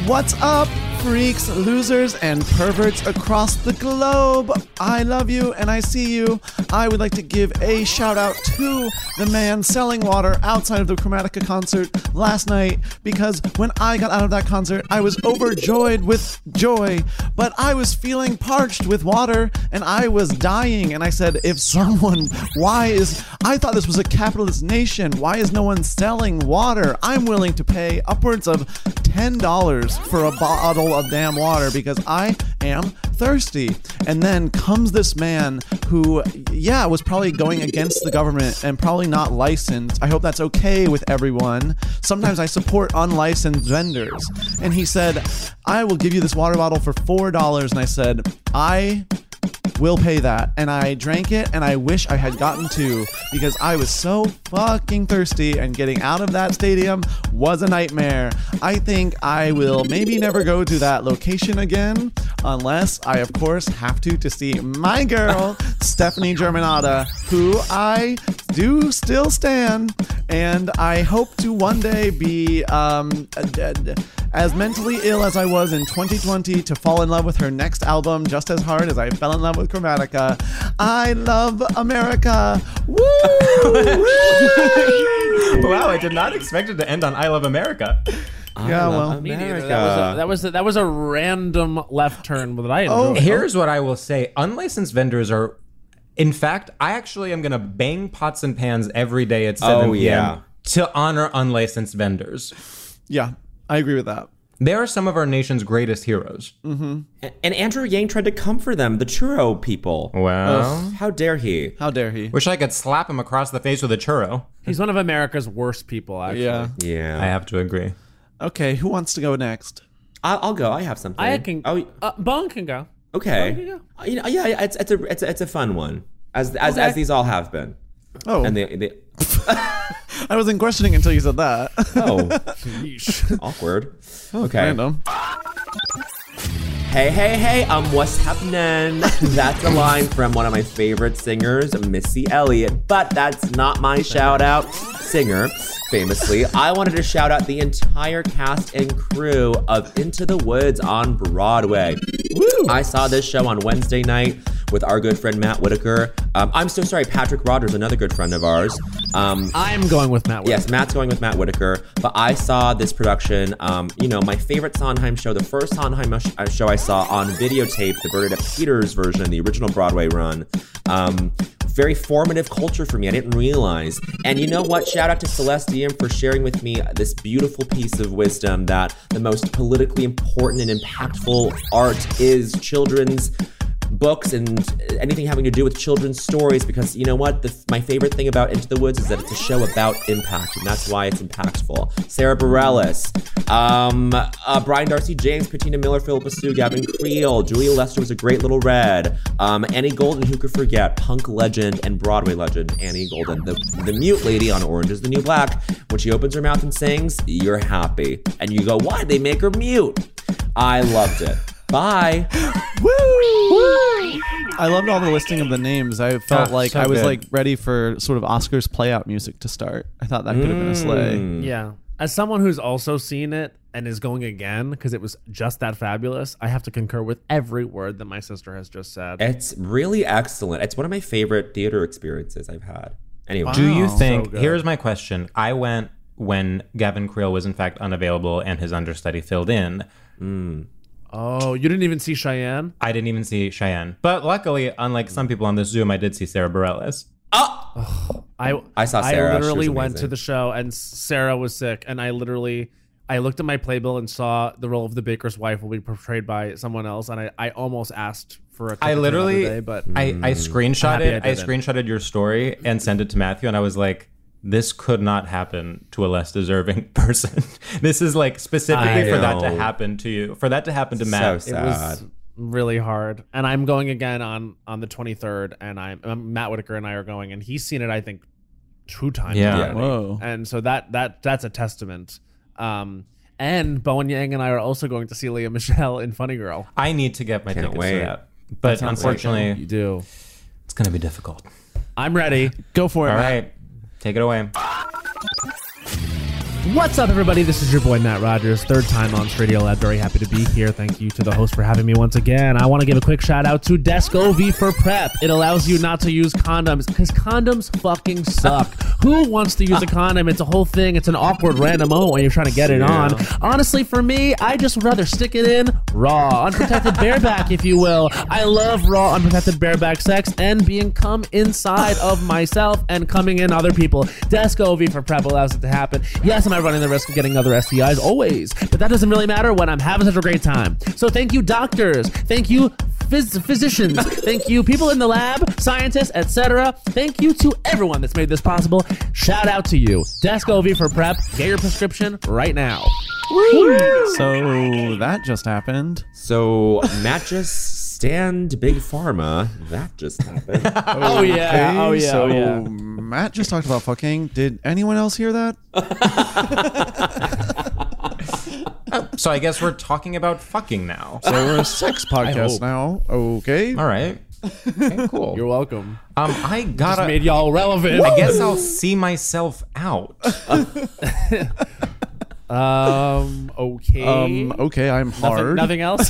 S5: What's up, freaks, losers, and perverts across the globe? I love you and I see you. I would like to give a shout out to the man selling water outside of the Chromatica concert last night because when I got out of that concert, I was overjoyed with joy, but I was feeling parched with water and I was dying. And I said, if someone, why is, I thought this was a capitalist nation. Why is no one selling water? I'm willing to pay upwards of $10 for a bottle of damn water because I am thirsty. And then comes this man who, yeah, was probably going against the government and probably not licensed. I hope that's okay with everyone. Sometimes I support unlicensed vendors. And he said, I will give you this water bottle for $4. And I said, I will pay that. And I drank it and I wish I had gotten two because I was so fucking thirsty and getting out of that stadium was a nightmare. I think I will maybe never go to that location again unless I, of course, have to to see my girl, Stephanie Germanata, who I do still stand. And I hope to one day be um, d- d- as mentally ill as I was in 2020 to fall in love with her next album just as hard as I fell in love with Chromatica. I love America. Woo! mm-hmm.
S7: Wow, I did not expect it to end on "I Love America."
S5: yeah, well.
S4: America.
S9: That was, a, that was a, that was a random left turn that I
S5: Oh,
S9: enjoyed.
S7: Here's what I will say: unlicensed vendors are. In fact, I actually am going to bang pots and pans every day at 7
S4: Oh,
S7: p.m.
S4: yeah.
S7: to honor unlicensed vendors.
S5: Yeah, I agree with that.
S7: They are some of our nation's greatest heroes.
S4: and Andrew Yang tried to come for them, the churro people.
S7: Oh, Wow.
S4: How dare he?
S5: How dare he?
S7: Wish I could slap him across the face with a churro.
S9: He's one of America's worst people, actually.
S5: Yeah.
S4: Yeah,
S7: I have to agree.
S5: Okay, who wants to go next?
S4: I, I'll go. I have something.
S9: I can. Oh,
S4: Oh,
S9: uh, Bone can go.
S4: okay. Uh, You know, yeah, yeah, it's it's a it's a, it's a fun one. As as, as these all have been.
S5: Oh,
S4: And they, they
S5: I wasn't questioning until you said that.
S4: oh awkward. Okay.
S5: Random.
S4: Hey, hey, hey, um, what's happening? That's a line from one of my favorite singers, Missy Elliott. But that's not my shout out. Singer, famously, I wanted to shout out the entire cast and crew of Into the Woods on Broadway. I saw this show on Wednesday night with our good friend Matt Whitaker. Um, I'm so sorry, Patrick Rogers, another good friend of ours. Um,
S9: I'm going with Matt.
S4: Yes, Matt's going with Matt Whitaker, but I saw this production. Um, you know, my favorite Sondheim show, the first Sondheim sh- uh, show I saw on videotape, the Bernadette Peters version, the original Broadway run. Um, very formative culture for me. I didn't realize. And you know what? Shout out to Celeste Diem for sharing with me this beautiful piece of wisdom that the most politically important and impactful art is children's
S8: books and anything having to do with children's stories because you know what? The, my favorite thing about Into the Woods is that it's a show about impact, and that's why it's impactful. Sarah Bareilles, um, uh, Brian Darcy James, Patina Miller, Philip Sue, Gavin Creel, Julia Lester was a great little red. Um, Annie Golden, who could forget, punk legend and Broadway legend Annie Golden, the, the mute lady on Orange is the New Black. When she opens her mouth and sings, you're happy. And you go, why they make her mute? I loved it. Bye.
S5: Woo! I loved all the listing of the names. I felt
S9: Ah,
S5: like
S9: so
S5: I was
S9: good.
S5: like ready for sort of Oscars playout music to start. I thought that could have been a sleigh.
S9: Yeah. As someone who's also seen it and is going again because it was just that fabulous, I have to concur with every word that my sister has just said.
S8: It's really excellent. It's one of my favorite theater experiences I've had. Anyway,
S7: Do you think? here's my question. I went when Gavin Creel was in fact unavailable and his understudy filled in.
S9: Oh, you didn't even see Cheyenne?
S7: I didn't even see Cheyenne, but luckily, unlike some people on this Zoom, I did see Sarah Bareilles.
S9: I
S7: I saw Sarah. She
S9: I
S7: was
S9: literally went
S7: amazing.
S9: to the show and Sarah was sick, and I literally I looked at my playbill and saw the role of the baker's wife will be portrayed by someone else, and I, I almost asked for
S7: I
S9: a. ticket for another
S7: literally,
S9: day, but
S7: I, I
S8: Mm.
S9: I'm happy
S7: screenshotted, I,
S9: didn't.
S7: screenshotted your story and sent it to Matthew, and I was like, "This could not happen to a less deserving person. this is like specifically
S9: I
S7: for that to
S9: know.
S7: happen to you, for that to happen to Matt.
S9: It was really hard, and I'm going again on on the 23rd, and I'm, um, Matt Whitaker and I are going, and he's seen it I think two times.
S7: Yeah.
S9: already.
S7: Yeah. Whoa.
S9: And so that that that's a testament. Um, and Bowen Yang and I are also going to Celia Michelle in Funny Girl.
S7: I need to get my
S9: Can't
S7: tickets
S9: wait.
S7: for that, but
S9: That sounds like
S7: unfortunately,
S9: you do.
S7: It's gonna be difficult.
S9: I'm ready. Go for it.
S7: All
S9: Matt.
S7: right, take it away.
S9: What's up, everybody? This is your boy Matt Rogers, third time on Stradio Lab. Very happy to be here. Thank you to the host for having me once again. I want to give a quick shout out to Desco V for Prep. It allows you not to use condoms because condoms fucking suck. Who wants to use a condom? It's a whole thing. It's an awkward random moment when you're trying to get it on. Honestly, for me, I just would rather stick it in raw, unprotected bareback, if you will. I love raw, unprotected bareback sex and being cum inside of myself and coming in other people. Desco V for prep allows it to happen. Yes, am I running the risk of getting other STIs? Always. But that doesn't really matter when I'm having such a great time. So thank you, doctors. Thank you, phys- physicians. Thank you, people in the lab, scientists, etc. Thank you to everyone that's made this possible. Shout out to you. Desco V for prep. Get your prescription right now.
S5: So that just happened.
S8: So Matt just stand big pharma. That just happened.
S9: Oh, yeah. Oh, yeah.
S5: So
S9: Oh, yeah.
S5: Matt just talked about fucking. Did anyone else hear that?
S7: So I guess we're talking about fucking now.
S5: So we're a sex podcast now. Okay.
S7: All right. Okay, cool.
S9: You're welcome.
S7: Um, I got
S5: Uh,
S9: Just made y'all relevant.
S7: I guess I'll see myself out.
S9: Um. Okay.
S5: Um, okay, I'm
S9: Nothing-
S5: hard.
S9: Nothing, else.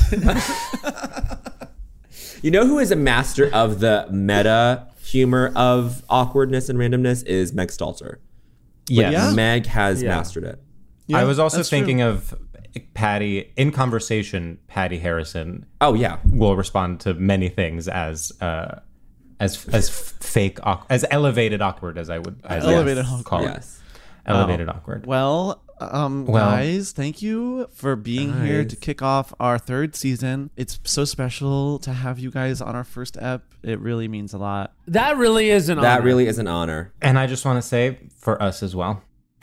S8: You know who is a master of the meta humor of awkwardness and randomness is Meg Stalter.
S7: Yes.
S8: Like,
S7: Yeah.
S8: Meg has
S7: Yeah.
S8: mastered it.
S7: I was also
S8: that's
S7: thinking
S8: true.
S7: of Patty in conversation. Patty Harrison.
S8: Oh yeah,
S7: will respond to many things as uh, as as fake awk- as elevated awkward as I would as I
S5: Elevated
S7: would
S5: awkward.
S7: call it.
S5: Yes.
S7: elevated
S5: Oh.
S7: awkward.
S5: Well, um,
S7: Well-
S5: guys, thank you for being here
S7: Guys.
S5: to kick off our third season. It's so special to have you guys on our first ep. It really means a lot.
S9: that really is an honor.
S8: an honor.
S7: And I just want to say for us as well.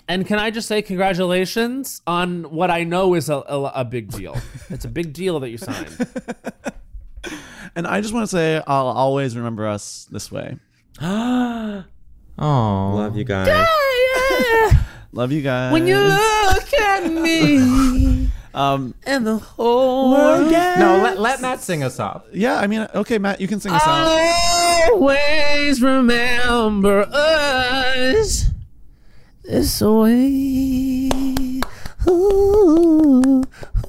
S9: And can I just say congratulations on what I know is a, a, a big deal. it's a big deal that you signed.
S5: And I just want to say, I'll always remember us this way.
S9: Ah.
S7: Oh,
S8: love you guys.
S5: Love you guys.
S9: look at me
S5: um,
S9: and the whole
S7: No, let, let Matt sing us off.
S5: yeah, I mean, okay, Matt, you can sing a
S9: Um,
S5: song.
S9: Always remember us this way. Ooh,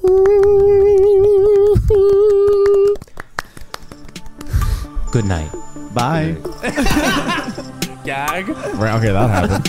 S9: ooh.
S7: Good night.
S5: Bye.
S9: Gag.
S7: Right, okay, that happened.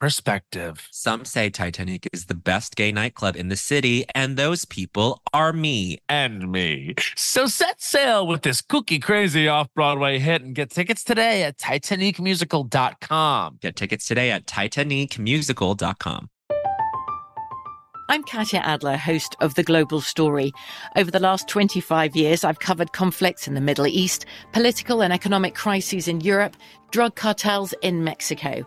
S9: perspective.
S4: Some say Titanic is the best gay nightclub in the city, and those people are me.
S9: And me. So set sail with this cookie crazy off Broadway hit and get tickets today at TitanicMusical.com.
S4: Get tickets today at TitanicMusical.com.
S13: I'm Katya Adler, host of The Global Story. Over the last 25 years, I've covered conflicts in the Middle East, political and economic crises in Europe, drug cartels in Mexico.